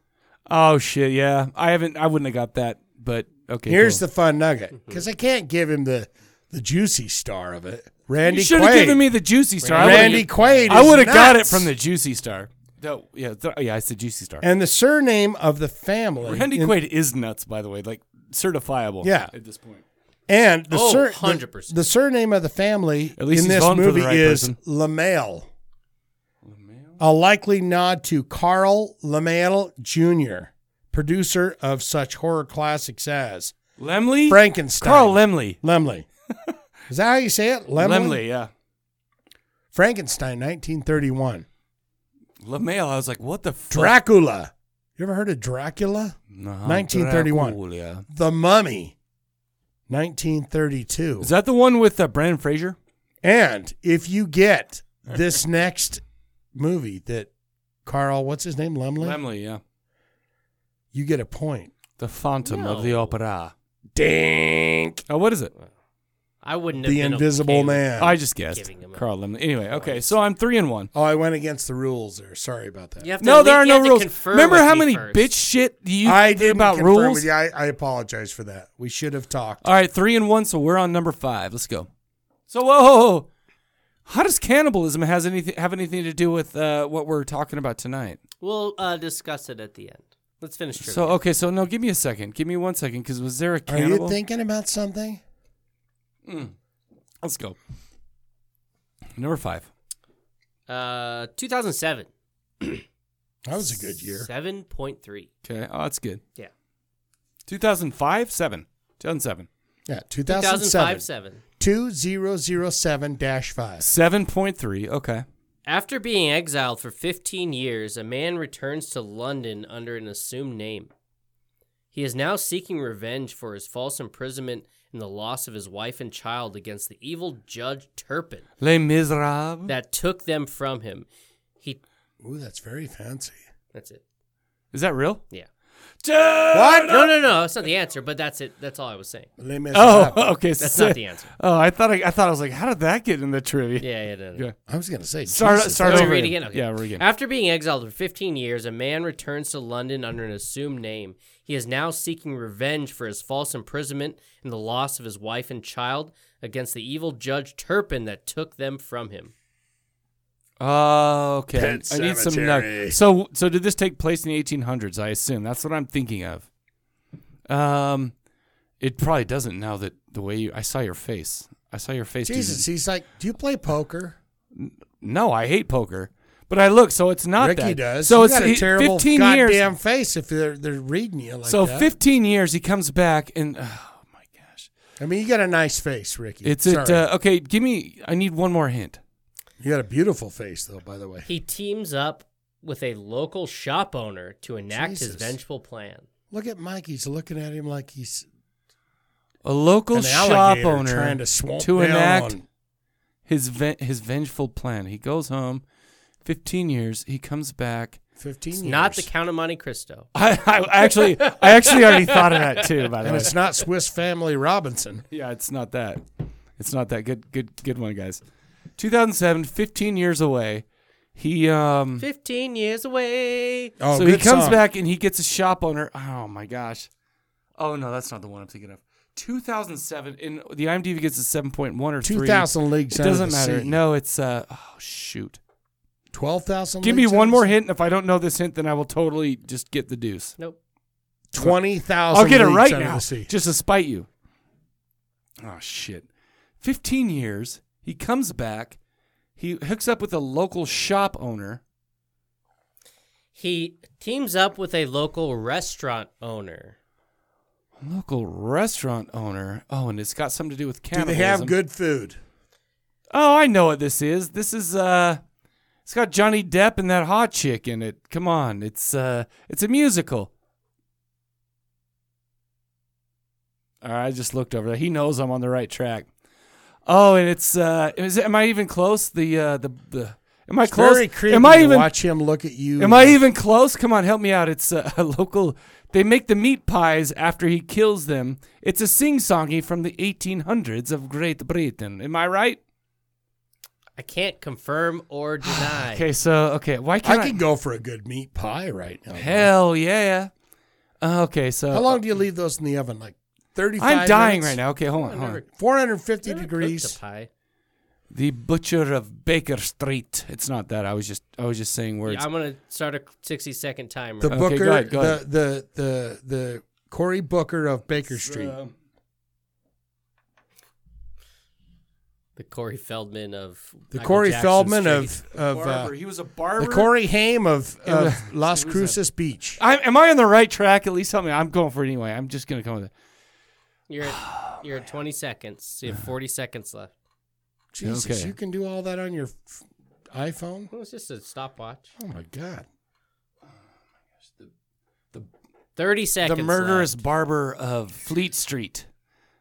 Speaker 1: Oh shit! Yeah, I haven't. I wouldn't have got that. But okay.
Speaker 2: Here's
Speaker 1: cool.
Speaker 2: the fun nugget because I can't give him the, the juicy star of it. Randy
Speaker 1: You should
Speaker 2: Quaid.
Speaker 1: have given me the juicy star. I would've-
Speaker 2: Randy Quaid.
Speaker 1: I
Speaker 2: is
Speaker 1: would have got it
Speaker 2: nuts.
Speaker 1: from the Juicy Star. No, yeah, th- yeah, I said Juicy Star.
Speaker 2: And the surname of the family.
Speaker 1: Randy
Speaker 2: in-
Speaker 1: Quaid is nuts, by the way, like certifiable.
Speaker 2: Yeah.
Speaker 1: at this point.
Speaker 2: And the,
Speaker 3: Oh,
Speaker 2: sur-
Speaker 3: 100%.
Speaker 2: The, the surname of the family
Speaker 1: At least
Speaker 2: in
Speaker 1: he's
Speaker 2: this
Speaker 1: voting for the
Speaker 2: movie
Speaker 1: right
Speaker 2: is
Speaker 1: person.
Speaker 2: LaMail. A likely nod to Carl LaMail Jr., producer of such horror classics as
Speaker 1: Lemley,
Speaker 2: Frankenstein.
Speaker 1: Carl Lemley,
Speaker 2: Lemley. Is that how you say it? Lemley?
Speaker 1: Lemley, yeah,
Speaker 2: Frankenstein, 1931.
Speaker 1: Lemail. I was like, what the fuck?
Speaker 2: Dracula. You ever heard of Dracula?
Speaker 1: No,
Speaker 2: 1931.
Speaker 1: Dracula.
Speaker 2: The Mummy, 1932.
Speaker 1: Is that the one with uh, Brandon Fraser?
Speaker 2: And if you get this next movie that Carl, what's his name, Lemley,
Speaker 1: Lemley, yeah.
Speaker 2: you get a point.
Speaker 1: The Phantom of
Speaker 3: No.
Speaker 1: the Opera.
Speaker 2: Dink.
Speaker 1: Oh, what is it?
Speaker 3: I wouldn't have
Speaker 2: The
Speaker 3: been
Speaker 2: Invisible
Speaker 3: okay with
Speaker 2: Man.
Speaker 1: I just guessed.
Speaker 3: Giving him a-
Speaker 1: Carl Lemley. Anyway, okay, so I'm three and one.
Speaker 2: oh, I went against the rules there. Sorry about that.
Speaker 3: You have to
Speaker 1: No,
Speaker 3: at
Speaker 1: there are
Speaker 3: least- you
Speaker 1: no
Speaker 3: have to
Speaker 1: rules.
Speaker 3: confer
Speaker 1: Remember
Speaker 3: with
Speaker 1: how
Speaker 3: me
Speaker 1: many
Speaker 3: first.
Speaker 1: bitch shit you
Speaker 2: I
Speaker 1: did
Speaker 2: didn't
Speaker 1: about
Speaker 2: confirm with
Speaker 1: rules?
Speaker 2: you. I, I apologize for that. We should have talked.
Speaker 1: All right, three and one, so we're on number five. Let's go. So whoa, whoa, whoa. how does cannibalism has anything have anything to do with uh, what we're talking about tonight?
Speaker 3: We'll uh, discuss it at the end. Let's finish. Trivia.
Speaker 1: So okay, so no, give me a second, give me one second, because was there a
Speaker 2: Are you
Speaker 1: cannibal?
Speaker 2: thinking about something?
Speaker 1: Let's go. Number five.
Speaker 3: Uh, 2007.
Speaker 1: That was a good year.
Speaker 3: 7.3.
Speaker 1: Okay. Oh, that's good.
Speaker 3: Yeah.
Speaker 1: 2005, 7. 2007.
Speaker 2: Yeah,
Speaker 3: 2005
Speaker 2: 2007.
Speaker 3: 7.
Speaker 2: 2007 5.
Speaker 1: 7.3. Okay.
Speaker 3: After being exiled for 15 years, a man returns to London under an assumed name. He is now seeking revenge for his false imprisonment and the loss of his wife and child against the evil Judge Turpin
Speaker 1: Les Miserables.
Speaker 3: that took them from him. He.
Speaker 2: Ooh, that's very fancy.
Speaker 3: That's it.
Speaker 1: Is that real?
Speaker 3: Yeah.
Speaker 1: What?
Speaker 3: No, no, no. That's not the answer, but that's it. That's all I was saying.
Speaker 1: Oh, okay.
Speaker 3: That's
Speaker 1: sick.
Speaker 3: not the answer.
Speaker 1: Oh, I thought I, I thought I was like, how did that get in the trivia?
Speaker 3: Yeah, yeah, no, no.
Speaker 1: Yeah.
Speaker 2: I was going to say,
Speaker 1: Start,
Speaker 2: Jesus.
Speaker 1: start
Speaker 3: Oh,
Speaker 1: over.
Speaker 3: read again. Okay.
Speaker 1: Yeah, we're again.
Speaker 3: After being exiled for 15 years, a man returns to London under an assumed name. He is now seeking revenge for his false imprisonment and the loss of his wife and child against the evil Judge Turpin that took them from him.
Speaker 1: Oh, okay.
Speaker 2: Pet
Speaker 1: I need some
Speaker 2: Sematary.
Speaker 1: nuggets. So, so did this take place in the 1800s? I assume that's what I'm thinking of. Um, it probably doesn't now that the way you, I saw your face. I saw your face. dude.
Speaker 2: Jesus, he's like, do you play poker?
Speaker 1: No, I hate poker, but I look. So it's not
Speaker 2: Ricky
Speaker 1: that.
Speaker 2: does.
Speaker 1: So
Speaker 2: you
Speaker 1: it's
Speaker 2: got a
Speaker 1: he-
Speaker 2: terrible
Speaker 1: 15
Speaker 2: goddamn
Speaker 1: years.
Speaker 2: face if they're they're reading you like
Speaker 1: so
Speaker 2: that.
Speaker 1: 15 years. He comes back and oh my gosh,
Speaker 2: I mean, you got a nice face, Ricky.
Speaker 1: it's
Speaker 2: Sorry.
Speaker 1: it. Uh, okay, give me. I need one more hint.
Speaker 2: you got a beautiful face, though. By the way,
Speaker 3: He teams up with a local shop owner to enact his
Speaker 2: Jesus.
Speaker 3: vengeful plan.
Speaker 2: look at Mike. He's looking at him like he's
Speaker 1: A local
Speaker 2: An
Speaker 1: shop
Speaker 2: alligator
Speaker 1: owner
Speaker 2: trying to swamp
Speaker 1: to
Speaker 2: down
Speaker 1: enact
Speaker 2: on-
Speaker 1: his ven- his vengeful plan. He goes home, fifteen years. He comes back.
Speaker 2: fifteen.
Speaker 3: It's
Speaker 2: years.
Speaker 3: not the Count of Monte Cristo.
Speaker 1: I, I actually I actually already thought of that too. By the
Speaker 2: and
Speaker 1: way,
Speaker 2: it's not Swiss Family Robinson.
Speaker 1: yeah, it's not that. It's not that good. Good good one, guys. 2007, 15 years away. He um
Speaker 3: 15 years away.
Speaker 2: Oh,
Speaker 1: so he
Speaker 2: good
Speaker 1: comes
Speaker 2: song.
Speaker 1: back and he gets a shop owner. Oh my gosh. Oh no, that's not the one I'm thinking of. 2007 and the IMDb gets a 7.1 or 3.
Speaker 2: 2,000 leagues.
Speaker 1: It
Speaker 2: under
Speaker 1: doesn't
Speaker 2: the
Speaker 1: matter.
Speaker 2: Sea.
Speaker 1: No, it's uh oh shoot.
Speaker 2: twelve thousand.
Speaker 1: Give me one more hint. and If I don't know this hint, then I will totally just get the deuce.
Speaker 3: Nope.
Speaker 2: Twenty thousand.
Speaker 1: I'll get it right
Speaker 2: under
Speaker 1: now,
Speaker 2: The sea.
Speaker 1: just to spite you. Oh shit! Fifteen years. He comes back. He hooks up with a local shop owner.
Speaker 3: He teams up with a local restaurant owner.
Speaker 1: Local restaurant owner. Oh, and it's got something to do with
Speaker 2: Do
Speaker 1: cannibalism.
Speaker 2: they have good food?
Speaker 1: Oh, I know what this is. This is uh, it's got Johnny Depp and that hot chick in it. Come on, it's uh, it's a musical. All right, I just looked over there. He knows I'm on the right track. Oh, and it's uh, is am I even close? The uh, the the am I
Speaker 2: It's
Speaker 1: close?
Speaker 2: Very creepy
Speaker 1: am I
Speaker 2: to
Speaker 1: even
Speaker 2: watch him look at you?
Speaker 1: am I even close? Come on, help me out. It's uh, a local. They make the meat pies after he kills them. It's a sing-songy from the 1800s of Great Britain. Am I right?
Speaker 3: I can't confirm or deny.
Speaker 1: Okay, so okay, why
Speaker 2: I
Speaker 1: can't I?
Speaker 2: could go for a good meat pie right now.
Speaker 1: Hell yeah! Okay, so
Speaker 2: How long do you leave those in the oven? Like 35
Speaker 1: Uh, I'm dying
Speaker 2: minutes?
Speaker 1: right now. Okay, hold on, hold on.
Speaker 3: never-
Speaker 2: 450
Speaker 3: Never cooked
Speaker 2: degrees.
Speaker 3: a pie.
Speaker 1: The butcher of Baker Street. It's not that. I was just I was just saying words.
Speaker 3: Yeah, I'm gonna start a 60 second timer.
Speaker 2: The
Speaker 1: Okay,
Speaker 2: Booker,
Speaker 1: go ahead, go
Speaker 2: the,
Speaker 1: ahead.
Speaker 2: Uh, the the the Corey Booker of Baker Street.
Speaker 1: Uh,
Speaker 3: the Corey Feldman of
Speaker 2: the
Speaker 3: Michael
Speaker 2: Corey
Speaker 3: Jackson's
Speaker 2: Feldman
Speaker 3: street.
Speaker 2: of of uh,
Speaker 1: barber. He was a barber.
Speaker 2: the Corey Haim of,
Speaker 1: was-
Speaker 2: of Las Cruces Beach.
Speaker 1: I, am I on the right track? At least help me. I'm going for it anyway. I'm just gonna come with it.
Speaker 3: You're
Speaker 2: Oh,
Speaker 3: at, you're at 20 seconds. So you have 40 seconds left.
Speaker 2: Jesus,
Speaker 1: Okay.
Speaker 2: you can do all that on your f- iPhone.
Speaker 3: Well, it's just a stopwatch.
Speaker 2: Oh my God!
Speaker 3: 30 seconds.
Speaker 1: the murderous
Speaker 3: left.
Speaker 1: barber of Fleet Street.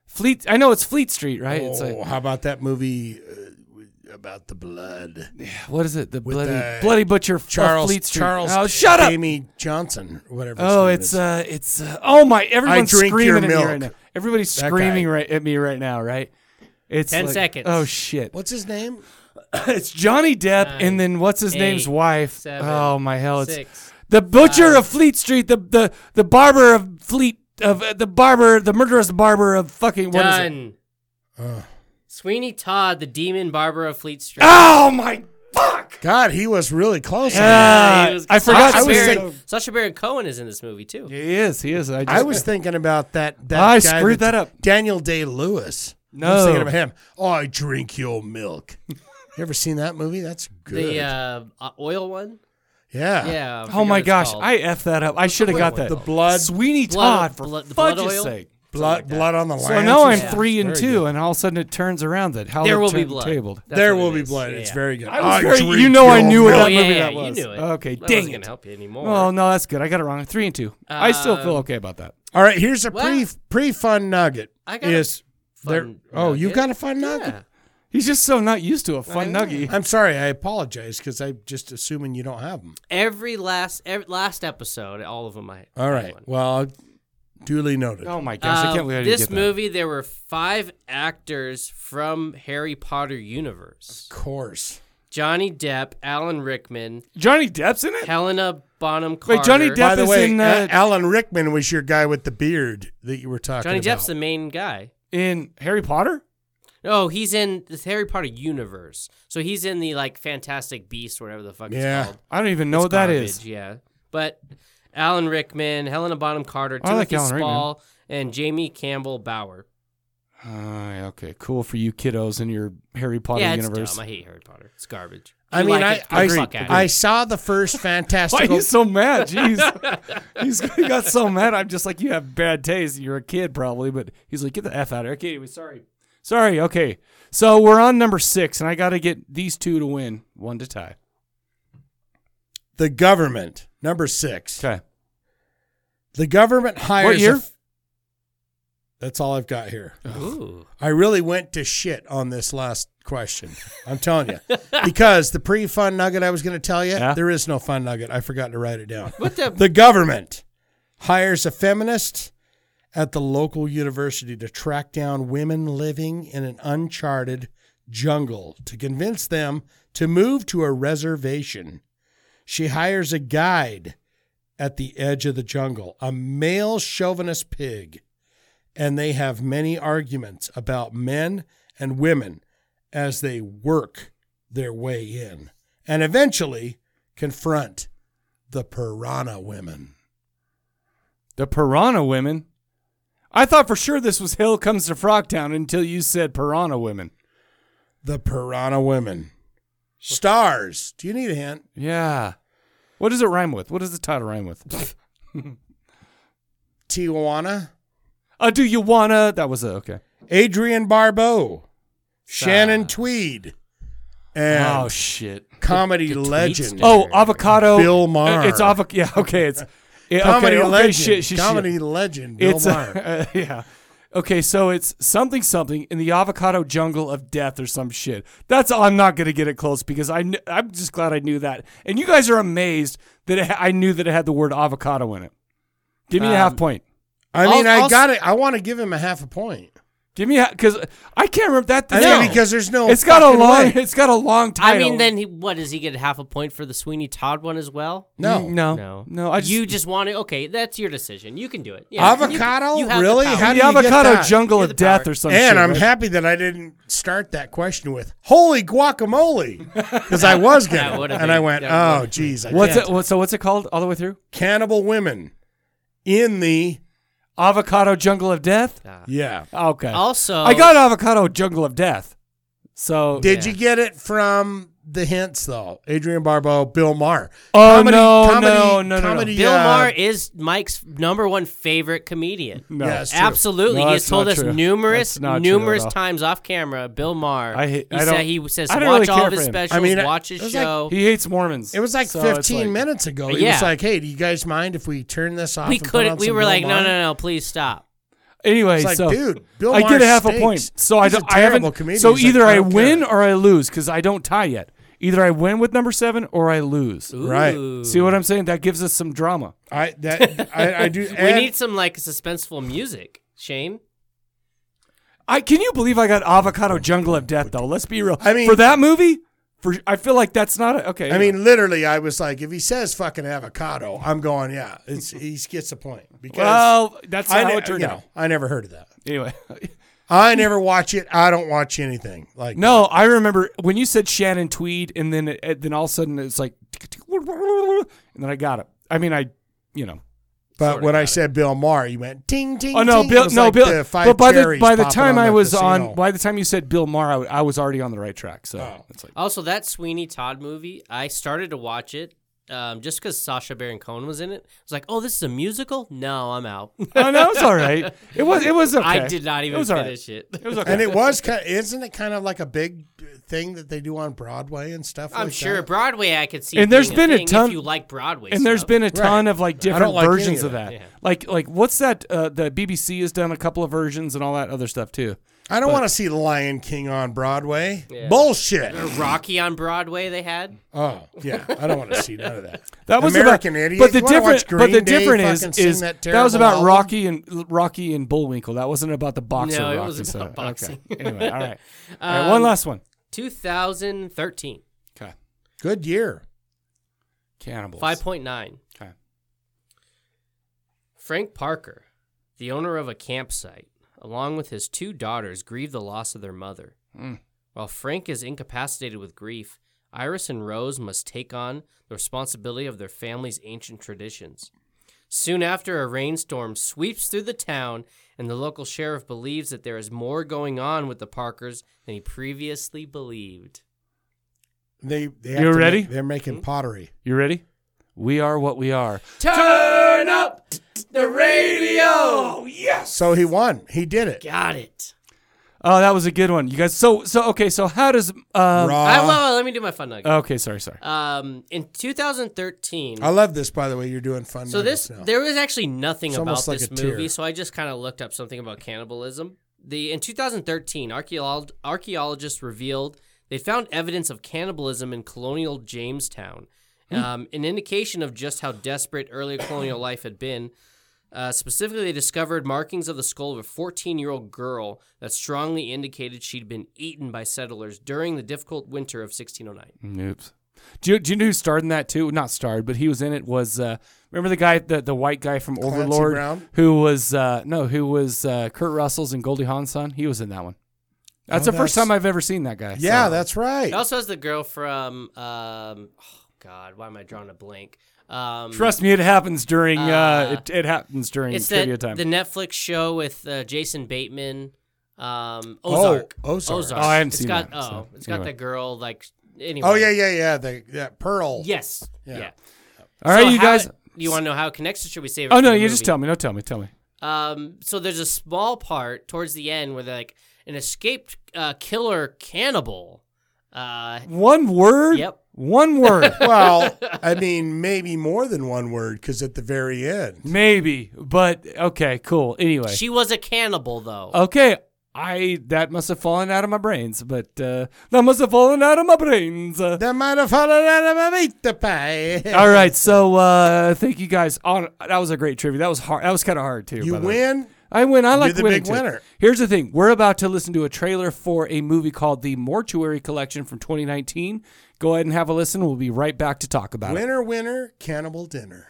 Speaker 1: Fleet. I know it's Fleet Street, right?
Speaker 2: oh,
Speaker 1: It's like
Speaker 2: how about that movie uh, about the blood?
Speaker 1: what is it? The
Speaker 2: With
Speaker 1: bloody
Speaker 2: the-
Speaker 1: bloody butcher of
Speaker 2: Charles
Speaker 1: Fleet Street.
Speaker 2: Charles.
Speaker 1: Oh, shut up!
Speaker 2: Amy Johnson, whatever. his
Speaker 1: Oh,
Speaker 2: name
Speaker 1: it's
Speaker 2: is.
Speaker 1: uh, it's uh, oh my! Everyone's
Speaker 2: drink your
Speaker 1: screaming at me right now.
Speaker 2: milk.
Speaker 1: Everybody's
Speaker 2: That
Speaker 1: screaming
Speaker 2: guy.
Speaker 1: right at me right now, right? It's
Speaker 3: 10
Speaker 1: like-
Speaker 3: seconds.
Speaker 1: Oh shit!
Speaker 2: what's his name?
Speaker 1: it's Johnny Depp, and then what's his name's
Speaker 3: eight,
Speaker 1: wife?
Speaker 3: seven,
Speaker 1: oh my hell! It's
Speaker 3: Six.
Speaker 1: the butcher of Fleet Street, the the the barber of Fleet of uh, the barber, the murderous barber of fucking what is it?
Speaker 3: Done. Sweeney Todd, the demon barber of Fleet Street.
Speaker 1: Oh my fuck!
Speaker 2: God, he was really close. on that.
Speaker 1: Yeah,
Speaker 3: he was-
Speaker 1: Uh, I forgot.
Speaker 3: Sacha
Speaker 1: to
Speaker 2: was
Speaker 1: say-
Speaker 3: Baron, Sacha Baron Cohen is in this movie too.
Speaker 1: he is. He is. I, just,
Speaker 2: I was thinking about that. that
Speaker 1: I
Speaker 2: guy
Speaker 1: screwed that up.
Speaker 2: Daniel Day Lewis. I was
Speaker 1: No.
Speaker 2: thinking of him. Oh, I drink your milk. you ever seen that movie? That's good.
Speaker 3: The uh, uh, oil one.
Speaker 2: yeah.
Speaker 3: Yeah. I
Speaker 1: oh
Speaker 3: forget what
Speaker 1: my
Speaker 3: it's
Speaker 1: gosh,
Speaker 3: called.
Speaker 1: I effed that up. I should have got that.
Speaker 2: The blood-
Speaker 1: Sweeney
Speaker 3: Blood-
Speaker 1: Todd for
Speaker 3: blood- the blood
Speaker 1: fudge's
Speaker 3: oil?
Speaker 1: sake.
Speaker 2: Blood, blood on the line.
Speaker 1: So now I'm three and two, and all of a sudden it turns around that how
Speaker 3: There
Speaker 1: it
Speaker 3: will be
Speaker 1: turned
Speaker 3: blood.
Speaker 1: tabled.
Speaker 3: That's
Speaker 2: there
Speaker 3: what
Speaker 2: will
Speaker 3: it
Speaker 2: be
Speaker 3: is.
Speaker 2: blood.
Speaker 3: Yeah,
Speaker 2: It's
Speaker 3: yeah.
Speaker 2: very good.
Speaker 1: I was
Speaker 2: I
Speaker 1: very-
Speaker 2: drink
Speaker 1: you know I
Speaker 2: your
Speaker 1: knew what
Speaker 2: milk.
Speaker 3: Oh,
Speaker 1: that
Speaker 3: yeah,
Speaker 1: movie
Speaker 3: yeah,
Speaker 1: that was.
Speaker 3: You knew it.
Speaker 1: Okay,
Speaker 3: That
Speaker 1: dang
Speaker 3: wasn't
Speaker 1: it.
Speaker 3: gonna help you anymore.
Speaker 1: Oh no, that's good. I got it wrong. Three and two. I still feel okay about that.
Speaker 2: All right, here's a
Speaker 3: Well-
Speaker 2: pre pre fun nugget.
Speaker 3: I got a
Speaker 2: is there?
Speaker 3: fun
Speaker 2: Oh, you
Speaker 3: nugget.
Speaker 2: got a fun nugget.
Speaker 3: yeah.
Speaker 1: He's just so not used to a fun nuggie.
Speaker 2: I'm sorry. I apologize because I'm just assuming you don't have them.
Speaker 3: Every last every, last episode, all of them. I
Speaker 2: All
Speaker 3: had
Speaker 2: right.
Speaker 3: one.
Speaker 2: Well, duly noted.
Speaker 1: Oh my gosh, I can't
Speaker 3: Uh,
Speaker 1: believe I didn't
Speaker 3: this
Speaker 1: get that.
Speaker 3: movie. There were five actors from Harry Potter universe:
Speaker 2: Of course.
Speaker 3: Johnny Depp, Alan Rickman,
Speaker 1: Johnny Depp's in it.
Speaker 3: Helena Bonham Carter.
Speaker 1: Wait, Johnny Depp
Speaker 2: By the
Speaker 1: is
Speaker 2: way,
Speaker 1: in
Speaker 2: A-
Speaker 1: uh,
Speaker 2: Alan Rickman was your guy with the beard that you were talking
Speaker 3: Johnny
Speaker 2: about.
Speaker 3: Depp's the main guy.
Speaker 1: in Harry Potter.
Speaker 3: Oh, he's in the Harry Potter universe. So he's in the like Fantastic Beast, whatever the fuck
Speaker 2: Yeah.
Speaker 3: it's called.
Speaker 1: I don't even know what
Speaker 3: It's
Speaker 1: that
Speaker 3: garbage,
Speaker 1: is.
Speaker 3: Yeah, but Alan Rickman, Helena Bonham Carter,
Speaker 1: I like
Speaker 3: Timothy
Speaker 1: Alan Rickman.
Speaker 3: Spall, and Jamie Campbell Bauer.
Speaker 1: Ah, okay, cool for you kiddos in your Harry Potter
Speaker 3: yeah, it's
Speaker 1: universe.
Speaker 3: dumb. I hate Harry Potter. It's garbage.
Speaker 2: I
Speaker 3: You
Speaker 2: mean,
Speaker 3: like it,
Speaker 2: I
Speaker 3: get the
Speaker 2: I,
Speaker 3: fuck outta
Speaker 2: I
Speaker 3: here.
Speaker 2: saw the first
Speaker 1: Why are
Speaker 2: Fantastic.
Speaker 1: you so mad? Jeez, he's, he got so mad. I'm just like, you have bad taste. You're a kid probably, but he's like, get the f out of here. Okay, anyway, sorry, sorry. Okay, so we're on number six, and I got to get these two to win, one to tie.
Speaker 2: the government number six.
Speaker 1: Okay,
Speaker 2: The government hires. a
Speaker 1: year?
Speaker 2: f- that's all I've got here.
Speaker 3: Ooh.
Speaker 2: I really went to shit on this last question. I'm telling you. because the pre fun nugget I was going to tell you,
Speaker 1: Yeah.
Speaker 2: there is no fun nugget. I forgot to write it down.
Speaker 3: What the?
Speaker 2: The government hires a feminist at the local university to track down women living in an uncharted jungle to convince them to move to a reservation. She hires a guide at the edge of the jungle, a male chauvinist pig, and they have many arguments about men and women as they work their way in and eventually confront the piranha women.
Speaker 1: the Piranha Women. I thought for sure this was Hill Comes to Frogtown until you said Piranha Women.
Speaker 2: The piranha women. Stars. Do you need a hint?
Speaker 1: Yeah. What does it rhyme with? What does the title rhyme with?
Speaker 2: Tijuana.
Speaker 1: uh, do you wanna? That was a, okay. Ah.
Speaker 2: Adrian Barbeau. Shannon Tweed. And
Speaker 1: oh shit.
Speaker 2: comedy
Speaker 3: the Tweed
Speaker 2: legend.
Speaker 3: star.
Speaker 1: Oh, avocado.
Speaker 2: Bill Maher.
Speaker 1: It's avocado. Yeah, okay. It's yeah,
Speaker 2: comedy
Speaker 1: okay, okay,
Speaker 2: legend.
Speaker 1: Shit, shit,
Speaker 2: comedy
Speaker 1: Shit.
Speaker 2: legend. Bill
Speaker 1: It's
Speaker 2: Maher.
Speaker 1: uh, yeah. Okay, so it's something something in the avocado jungle of death or some shit. That's I'm not gonna get it close because I kn- I'm just glad I knew that. And you guys are amazed that it ha- I knew that it had the word avocado in it. Give me a half point.
Speaker 2: Um, I mean,
Speaker 3: I'll-
Speaker 2: i
Speaker 3: I'll-
Speaker 2: got it. I want to give him a half a point.
Speaker 1: Give me because I can't remember that.
Speaker 2: I
Speaker 1: no.
Speaker 2: think because there's no.
Speaker 1: it's got a
Speaker 2: fucking
Speaker 1: long.
Speaker 2: way.
Speaker 1: It's got a long title.
Speaker 3: I mean, then he, what does he get? Half a point for the Sweeney Todd one as well?
Speaker 2: No.
Speaker 1: Mm, no,
Speaker 3: No,
Speaker 1: no. I just,
Speaker 3: you just want it. Okay, that's your decision. You can do it. Yeah,
Speaker 2: Avocado?
Speaker 3: You, you have the
Speaker 2: Really?
Speaker 3: power.
Speaker 2: How
Speaker 1: the
Speaker 2: do you get
Speaker 1: avocado
Speaker 2: that?
Speaker 1: jungle
Speaker 3: You're
Speaker 1: of
Speaker 3: the
Speaker 1: death
Speaker 3: power.
Speaker 1: or some shit.
Speaker 2: And I'm
Speaker 1: right?
Speaker 2: happy that I didn't start that question with "Holy guacamole," because I was
Speaker 3: That
Speaker 2: gonna,
Speaker 3: would've
Speaker 2: and
Speaker 3: been-
Speaker 2: I went,
Speaker 3: that
Speaker 2: "Oh,
Speaker 3: would've
Speaker 2: geez, I
Speaker 1: What's
Speaker 2: can't."
Speaker 1: it? What, so what's it called all the way through?
Speaker 2: Cannibal women in the
Speaker 1: Avocado jungle of death.
Speaker 2: yeah.
Speaker 3: Ah.
Speaker 1: Okay.
Speaker 3: Also,
Speaker 1: I got avocado jungle of death. So
Speaker 2: Did
Speaker 3: Yeah.
Speaker 2: you get it from the hints though? Adrian Barbeau, Bill Maher.
Speaker 1: Oh, no, no, no, no, no.
Speaker 3: Bill
Speaker 2: uh,
Speaker 3: Maher is Mike's number one favorite comedian.
Speaker 1: no.
Speaker 2: Yes. That's true.
Speaker 3: Absolutely,
Speaker 1: No,
Speaker 3: he
Speaker 1: that's
Speaker 3: has told
Speaker 1: not
Speaker 3: us
Speaker 1: true.
Speaker 3: numerous,
Speaker 1: That's not true
Speaker 3: numerous
Speaker 1: at all.
Speaker 3: times off camera. Bill Maher,
Speaker 1: I hate-
Speaker 3: he
Speaker 1: I
Speaker 3: said-
Speaker 1: don't-
Speaker 3: he says
Speaker 1: I
Speaker 3: watch
Speaker 1: don't really
Speaker 3: all
Speaker 1: care
Speaker 3: of his
Speaker 1: for him." I
Speaker 3: specials,
Speaker 2: mean, I-
Speaker 3: watch
Speaker 2: it
Speaker 3: his
Speaker 2: was like-
Speaker 3: show.
Speaker 1: He hates Mormons.
Speaker 2: It was like
Speaker 1: So
Speaker 2: 15
Speaker 1: it's like-
Speaker 2: minutes ago. He
Speaker 3: Yeah.
Speaker 2: was like, "Hey, do you guys mind if we turn this off?"
Speaker 3: we
Speaker 2: and put
Speaker 3: couldn't.
Speaker 2: on
Speaker 3: We
Speaker 2: some
Speaker 3: were
Speaker 2: Bill
Speaker 3: like, no,
Speaker 2: Maher?"
Speaker 3: no, no, please stop.
Speaker 1: Anyway,
Speaker 2: It's like,
Speaker 1: so
Speaker 2: dude, Bill
Speaker 1: I
Speaker 2: Maher
Speaker 1: get a half a
Speaker 2: stinks.
Speaker 1: point. So I
Speaker 2: He's a
Speaker 1: don't. I haven't.
Speaker 2: terrible comedian.
Speaker 1: So
Speaker 2: He's like,
Speaker 1: either
Speaker 2: "I
Speaker 1: I,
Speaker 2: don't
Speaker 1: win
Speaker 2: care."
Speaker 1: or I lose because I don't tie yet. Either I win with number seven or I lose.
Speaker 2: Right.
Speaker 3: Ooh.
Speaker 1: See what I'm saying? That gives us some drama.
Speaker 2: I that I, I do.
Speaker 3: we
Speaker 2: and-
Speaker 3: need some like suspenseful music, Shane.
Speaker 1: I can you believe I got avocado jungle of death though? Let's be real.
Speaker 2: I mean-
Speaker 1: for that movie, for I feel like that's not a, okay.
Speaker 2: I mean, literally, I was like, if he says fucking avocado, I'm going, yeah, it's he gets the point because
Speaker 1: well, that's
Speaker 2: I,
Speaker 1: not
Speaker 2: ne-
Speaker 1: how it turned
Speaker 2: you
Speaker 1: out.
Speaker 2: know, I never heard of that.
Speaker 1: Anyway,
Speaker 2: I never watch it. I don't watch anything like
Speaker 1: no, I remember when you said Shannon Tweed, and then it, then all of a sudden it's like, and then I got it. I mean, I you know,
Speaker 10: But when I said Bill Maher, you went ding ding.
Speaker 1: Oh no,
Speaker 10: ding. It
Speaker 1: Bill!
Speaker 10: was
Speaker 1: No,
Speaker 10: like
Speaker 1: Bill!
Speaker 10: the five
Speaker 1: but by the
Speaker 10: cherries
Speaker 1: by the
Speaker 10: popping
Speaker 1: time
Speaker 10: on
Speaker 1: I
Speaker 10: the
Speaker 1: was
Speaker 10: casino. Oh,
Speaker 1: on, by the time you said Bill Maher, I, w- I was already on the right track. So it's like
Speaker 3: Also, that Sweeney Todd movie, I started to watch it um, just because Sasha Baron Cohen was in it. I was like, oh, this is a musical? No, I'm out.
Speaker 1: oh no, it's all right. It was it was okay.
Speaker 3: I did not even
Speaker 1: it was all right.
Speaker 3: finish it.
Speaker 1: It was okay.
Speaker 10: and it was kind. Isn't it kind of like a big thing that they do on Broadway and stuff?
Speaker 3: I'm
Speaker 10: like
Speaker 3: sure
Speaker 10: that?
Speaker 3: Broadway I could see.
Speaker 1: and there's
Speaker 3: being
Speaker 1: been a
Speaker 3: thing
Speaker 1: ton
Speaker 3: If you like Broadway,
Speaker 1: and there's
Speaker 3: stuff.
Speaker 1: been a ton
Speaker 10: Right.
Speaker 1: of like
Speaker 10: I don't
Speaker 1: different
Speaker 10: like any
Speaker 1: versions
Speaker 10: of
Speaker 1: of
Speaker 10: that.
Speaker 1: that.
Speaker 3: Yeah.
Speaker 1: Like like what's that? Uh, the BBC has done a couple of versions and all that other stuff too.
Speaker 10: I don't want to see Lion King on Broadway.
Speaker 3: Yeah.
Speaker 10: Bullshit.
Speaker 3: Rocky on Broadway they had.
Speaker 10: Oh yeah, I don't want to see none of that.
Speaker 1: That was
Speaker 10: American
Speaker 1: about,
Speaker 10: Idiot.
Speaker 1: But the
Speaker 10: You wanna watch
Speaker 1: different, but the
Speaker 10: Green Day
Speaker 1: different is,
Speaker 10: fucking sing
Speaker 1: is
Speaker 10: that
Speaker 1: that, was about
Speaker 10: terrible album?
Speaker 1: Rocky and Rocky and Bullwinkle. That wasn't about the boxer.
Speaker 3: No, it
Speaker 1: Rocky,
Speaker 3: was
Speaker 1: so-
Speaker 3: about boxing.
Speaker 1: Okay. Anyway, all right. all right, one
Speaker 3: Um,
Speaker 1: last one.
Speaker 3: 2013,
Speaker 1: Okay,
Speaker 10: Good year.
Speaker 1: cannibals.
Speaker 3: 5.9.
Speaker 1: Okay.
Speaker 3: Frank Parker, the owner of a campsite, along with his two daughters, grieve the loss of their mother.
Speaker 1: Mm.
Speaker 3: While Frank is incapacitated with grief, Iris and Rose must take on the responsibility of their family's ancient traditions. Soon after, a rainstorm sweeps through the town, and the local sheriff believes that there is more going on with the Parkers than he previously believed.
Speaker 10: They, they have
Speaker 1: You
Speaker 10: to
Speaker 1: ready?
Speaker 10: make- they're making pottery.
Speaker 1: You ready? We are what we are.
Speaker 3: Turn up the radio!
Speaker 10: So he won. He did it.
Speaker 3: Got it.
Speaker 1: Oh, that was a good one, you guys. So so okay. So how does um?
Speaker 10: Raw.
Speaker 3: I, Uh, well, well, let me do my fun nugget.
Speaker 1: Okay, sorry, sorry.
Speaker 3: Um, in 2013.
Speaker 10: I love this. By the way, you're doing fun.
Speaker 3: so
Speaker 10: nuggets
Speaker 3: this
Speaker 10: now.
Speaker 3: there was actually nothing
Speaker 10: It's
Speaker 3: about
Speaker 10: almost like
Speaker 3: this
Speaker 10: a tear.
Speaker 3: movie, so I just kind of looked up something about cannibalism. The in 2013, archaeolog- archaeologists revealed they found evidence of cannibalism in colonial Jamestown,
Speaker 10: Hmm.
Speaker 3: um, an indication of just how desperate earlier colonial life had been. Uh, specifically, they discovered markings of the skull of a 14 year old girl that strongly indicated she'd been eaten by settlers during the difficult winter of 1609.
Speaker 1: Oops. Do you, do you know who starred in that too? Not starred, but he was in it. Was uh, remember the guy, the, the white guy from Overlord,
Speaker 10: Brown?
Speaker 1: who was uh, no, who was uh, Kurt Russell's and Goldie Hawn's son? He was in that one. That's
Speaker 10: Oh,
Speaker 1: the first
Speaker 10: that's-
Speaker 1: time I've ever seen that guy.
Speaker 10: yeah,
Speaker 1: so-
Speaker 10: that's right.
Speaker 3: It also has the girl from um oh god, why am I drawing a blank? Um
Speaker 1: trust me, it happens during. Uh,
Speaker 3: Uh,
Speaker 1: it, it happens during
Speaker 3: it's
Speaker 1: trivia
Speaker 3: that,
Speaker 1: time.
Speaker 3: the Netflix show with uh, Jason Bateman um Ozark.
Speaker 10: Ozark.
Speaker 1: Oh, I haven't
Speaker 3: It's
Speaker 1: seen
Speaker 3: got
Speaker 1: that,
Speaker 3: oh,
Speaker 1: so,
Speaker 3: it's got
Speaker 1: anyway.
Speaker 3: the girl like anyway.
Speaker 10: Oh yeah, yeah, yeah. The that pearl.
Speaker 3: Yes. Yeah.
Speaker 1: All right,
Speaker 3: So
Speaker 1: you
Speaker 3: how
Speaker 1: guys.
Speaker 3: it- you want to know how it connects or should we save it
Speaker 1: Oh
Speaker 3: for
Speaker 1: no,
Speaker 3: the
Speaker 1: you just
Speaker 3: movie?
Speaker 1: tell me. No, tell me. Tell me.
Speaker 3: Um, so there's a small part towards the end where they're like an escaped uh, killer cannibal. Uh,
Speaker 1: One word.
Speaker 3: Yep.
Speaker 1: One word.
Speaker 10: Well, I mean, maybe more than one word because at the very end,
Speaker 1: Maybe, but okay, cool. Anyway,
Speaker 3: she was a cannibal though.
Speaker 1: Okay, I that must have fallen out of my brains, but uh, that must have fallen out of my brains. Uh,
Speaker 10: that might have fallen out of my meat the pie.
Speaker 1: all right, so uh, thank you guys. On that was a great trivia. That was hard. That was kind of hard too.
Speaker 10: you
Speaker 1: by the way.
Speaker 10: win.
Speaker 1: I win. I like
Speaker 10: the
Speaker 1: winning
Speaker 10: big
Speaker 1: too.
Speaker 10: winner.
Speaker 1: Here's the thing: we're about to listen to a trailer for a movie called The Mortuary Collection from 2019. Go ahead and have a listen. We'll be right back to talk about it.
Speaker 10: Winner, winner, cannibal dinner.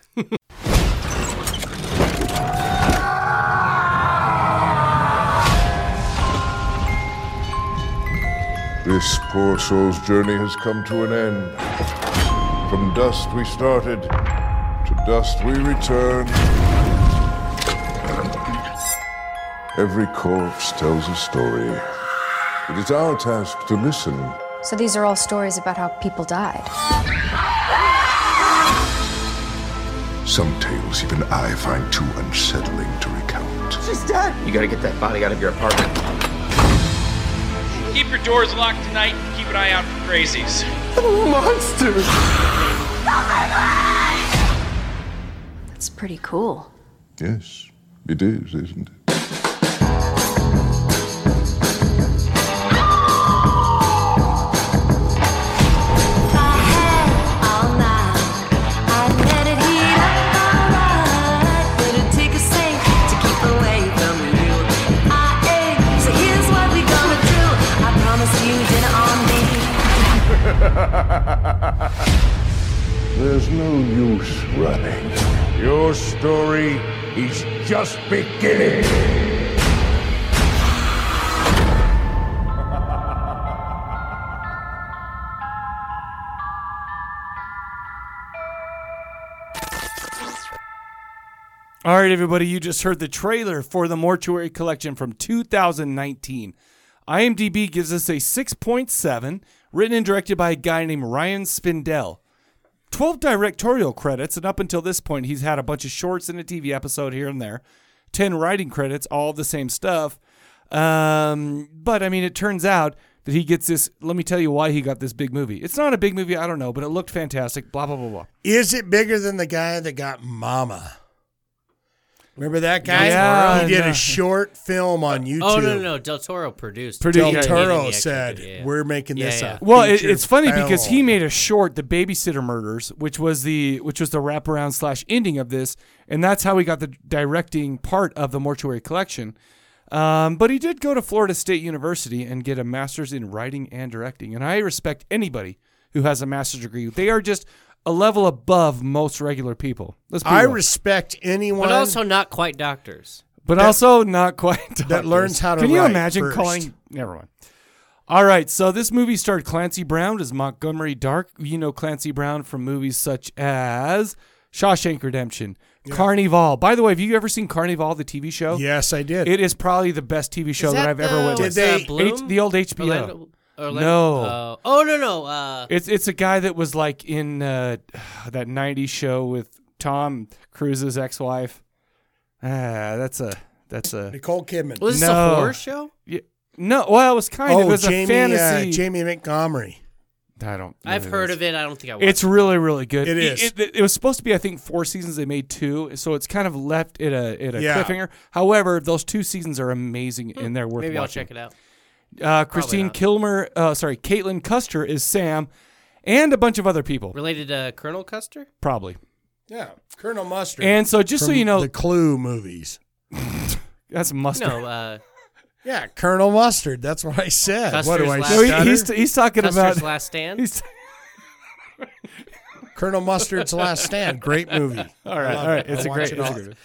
Speaker 11: This poor soul's journey has come to an end. From dust we started, to dust we return. Every corpse tells a story. It is our task to listen.
Speaker 12: So these are all stories about how people died.
Speaker 11: Some tales even I find too unsettling to recount.
Speaker 8: You gotta get that body out of your apartment.
Speaker 13: Keep your doors locked tonight. Keep an eye out for crazies.
Speaker 12: That's pretty cool.
Speaker 11: Yes, it is, isn't it? There's no use running. Your story is just beginning.
Speaker 1: All right, everybody, you just heard the trailer for the Mortuary Collection from 2019. IMDb gives us a 6.7, written and directed by a guy named Ryan Spindell. 12 directorial credits, and up until this point, he's had a bunch of shorts and a TV episode here and there. 10 writing credits, all the same stuff. Um, but I mean, it turns out that he gets this. Let me tell you why he got this big movie. It's not a big movie, I don't know, but it looked fantastic, blah, blah, blah, blah.
Speaker 2: Is it bigger than the guy that got Mama? Remember that guy?
Speaker 1: Yeah,
Speaker 2: he did
Speaker 1: yeah.
Speaker 2: a short film on YouTube.
Speaker 3: Oh no, no, no! Del Toro produced.
Speaker 2: Del
Speaker 3: Yeah,
Speaker 2: Toro
Speaker 3: yeah, yeah,
Speaker 2: said,
Speaker 3: yeah, yeah.
Speaker 2: "We're making
Speaker 3: Yeah,
Speaker 2: this
Speaker 3: yeah.
Speaker 2: a
Speaker 1: Well, it,
Speaker 2: feature
Speaker 1: it's funny because
Speaker 2: film."
Speaker 1: he made a short, "The Babysitter Murders," which was the which was the wraparound slash ending of this, and that's how he got the directing part of the Mortuary Collection. Um, but he did go to Florida State University and get a master's in writing and directing, and I respect anybody who has a master's degree. They are just a level above most regular people. Let's be
Speaker 2: I
Speaker 1: real.
Speaker 2: respect anyone
Speaker 3: but also not quite doctors.
Speaker 1: but
Speaker 2: that-
Speaker 1: also not quite doctors.
Speaker 2: learns how to
Speaker 1: Can you
Speaker 2: write
Speaker 1: imagine
Speaker 2: first.
Speaker 1: calling? Never mind. All right, so this movie starred Clancy Brown as Montgomery Dark. You know Clancy Brown from movies such as Shawshank Redemption, Carnival. By the way, have you ever seen Carnival, the TV show?
Speaker 2: Yes, I did.
Speaker 1: It is probably the best TV show that,
Speaker 3: that
Speaker 1: I've ever
Speaker 3: the-
Speaker 1: witnessed.
Speaker 3: what's that, Bloom?
Speaker 1: H- the old HBO.
Speaker 3: Orlando- Orlando-
Speaker 1: no.
Speaker 3: oh. Oh, no, no, uh,
Speaker 1: it's it's a guy that was like in uh, that '90s show with Tom Cruise's ex-wife. Ah, that's a that's a
Speaker 2: Nicole Kidman.
Speaker 3: Was this a horror show?
Speaker 1: Yeah. No, well, it was kind
Speaker 2: oh,
Speaker 1: of. It was
Speaker 2: Jamie,
Speaker 1: a
Speaker 2: Uh,
Speaker 1: fantasy.
Speaker 2: Jamie Montgomery.
Speaker 1: I don't. know
Speaker 3: I've
Speaker 1: who
Speaker 3: heard
Speaker 1: is.
Speaker 3: of it. I don't think I. Watched
Speaker 1: It's really, really good.
Speaker 2: It
Speaker 1: I-
Speaker 2: is.
Speaker 1: It, it was supposed to be, I think, four seasons. They made two, so it's kind of left at a at a
Speaker 2: Yeah.
Speaker 1: cliffhanger. However, those two seasons are amazing and they're worth
Speaker 3: Hmm. Maybe I'll
Speaker 1: watching.
Speaker 3: check it out.
Speaker 1: Uh, Christine
Speaker 3: not.
Speaker 1: Kilmer, uh, sorry, Caitlin Custer is Sam, and a bunch of other people,
Speaker 3: Related to Colonel Custer?
Speaker 1: probably.
Speaker 2: Yeah, Colonel Mustard.
Speaker 1: And so, just so
Speaker 2: From
Speaker 1: you know,
Speaker 2: the Clue movies.
Speaker 1: that's mustard.
Speaker 3: No, uh,
Speaker 2: Yeah, Colonel Mustard. That's what I said. what do
Speaker 3: Custer's
Speaker 2: I
Speaker 3: last-
Speaker 1: No, Oh, he-
Speaker 2: stutter?
Speaker 1: he's he's talking
Speaker 3: Custer's
Speaker 1: about
Speaker 3: Last Stand.
Speaker 1: he's
Speaker 2: Colonel Mustard's Last Stand. Great movie.
Speaker 1: All right,
Speaker 2: I love
Speaker 1: all right.
Speaker 2: it.
Speaker 1: It's
Speaker 2: I
Speaker 1: a
Speaker 2: watch
Speaker 1: great.
Speaker 2: it
Speaker 1: it's a
Speaker 2: all.
Speaker 1: great-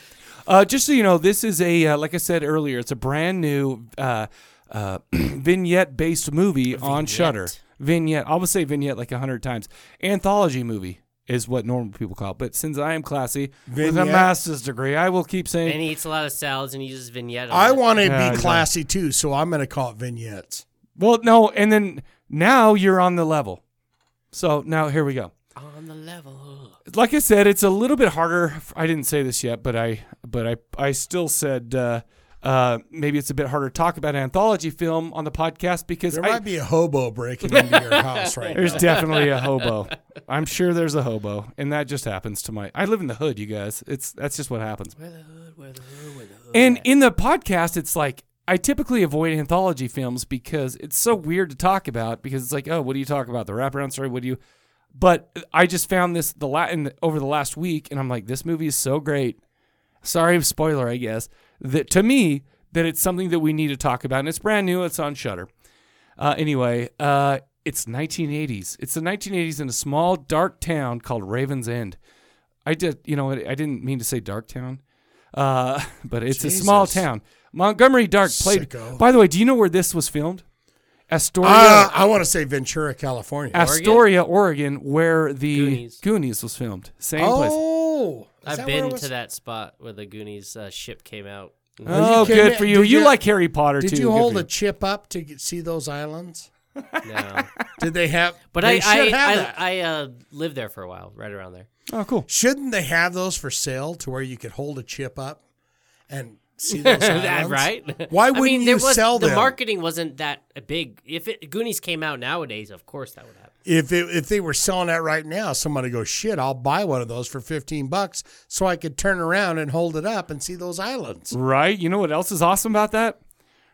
Speaker 1: Uh, just so you know, this is a uh, like I said earlier, it's a brand new uh, uh, vignette-based movie on Shutter. Vignette. I would say vignette like a hundred times. Anthology movie is what normal people call it. But since I am classy with a
Speaker 2: Vignette?
Speaker 1: master's degree, I will keep saying
Speaker 3: and he eats a lot of salads and he uses vignette. on
Speaker 2: I
Speaker 3: it.
Speaker 2: want to
Speaker 1: Yeah, I
Speaker 2: be
Speaker 1: know.
Speaker 2: classy too, so I'm going to call it vignettes.
Speaker 1: Well, no, and then now you're on the level. So now here we go.
Speaker 3: on the level.
Speaker 1: Like I said, it's a little bit harder. I didn't say this yet, but I but I I still said uh, uh, maybe it's a bit harder to talk about anthology film on the podcast because
Speaker 2: There
Speaker 1: I,
Speaker 2: might be a hobo breaking into your house right
Speaker 1: There's
Speaker 2: now.
Speaker 1: definitely a hobo. I'm sure there's a hobo, and that just happens to my. I live in the hood, you guys. It's that's just what happens.
Speaker 3: Where the hood? Where the hood? Where the hood?
Speaker 1: And in the podcast, it's like I typically avoid anthology films because it's so weird to talk about. Because it's like, oh, what do you talk about? The wraparound story? What do you? But I just found this the Latin over the last week, and I'm like, this movie is so great. Sorry, spoiler, I guess. That to me, that it's something that we need to talk about, and it's brand new. It's on Shutter. Uh, anyway, uh, it's 1980s. It's the 1980s in a small dark town called Ravens End. I did, you know, I didn't mean to say dark town, uh, but it's a small
Speaker 2: Jesus.
Speaker 1: town. Montgomery Dark played.
Speaker 2: Sicko.
Speaker 1: By the way, do you know where this was filmed? Astoria,
Speaker 2: Uh, I want to say Ventura, California.
Speaker 1: Astoria, Oregon, where the Goonies,
Speaker 3: Goonies.
Speaker 1: was filmed. Same place.
Speaker 2: oh, is
Speaker 3: I've
Speaker 2: that where it
Speaker 3: been
Speaker 2: was?
Speaker 3: to that spot where the Goonies uh, ship came out.
Speaker 1: Oh,
Speaker 2: you
Speaker 1: good
Speaker 2: kidding?
Speaker 1: for you.
Speaker 2: Did
Speaker 1: you
Speaker 2: you-
Speaker 1: like Harry Potter
Speaker 2: Did
Speaker 1: too.
Speaker 2: you
Speaker 1: Good
Speaker 2: hold
Speaker 1: for
Speaker 2: a chip up to get, see those islands?
Speaker 3: No.
Speaker 2: Did they have?
Speaker 3: But
Speaker 2: they
Speaker 3: I
Speaker 2: should have
Speaker 3: I
Speaker 2: that.
Speaker 3: I, I uh, lived there for a while, right around there.
Speaker 1: Oh, cool.
Speaker 2: Shouldn't they have those for sale to where you could hold a chip up and see those
Speaker 3: That-
Speaker 2: islands?
Speaker 3: right?
Speaker 2: Why
Speaker 3: I
Speaker 2: wouldn't
Speaker 3: mean,
Speaker 2: you
Speaker 3: there was,
Speaker 2: sell
Speaker 3: the
Speaker 2: them?
Speaker 3: marketing wasn't that big. If it, Goonies came out nowadays, of course that would happen.
Speaker 2: If it, if they were selling that right now, somebody goes, "Shit, I'll buy one of those for fifteen bucks, so I could turn around and hold it up and see those islands."
Speaker 1: Right. You know what else is awesome about that?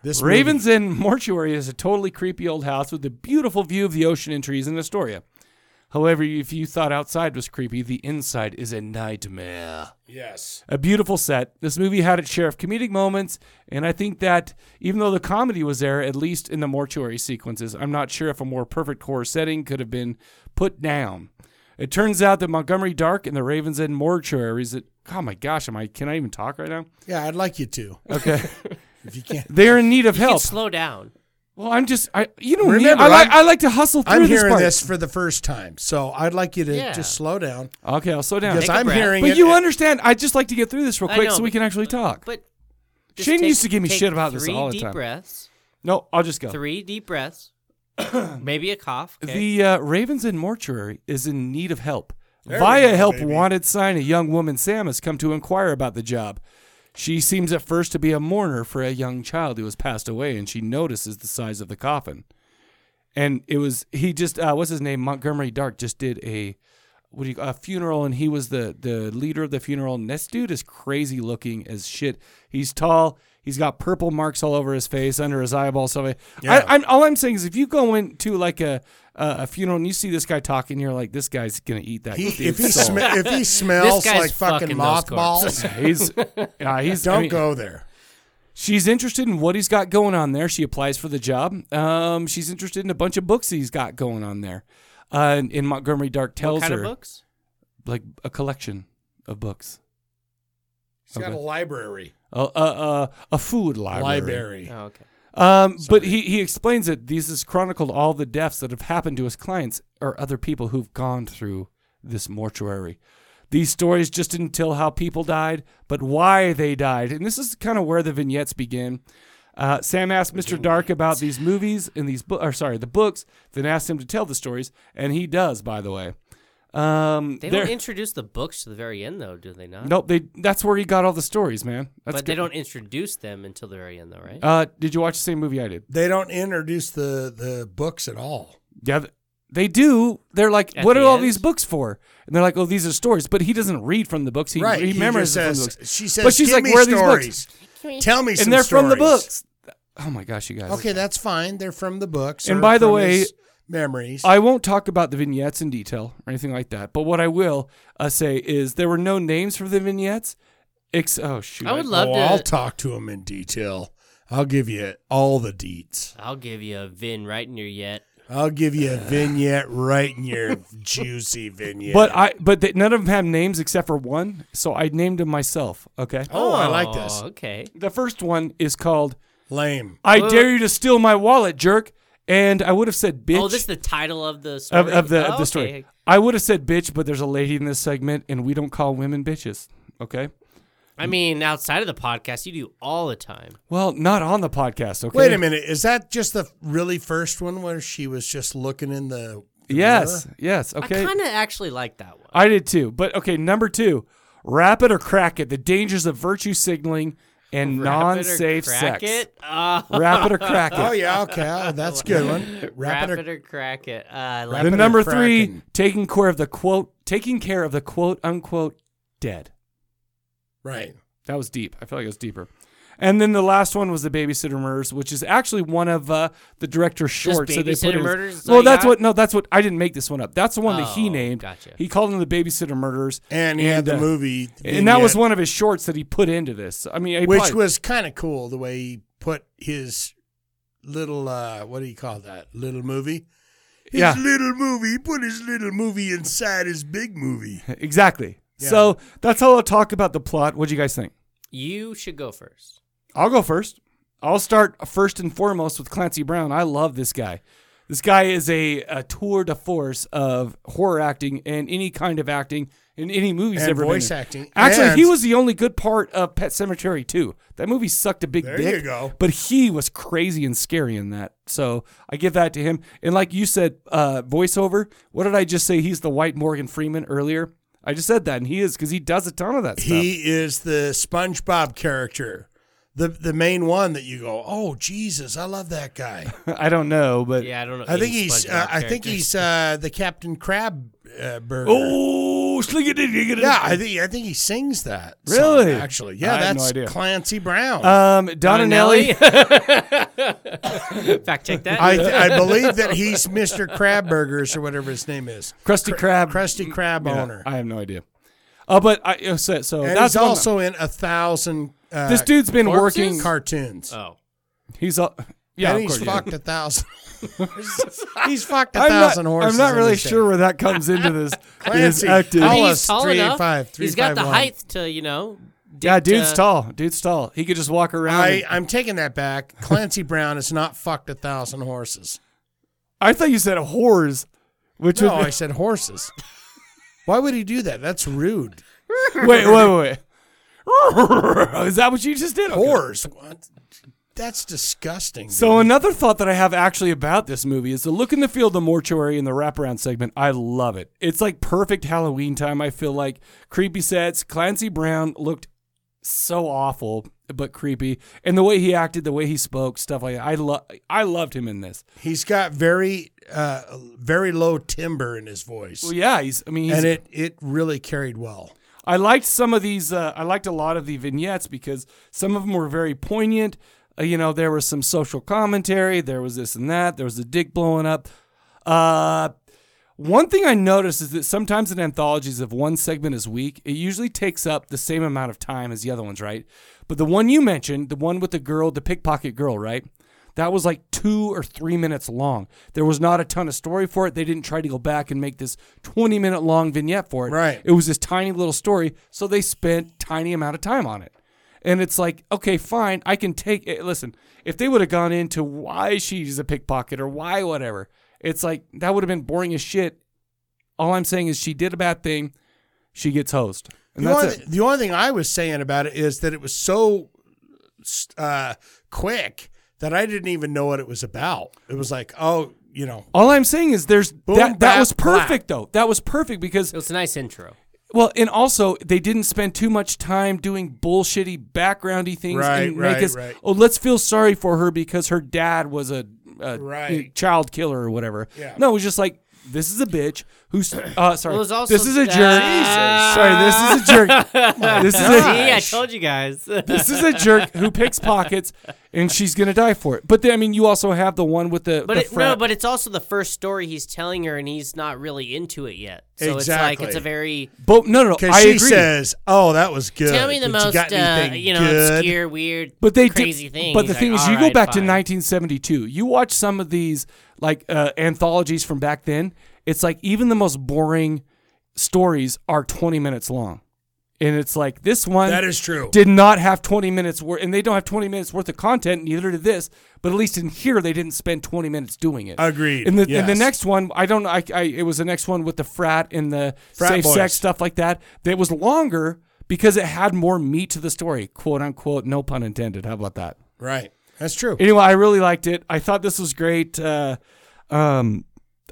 Speaker 2: This movie-
Speaker 1: Ravens Inn Mortuary is a totally creepy old house with a beautiful view of the ocean and trees in Astoria. However, if you thought outside was creepy, the inside is a nightmare.
Speaker 2: yes,
Speaker 1: A beautiful set. This movie had its share of comedic moments, and I think that even though the comedy was there, at least in the mortuary sequences, I'm not sure if a more perfect horror setting could have been put down. It turns out that Montgomery Dark and the Ravens Inn Mortuary is. Oh my gosh, am I? Can I even talk right now?
Speaker 2: yeah, I'd like you to
Speaker 1: Okay,
Speaker 2: if you can.
Speaker 1: they're in need of
Speaker 3: You can
Speaker 1: help.
Speaker 3: slow down.
Speaker 1: Well, I'm just I you know
Speaker 2: Remember,
Speaker 1: me. I like
Speaker 2: I'm-
Speaker 1: I like to hustle through
Speaker 2: I'm
Speaker 1: this
Speaker 2: hearing
Speaker 1: part.
Speaker 2: this for the first time, so I'd like you to
Speaker 1: Yeah.
Speaker 2: just slow down.
Speaker 1: Okay, I'll slow down.
Speaker 2: Because Take a I'm breath. hearing
Speaker 1: But
Speaker 2: it-
Speaker 1: you understand, I just like to get through this real
Speaker 3: I
Speaker 1: quick
Speaker 3: know,
Speaker 1: so we
Speaker 3: but-
Speaker 1: can actually talk.
Speaker 3: But just
Speaker 1: Shane
Speaker 3: take-
Speaker 1: used to give me
Speaker 3: take
Speaker 1: shit about this
Speaker 3: three
Speaker 1: all the
Speaker 3: deep
Speaker 1: time.
Speaker 3: breaths.
Speaker 1: No, I'll just go.
Speaker 3: Three deep breaths. Maybe a cough. okay?
Speaker 1: The uh, Ravens in Mortuary is in need of help.
Speaker 3: There we
Speaker 1: Via
Speaker 3: go,
Speaker 1: help
Speaker 3: baby.
Speaker 1: wanted sign, a young woman, Sam, has come to inquire about the job. She seems at first to be a mourner for a young child who has passed away, and she notices the size of the coffin. And it was he just uh, what's his name Montgomery Dark just did a what do you a funeral, and he was the the leader of the funeral. And this dude is crazy looking as shit. He's tall. He's got purple marks all over his face, under his eyeballs. So
Speaker 2: Yeah.
Speaker 1: I, I'm all I'm saying is if you go into like a a a funeral and you see this guy talking, you're like, this guy's gonna eat that.
Speaker 2: He-
Speaker 1: dude's
Speaker 2: if he
Speaker 1: soul.
Speaker 2: sme- if he This smells guy's like fucking fucking those mothballs. corpses.
Speaker 1: Yeah, he's yeah, he's.
Speaker 2: Don't go there.
Speaker 1: She's interested in what he's got going on there. She applies for the job. Um, she's interested in a bunch of books he's got going on there. Uh, and, and Montgomery Dark tells
Speaker 3: kind of
Speaker 1: her
Speaker 3: books?
Speaker 1: like a collection of books.
Speaker 2: He's got a library.
Speaker 1: a, a, a, a food library.
Speaker 2: Library.
Speaker 3: Oh, okay.
Speaker 1: Um, but he, he explains that these has chronicled all the deaths that have happened to his clients or other people who've gone through this mortuary. These stories just didn't tell how people died, but why they died. And this is kind of where the vignettes begin. Uh, Sam asked Mr. Dark about these movies and these books, or sorry, the books, then asked him to tell the stories, and he does, by the way. Um,
Speaker 3: They
Speaker 1: there-
Speaker 3: don't introduce the books to the very end, though, do they not?
Speaker 1: Nope, they, that's where he got all the stories, man. That's
Speaker 3: but they
Speaker 1: good.
Speaker 3: don't introduce them until the very end, though, right?
Speaker 1: Uh, did you watch the same movie I did?
Speaker 2: They don't introduce the the books at all.
Speaker 1: Yeah, th- they do. They're like,
Speaker 2: At
Speaker 1: what
Speaker 2: the
Speaker 1: are all
Speaker 2: end?
Speaker 1: these books for? And they're like, oh, these are stories. But he doesn't read from the books. He,
Speaker 2: right.
Speaker 1: he
Speaker 2: just
Speaker 1: remembers it from
Speaker 2: says-
Speaker 1: the books.
Speaker 2: She says,
Speaker 1: but she's
Speaker 2: "Give
Speaker 1: like,
Speaker 2: me
Speaker 1: where are these
Speaker 2: stories.
Speaker 1: books?
Speaker 2: Tell me
Speaker 1: and
Speaker 2: some
Speaker 1: they're from the
Speaker 2: stories."
Speaker 1: books. Oh my gosh, you guys.
Speaker 2: Okay, that's fine. They're from the books.
Speaker 1: And
Speaker 2: or
Speaker 1: by the
Speaker 2: from
Speaker 1: way,
Speaker 2: his memories.
Speaker 1: I won't talk about the vignettes in detail or anything like that. But what I will uh, say is there were no names for the vignettes. Ex- oh shoot!
Speaker 3: I would love
Speaker 2: oh,
Speaker 3: to-
Speaker 2: I'll talk to him in detail. I'll give you all the deets.
Speaker 3: I'll give you a vin right in your yet.
Speaker 2: I'll give you a vignette right in your juicy vignette.
Speaker 1: But I but they, none of them have names except for one, so I named him myself. Okay.
Speaker 2: Oh, I like this.
Speaker 3: Okay.
Speaker 1: The first one is called
Speaker 2: Lame.
Speaker 1: I
Speaker 3: Well-
Speaker 1: dare you to steal my wallet, jerk. And I would have said bitch.
Speaker 3: Oh, this is the title of the story.
Speaker 1: of, of the
Speaker 3: Oh,
Speaker 1: of the story.
Speaker 3: okay.
Speaker 1: I would have said bitch, but there's a lady in this segment, and we don't call women bitches. Okay.
Speaker 3: I mean, outside of the podcast, you do all the time.
Speaker 1: Well, not on the podcast. Okay.
Speaker 2: Wait a minute. Is that just the really first one where she was just looking in the? the
Speaker 1: Yes.
Speaker 2: mirror?
Speaker 1: Yes. Okay.
Speaker 3: I kind of actually like that one.
Speaker 1: I did too. But okay, number two, wrap it or crack it. The dangers of virtue signaling and
Speaker 3: Wrap it or
Speaker 1: non-safe
Speaker 3: crack
Speaker 1: sex.
Speaker 3: It? Oh.
Speaker 1: Wrap it or crack it.
Speaker 2: Oh yeah. Okay. Oh, that's a good one.
Speaker 3: Wrap,
Speaker 2: Wrap
Speaker 3: it, or, crack it. Uh, I like
Speaker 1: The
Speaker 3: that.
Speaker 1: number three, taking care of the quote, taking care of the quote unquote dead.
Speaker 2: Right.
Speaker 1: That was deep. I feel like it was deeper. And then the last one was the babysitter murders, which is actually one of uh, the director's shorts. that they
Speaker 3: Babysitter
Speaker 1: put in.
Speaker 3: Murders is all
Speaker 1: Well,
Speaker 3: you
Speaker 1: that's
Speaker 3: got?
Speaker 1: what. No, that's what. I didn't make this one up. That's the one that he
Speaker 3: Oh,
Speaker 1: named.
Speaker 3: gotcha.
Speaker 1: He called them the babysitter murders, uh,
Speaker 2: And he had the movie
Speaker 1: And that was
Speaker 2: vignette.
Speaker 1: one of his shorts that he put into this. I mean, he
Speaker 2: which
Speaker 1: probably-
Speaker 2: was kind of cool the way he put his little uh what do you call that little movie his
Speaker 1: Yeah.
Speaker 2: little movie he put his little movie inside his big movie
Speaker 1: exactly.
Speaker 2: Yeah.
Speaker 1: So that's how I'll talk about the plot. What do you guys think?
Speaker 3: You should go first.
Speaker 1: I'll go first. I'll start first and foremost with Clancy Brown. I love this guy. This guy is a, a tour de force of horror acting and any kind of acting in any movie he's
Speaker 2: And
Speaker 1: ever been
Speaker 2: voice
Speaker 1: in.
Speaker 2: acting.
Speaker 1: Actually,
Speaker 2: And-
Speaker 1: he was the only good part of Pet Cemetery too. That movie sucked a big
Speaker 2: There
Speaker 1: dick.
Speaker 2: you go.
Speaker 1: But he was crazy and scary in that. So I give that to him. And like you said, uh, voiceover. What did I just say? He's the white Morgan Freeman earlier. I just said that, and he is because he does a ton of that stuff.
Speaker 2: he is the spongebob character the the main one that you go oh jesus i love that guy
Speaker 1: I don't know, but
Speaker 3: Yeah, I don't know.
Speaker 2: i think
Speaker 3: any
Speaker 2: he's
Speaker 3: SpongeBob
Speaker 2: uh, i think
Speaker 3: characters.
Speaker 2: he's uh the captain crab uh, burger
Speaker 1: oh sling it in
Speaker 2: yeah i think i think he sings that song,
Speaker 1: Really?
Speaker 2: actually yeah
Speaker 1: I have no
Speaker 2: that's
Speaker 1: idea.
Speaker 2: clancy brown
Speaker 1: Um, Donanelli.
Speaker 3: Fact check that.
Speaker 2: I, I believe that he's Mr. Crab Burgers or whatever his name is.
Speaker 1: Krusty Krab.
Speaker 2: Krusty Krab
Speaker 1: Yeah,
Speaker 2: owner.
Speaker 1: I have no idea. Uh, but I so, so
Speaker 2: and
Speaker 1: that's
Speaker 2: he's
Speaker 1: one-
Speaker 2: also in a thousand. Uh,
Speaker 1: This dude's been
Speaker 2: corpses?
Speaker 1: working-
Speaker 2: cartoons.
Speaker 3: Oh,
Speaker 1: he's uh, yeah.
Speaker 2: and
Speaker 1: of
Speaker 2: he's
Speaker 1: course, yeah.
Speaker 2: fucked a thousand. he's fucked a
Speaker 1: I'm not-
Speaker 2: thousand horses.
Speaker 1: I'm not
Speaker 2: in
Speaker 1: really
Speaker 2: his day.
Speaker 1: sure where that comes into this. is
Speaker 2: Clancy,
Speaker 1: active.
Speaker 2: tell
Speaker 3: He's
Speaker 2: us
Speaker 3: tall enough.
Speaker 2: 385,
Speaker 3: he's got the
Speaker 2: 351.
Speaker 3: height to you know
Speaker 1: yeah, dude's
Speaker 2: uh,
Speaker 1: tall. Dude's tall. He could just walk around.
Speaker 2: I,
Speaker 1: and-
Speaker 2: I'm taking that back. Clancy Brown has not fucked a thousand horses.
Speaker 1: I thought you said whores, which
Speaker 2: no,
Speaker 1: would-
Speaker 2: I said horses. Why would he do that? That's rude.
Speaker 1: Wait, wait, wait. Is that what you just did? Okay.
Speaker 2: Horse. What? That's disgusting.
Speaker 1: So another thought that I have actually about this movie is the look in the field, the mortuary, and the wraparound segment. I love it. It's like perfect Halloween time. I feel like creepy sets. Clancy Brown looked so awful but creepy, and the way he acted, the way he spoke, stuff like that. I love. I loved him in this.
Speaker 2: He's got very, uh, very low timber in his voice.
Speaker 1: Well, yeah, he's. I mean, he's,
Speaker 2: and it it really carried well.
Speaker 1: I liked some of these. Uh, I liked a lot of the vignettes because some of them were very poignant. Uh, you know, there was some social commentary. There was this and that. There was the dick blowing up. Uh, one thing I noticed is that sometimes in anthologies, if one segment is weak, it usually takes up the same amount of time as the other ones, right? But the one you mentioned, the one with the girl, the pickpocket girl, right? That was like two or three minutes long. There was not a ton of story for it. They didn't try to go back and make this 20 minute long vignette for it. Right. It was this tiny little story. So they spent tiny amount of time on it. And it's like, okay, fine. I can take it. Listen, if they would have gone into why she's a pickpocket or why whatever, it's like that would have been boring as shit. All I'm saying is she did a bad thing. She gets hosed. And
Speaker 2: the,
Speaker 1: that's
Speaker 2: only,
Speaker 1: it.
Speaker 2: the only thing I was saying about it is that it was so uh, quick that I didn't even know what it was about. It was like, oh, you know,
Speaker 1: All I'm saying is there's that, that
Speaker 2: bap,
Speaker 1: was perfect
Speaker 2: blap.
Speaker 1: though. That was perfect because
Speaker 3: it was a nice intro.
Speaker 1: Well, and also they didn't spend too much time doing bullshitty backgroundy things
Speaker 2: Right,
Speaker 1: and make
Speaker 2: right,
Speaker 1: us
Speaker 2: right.
Speaker 1: oh let's feel sorry for her because her dad was a, a
Speaker 2: Right.
Speaker 1: child killer or whatever.
Speaker 2: Yeah.
Speaker 1: No, it was just like this is a bitch who's uh sorry
Speaker 3: Well, it was also-
Speaker 1: this is a jerk.
Speaker 3: Ah.
Speaker 1: Sorry, this is a jerk.
Speaker 3: My
Speaker 1: this is a,
Speaker 3: gosh. See, I told you guys.
Speaker 1: this is a jerk who picks pockets and she's gonna die for it. But then, I mean, you also have the one with the
Speaker 3: But
Speaker 1: the
Speaker 3: it,
Speaker 1: frat-
Speaker 3: no, but it's also the first story he's telling her, and he's not really into it yet. So it's like it's a
Speaker 2: Exactly.
Speaker 3: very
Speaker 1: But no, no, no.
Speaker 2: because
Speaker 1: I
Speaker 2: she
Speaker 1: agree.
Speaker 2: says, oh, that was good.
Speaker 3: tell me the
Speaker 2: Did
Speaker 3: most
Speaker 2: got
Speaker 3: uh,
Speaker 2: anything
Speaker 3: you know
Speaker 2: good?
Speaker 3: obscure, weird,
Speaker 1: But they
Speaker 3: crazy
Speaker 1: did,
Speaker 3: thing.
Speaker 1: But
Speaker 3: He's
Speaker 1: the thing
Speaker 3: like,
Speaker 1: is, you
Speaker 3: "All
Speaker 1: go
Speaker 3: right,
Speaker 1: back to
Speaker 3: fine."
Speaker 1: 1972. You watch some of these like uh, anthologies from back then. It's like even the most boring stories are 20 minutes long, and it's like this one
Speaker 2: That is true.
Speaker 1: Did not have 20 minutes worth, and they don't have 20 minutes worth of content. Neither did this. But at least in here, they didn't spend 20 minutes doing it.
Speaker 2: Agreed.
Speaker 1: And the, and the
Speaker 2: Yes.
Speaker 1: next one, I don't. know, I, I it was the next one with the frat and the
Speaker 2: Frat
Speaker 1: safe
Speaker 2: boys.
Speaker 1: sex stuff like that. That was longer because it had more meat to the story, quote unquote. No pun intended. How about that?
Speaker 2: Right. That's true.
Speaker 1: Anyway, I really liked it. I thought this was great. Uh, um,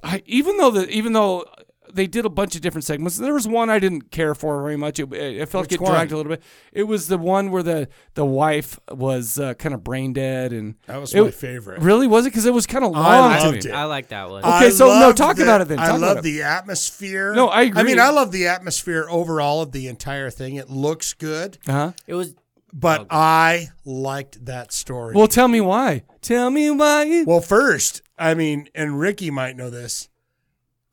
Speaker 1: I even though the even though they did a bunch of different segments, there was one I didn't care for very much. It, it it felt
Speaker 2: Which
Speaker 1: like it
Speaker 2: one?
Speaker 1: dragged a little bit. It was the one where the the wife was uh, kind of brain dead, and
Speaker 2: That was
Speaker 1: it-
Speaker 2: my favorite.
Speaker 1: Really, was it because it was kind of long.
Speaker 2: I
Speaker 1: to
Speaker 2: loved
Speaker 1: me.
Speaker 2: it.
Speaker 1: Okay,
Speaker 2: I
Speaker 1: so no,
Speaker 2: loved
Speaker 1: talk
Speaker 2: the-
Speaker 1: about it then.
Speaker 2: I
Speaker 1: Talk about
Speaker 2: love
Speaker 1: it.
Speaker 2: the atmosphere.
Speaker 1: No, I agree.
Speaker 2: I mean, I love the atmosphere overall of the entire thing. It looks good.
Speaker 1: Uh-huh.
Speaker 3: It was,
Speaker 2: but I liked that story.
Speaker 1: Well, tell me why. Tell me why.
Speaker 2: Well, first, I mean, and Ricky might know this.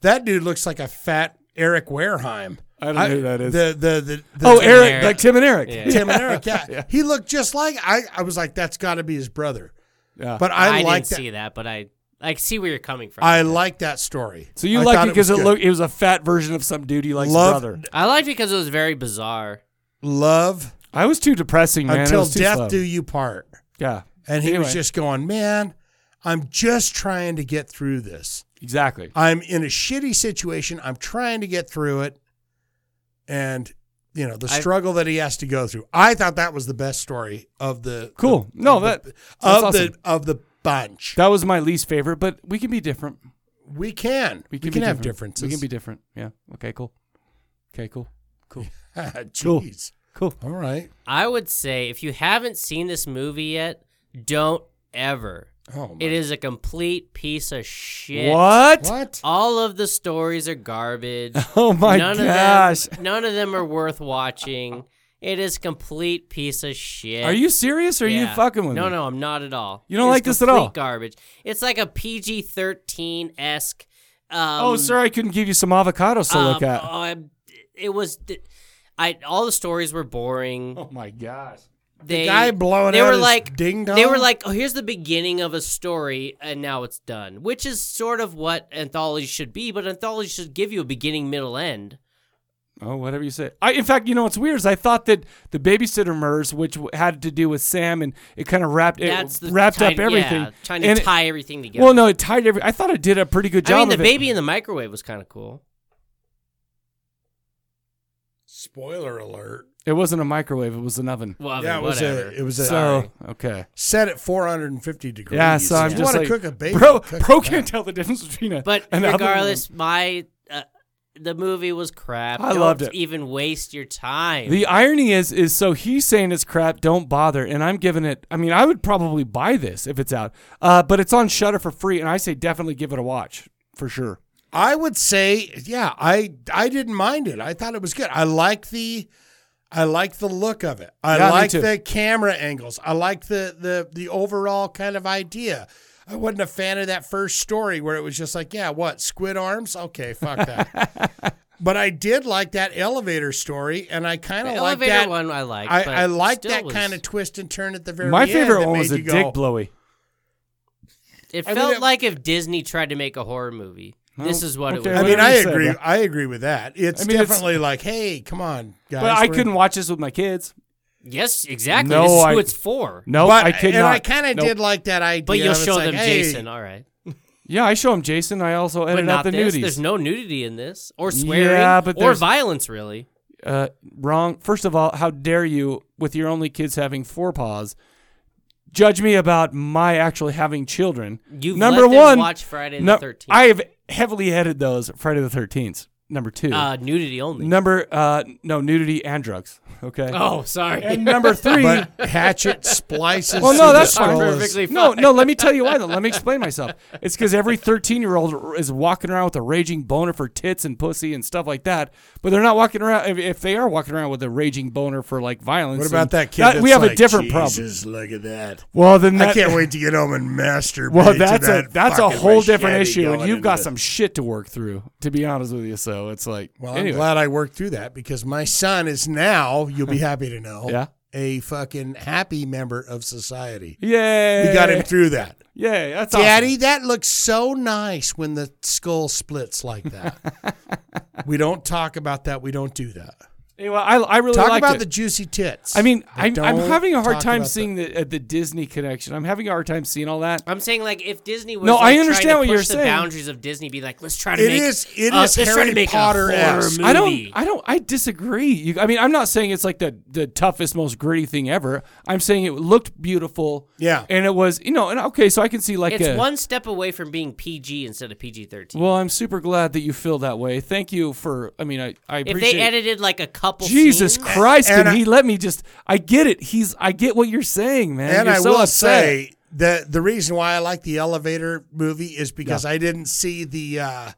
Speaker 2: That dude looks like a fat Eric Wareheim.
Speaker 1: I don't know who that is.
Speaker 2: The the the, the
Speaker 1: Oh, Eric, Eric. like Tim and Eric. Yeah.
Speaker 2: Tim and Eric. Yeah.
Speaker 1: Yeah.
Speaker 2: he looked just like I. I was like, that's got to be his brother.
Speaker 1: Yeah.
Speaker 2: But I,
Speaker 3: didn't
Speaker 2: like that.
Speaker 3: see that, but I I see where you're coming from.
Speaker 2: I like that story.
Speaker 1: So you
Speaker 2: I
Speaker 1: liked
Speaker 2: thought
Speaker 1: it because it,
Speaker 2: was good.
Speaker 1: looked it was a fat version of some dude you like's
Speaker 2: Love-
Speaker 1: brother.
Speaker 3: I liked because it was very bizarre.
Speaker 2: love
Speaker 1: I was too depressing, man. It
Speaker 2: until
Speaker 1: was too
Speaker 2: death
Speaker 1: slow.
Speaker 2: do you part.
Speaker 1: Yeah.
Speaker 2: And he
Speaker 1: Anyway.
Speaker 2: was just going, man, I'm just trying to get through this.
Speaker 1: Exactly.
Speaker 2: I'm in a shitty situation. I'm trying to get through it. And, you know, the
Speaker 1: I-
Speaker 2: struggle that he has to go through. I thought that was the best story of the.
Speaker 1: Cool.
Speaker 2: of the-
Speaker 1: No,
Speaker 2: of
Speaker 1: that
Speaker 2: the,
Speaker 1: that's
Speaker 2: of,
Speaker 1: awesome.
Speaker 2: the, of the bunch.
Speaker 1: That was my least favorite, but we can be different.
Speaker 2: We can. We can,
Speaker 1: be
Speaker 2: have
Speaker 1: different.
Speaker 2: differences.
Speaker 1: We can be different. Yeah. Okay. Cool. Okay. Cool. Cool. Cool.
Speaker 2: Jeez.
Speaker 1: Cool.
Speaker 2: All right.
Speaker 3: I would say if you haven't seen this movie yet, don't ever.
Speaker 2: Oh,
Speaker 3: it is a complete piece of shit.
Speaker 1: What? What?
Speaker 3: All of the stories are garbage.
Speaker 1: Oh my
Speaker 3: of
Speaker 1: gosh.
Speaker 3: them, none of them are worth watching. It is complete piece of shit.
Speaker 1: Are you serious? Or are you
Speaker 3: Yeah.
Speaker 1: fucking with
Speaker 3: no,
Speaker 1: me?
Speaker 3: No, I'm not at all.
Speaker 1: You don't
Speaker 3: It's
Speaker 1: like this at all?
Speaker 3: complete Garbage. It's like a PG-13 esque. Um,
Speaker 1: oh, sir, I couldn't give you some avocados to look
Speaker 3: um,
Speaker 1: at.
Speaker 3: um, it was, I all the stories were boring. Oh
Speaker 1: my gosh.
Speaker 3: They,
Speaker 2: guy blowing
Speaker 3: they
Speaker 2: out
Speaker 3: were
Speaker 2: his
Speaker 3: like
Speaker 2: ding
Speaker 3: They were
Speaker 2: dong?
Speaker 3: like, oh, here's the beginning of a story, and now it's done, which is sort of what anthology should be. But anthology should give you a beginning, middle, end.
Speaker 1: Oh, whatever you say. I, in fact, you know what's weird is I thought that the babysitter murders, which w- had to do with Sam, and it kind of wrapped it
Speaker 3: That's the
Speaker 1: wrapped
Speaker 3: tie-
Speaker 1: up everything.
Speaker 3: yeah, trying to
Speaker 1: And it-
Speaker 3: tie everything together.
Speaker 1: Well, no, it tied every. I thought it did a pretty good job.
Speaker 3: I mean, the
Speaker 1: of it.
Speaker 3: baby in the microwave was kind of cool.
Speaker 2: Spoiler alert.
Speaker 1: It wasn't a microwave. It was an oven.
Speaker 3: Well,
Speaker 2: yeah, it was
Speaker 3: whatever.
Speaker 2: a. It was a.
Speaker 1: So, okay.
Speaker 2: Set at 450 degrees.
Speaker 1: Yeah, so I'm
Speaker 2: If you
Speaker 1: just
Speaker 2: wanna
Speaker 1: like,
Speaker 2: cook a baby.
Speaker 1: bro,
Speaker 2: cook
Speaker 1: bro
Speaker 2: it.
Speaker 1: can't tell the difference between a.
Speaker 3: But
Speaker 1: an oven and a-
Speaker 3: regardless, my uh, the movie was crap.
Speaker 1: I
Speaker 3: Don't
Speaker 1: loved it.
Speaker 3: Even waste your time.
Speaker 1: The irony is, is so he's saying it's crap. Don't bother, and I'm giving it. I mean, I would probably buy this if it's out, uh, but it's on Shutter for free, and I say definitely give it a watch for sure.
Speaker 2: I would say, yeah, I I didn't mind it. I thought it was good. I like the I like the look of it. I
Speaker 1: Yeah, me
Speaker 2: like
Speaker 1: too.
Speaker 2: the camera angles. I like the the the overall kind of idea. I wasn't a fan of that first story where it was just like, yeah, what, squid arms? Okay, fuck that. but I did like that elevator story and I kind of
Speaker 3: The
Speaker 2: like
Speaker 3: elevator
Speaker 2: that
Speaker 3: one I liked,
Speaker 2: I,
Speaker 3: but
Speaker 2: I like
Speaker 3: still
Speaker 2: that
Speaker 3: was-
Speaker 2: kind of twist and turn at the very
Speaker 1: My
Speaker 2: end
Speaker 1: favorite
Speaker 2: that
Speaker 1: one was
Speaker 2: made
Speaker 1: a
Speaker 2: you go,
Speaker 1: dick blowy.
Speaker 3: it
Speaker 2: I mean,
Speaker 3: felt
Speaker 2: it-
Speaker 3: like if Disney tried to make a horror movie. this
Speaker 1: Well,
Speaker 3: is what
Speaker 1: okay,
Speaker 3: it was.
Speaker 2: I mean,
Speaker 1: whatever
Speaker 2: I
Speaker 1: you said,
Speaker 2: agree.
Speaker 1: yeah.
Speaker 2: I agree with that. It's
Speaker 1: I mean, it's-
Speaker 2: definitely like, hey, come on, guys.
Speaker 1: but I
Speaker 2: we're-
Speaker 1: couldn't watch this with my kids.
Speaker 3: Yes, exactly.
Speaker 1: No,
Speaker 3: this is
Speaker 1: I-
Speaker 3: who it's for.
Speaker 1: No,
Speaker 2: But-
Speaker 1: I could
Speaker 2: and
Speaker 1: not.
Speaker 2: I kind of
Speaker 1: Nope.
Speaker 2: did like that idea.
Speaker 3: But you'll
Speaker 2: of it's
Speaker 3: show
Speaker 2: like,
Speaker 3: them
Speaker 2: hey,
Speaker 3: Jason. All right.
Speaker 1: Yeah, I show him Jason. I also
Speaker 3: But
Speaker 1: edit
Speaker 3: not
Speaker 1: out the
Speaker 3: this.
Speaker 1: nudies.
Speaker 3: There's no nudity in this, or swearing,
Speaker 1: Yeah, but
Speaker 3: or
Speaker 1: there's-
Speaker 3: violence, really.
Speaker 1: uh, wrong. First of all, how dare you, with your only kids having four paws, judge me about my actually having children?
Speaker 3: You've
Speaker 1: number
Speaker 3: let them
Speaker 1: one.
Speaker 3: watch Friday the
Speaker 1: no-
Speaker 3: 13th.
Speaker 1: I have heavily edited those Friday the Thirteenth. Number two.
Speaker 3: Uh, nudity only.
Speaker 1: number uh, no nudity and drugs. Okay.
Speaker 3: Oh, sorry.
Speaker 1: And number three.
Speaker 2: But Hatchet splices.
Speaker 1: Well,
Speaker 2: through
Speaker 1: no, that's
Speaker 2: the
Speaker 1: fine.
Speaker 2: skull is-
Speaker 3: Perfectly
Speaker 1: No,
Speaker 3: fine.
Speaker 1: no. Let me tell you why. Though. Let me explain myself. It's because every thirteen-year-old is walking around with a raging boner for tits and pussy and stuff like that. But they're not walking around. If, if they are walking around with a raging boner for like violence,
Speaker 2: What about
Speaker 1: and
Speaker 2: that kid?
Speaker 1: we
Speaker 2: that's
Speaker 1: have a
Speaker 2: like,
Speaker 1: different problem.
Speaker 2: "Jesus, Look at that.
Speaker 1: Well, then
Speaker 2: I
Speaker 1: that-
Speaker 2: can't wait to get home and masturbate.
Speaker 1: Well,
Speaker 2: to
Speaker 1: that's
Speaker 2: that
Speaker 1: a that's a
Speaker 2: fucking
Speaker 1: whole different
Speaker 2: machete
Speaker 1: issue, and
Speaker 2: going
Speaker 1: you've
Speaker 2: into
Speaker 1: got
Speaker 2: the-
Speaker 1: some shit to work through. To be honest with you, so it's like
Speaker 2: Well,
Speaker 1: anyway.
Speaker 2: I'm glad I worked through that because my son is now. You'll be happy to know.
Speaker 1: Yeah.
Speaker 2: A fucking happy member of society.
Speaker 1: Yay!
Speaker 2: We got him through that.
Speaker 1: Yay! That's
Speaker 2: Daddy, that looks so nice when the skull splits like that. we don't talk about that. We don't do that.
Speaker 1: awesome. Anyway, I I really
Speaker 2: talk
Speaker 1: liked
Speaker 2: about
Speaker 1: it.
Speaker 2: the juicy tits.
Speaker 1: I mean,
Speaker 2: But
Speaker 1: I'm, I'm
Speaker 2: don't
Speaker 1: having a hard
Speaker 2: talk
Speaker 1: time
Speaker 2: about
Speaker 1: seeing the, uh, the Disney connection. I'm having a hard time seeing all that.
Speaker 3: I'm saying like if Disney was
Speaker 1: No,
Speaker 3: like,
Speaker 1: I
Speaker 3: trying
Speaker 1: understand
Speaker 3: to
Speaker 1: what
Speaker 3: push
Speaker 1: you're
Speaker 3: the
Speaker 1: saying.
Speaker 3: boundays of Disney, be like let's try to
Speaker 2: It
Speaker 3: make
Speaker 2: is- it
Speaker 3: uh, let's
Speaker 2: is
Speaker 3: try
Speaker 2: Harry
Speaker 3: to make a horror
Speaker 2: Potter-esque.
Speaker 3: movie.
Speaker 1: I don't. I don't. I disagree. You, I mean, I'm not saying it's like the the toughest, most gritty thing ever. I'm saying it looked beautiful.
Speaker 2: Yeah.
Speaker 1: and it was you know, and okay, so I can see like
Speaker 3: it's
Speaker 1: a.
Speaker 3: one step away from being PG instead of PG-13.
Speaker 1: well, I'm super glad that you feel that way. Thank you for. I mean, I I
Speaker 3: if
Speaker 1: appreciate.
Speaker 3: they edited like a couple,
Speaker 1: Jesus
Speaker 3: scenes,
Speaker 1: Christ!
Speaker 2: And
Speaker 1: can
Speaker 2: I-
Speaker 1: he let me just? I get it. He's. I get what you're saying, man.
Speaker 2: That. And
Speaker 1: You're
Speaker 2: I
Speaker 1: so
Speaker 2: will
Speaker 1: upset.
Speaker 2: say that the reason why I like the elevator movie is because I didn't see the uh,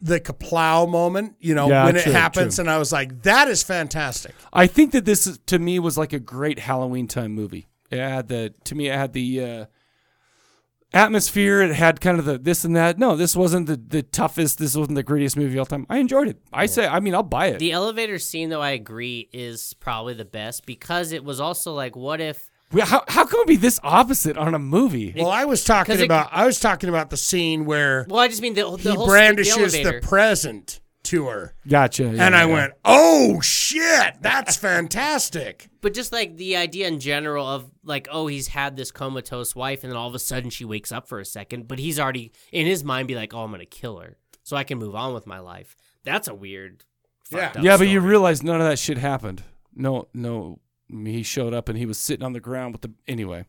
Speaker 2: the kaplow moment. You know,
Speaker 1: Yeah,
Speaker 2: when it
Speaker 1: true,
Speaker 2: happens,
Speaker 1: true.
Speaker 2: and I was like, that is fantastic.
Speaker 1: I think that this is, to me was like a great Halloween time movie. It had the to me it had the uh, atmosphere. It had kind of the this and that. No, this wasn't the, the toughest. This wasn't the grittiest movie of all time. I enjoyed it. I say, I mean, I'll buy it.
Speaker 3: The elevator scene, though, I agree is probably the best because it was also like, what if?
Speaker 1: We- how how can we be this opposite on a movie?
Speaker 2: Well, I was talking
Speaker 3: 'cause it-
Speaker 2: about I was talking about the scene where
Speaker 3: Well, I just mean the, the
Speaker 2: he
Speaker 3: whole
Speaker 2: brandishes
Speaker 3: the
Speaker 2: the
Speaker 3: elevator.
Speaker 2: present to her.
Speaker 1: gotcha.
Speaker 2: and
Speaker 1: yeah,
Speaker 2: I
Speaker 1: yeah.
Speaker 2: went, "Oh shit, that's fantastic!"
Speaker 3: but just like the idea in general of like, oh, he's had this comatose wife, and then all of a sudden she wakes up for a second, but he's already in his mind be like, oh, I'm gonna kill her, so I can move on with my life. That's a weird.
Speaker 2: Yeah.
Speaker 3: fucked up
Speaker 1: yeah, but you
Speaker 3: story.
Speaker 1: realize none of that shit happened. No, no, he showed up and he was sitting on the ground with the anyway.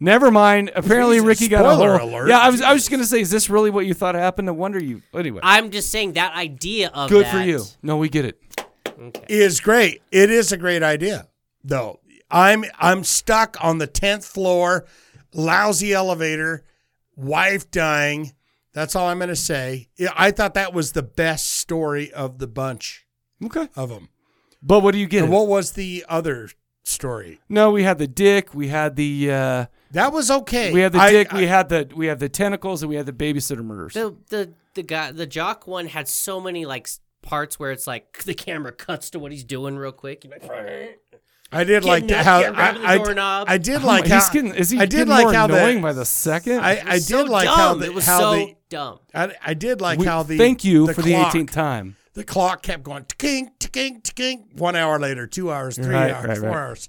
Speaker 1: Never mind. Apparently,
Speaker 2: Jesus,
Speaker 1: Ricky got a
Speaker 2: spoiler
Speaker 1: whole-
Speaker 2: alert.
Speaker 1: Yeah, I was. I was just gonna say, is this really what you thought happened? No wonder you. Anyway,
Speaker 3: I'm just saying that idea of
Speaker 1: good for
Speaker 3: that-
Speaker 1: you. No, we get it.
Speaker 2: Is great. It is a great idea, though. I'm I'm stuck on the tenth floor, lousy elevator, wife dying. That's all I'm gonna say. Yeah, I thought that was the best story of the bunch
Speaker 1: Okay.
Speaker 2: of them.
Speaker 1: But what do you get?
Speaker 2: And what was the other story?
Speaker 1: no, we had the dick. We had the uh,
Speaker 2: That was okay.
Speaker 1: we had the
Speaker 2: I-
Speaker 1: dick.
Speaker 2: I-
Speaker 1: we had the we had the tentacles, and we had the babysitter murders.
Speaker 3: The the the guy the jock one had so many like s- parts where it's like the camera cuts to what he's doing real quick. You're like,
Speaker 2: I did like
Speaker 3: Getting
Speaker 2: that
Speaker 3: up
Speaker 2: how
Speaker 3: there, grabbing the
Speaker 2: I, I,
Speaker 3: doorknob.
Speaker 2: I did
Speaker 1: Oh
Speaker 2: like
Speaker 1: my-
Speaker 2: how
Speaker 1: he's getting is he
Speaker 2: I did
Speaker 1: getting
Speaker 2: like
Speaker 1: more
Speaker 2: how
Speaker 1: annoying
Speaker 2: the,
Speaker 1: by the second.
Speaker 2: I, I did
Speaker 3: so
Speaker 2: like
Speaker 3: dumb.
Speaker 2: how the,
Speaker 3: it was
Speaker 2: how
Speaker 3: so
Speaker 2: the,
Speaker 3: dumb.
Speaker 2: I, I did like
Speaker 1: We-
Speaker 2: how the
Speaker 1: thank you for the
Speaker 2: clock-
Speaker 1: eighteenth time.
Speaker 10: The clock kept going ticking, ticking, ticking. One hour later, two hours, three
Speaker 1: Right,
Speaker 10: hours,
Speaker 1: right,
Speaker 10: four
Speaker 1: right.
Speaker 10: hours.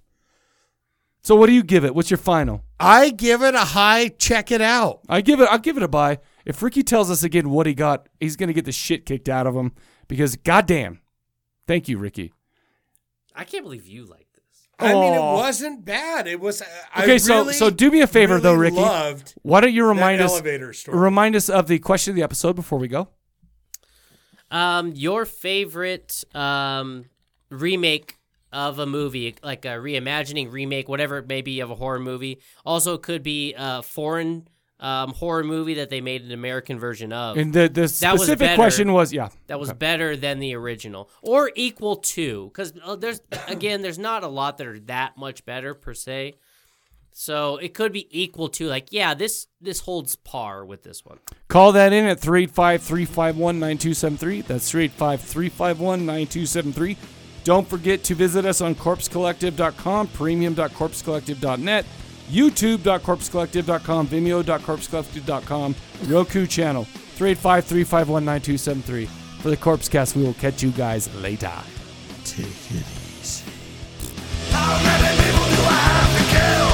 Speaker 1: So what do you give it? What's your final?
Speaker 10: I give it a high. Check it out.
Speaker 1: I give it. I'll give it a buy. If Ricky tells us again what he got, he's gonna get the shit kicked out of him because goddamn. Thank you, Ricky.
Speaker 3: I can't believe you like
Speaker 10: I mean, it
Speaker 1: Aw.
Speaker 10: wasn't bad. It
Speaker 2: uh,
Speaker 10: was. I
Speaker 1: Okay, so
Speaker 10: really,
Speaker 1: so do me a favor
Speaker 10: really
Speaker 1: though, Ricky.
Speaker 10: Loved
Speaker 1: Why don't you
Speaker 10: that
Speaker 1: remind us
Speaker 10: elevator story?
Speaker 1: remind us of the question of the episode before we go?
Speaker 3: Um, your favorite um remake of a movie, like a reimagining, remake, whatever it may be, of a horror movie. Also, could be a foreign um horror movie that they made an American version of.
Speaker 1: And the- the specific question was- yeah.
Speaker 3: that was
Speaker 1: Okay.
Speaker 3: better than the original or equal to, because there's again, there's not a lot that are that much better per se. So it could be equal to, like, yeah, this this holds par with this one.
Speaker 1: Call that in at 385 351 9273. That's 385 351 9273. Don't forget to visit us on corpsecollective.com, premium.corpsecollective.net, youtube.corpsecollective.com, vimeo.corpsecollective.com, Roku channel, 385 351 9273. For the Corpse Cast, we will catch you guys later. Take it easy.
Speaker 14: How many people do I have to kill?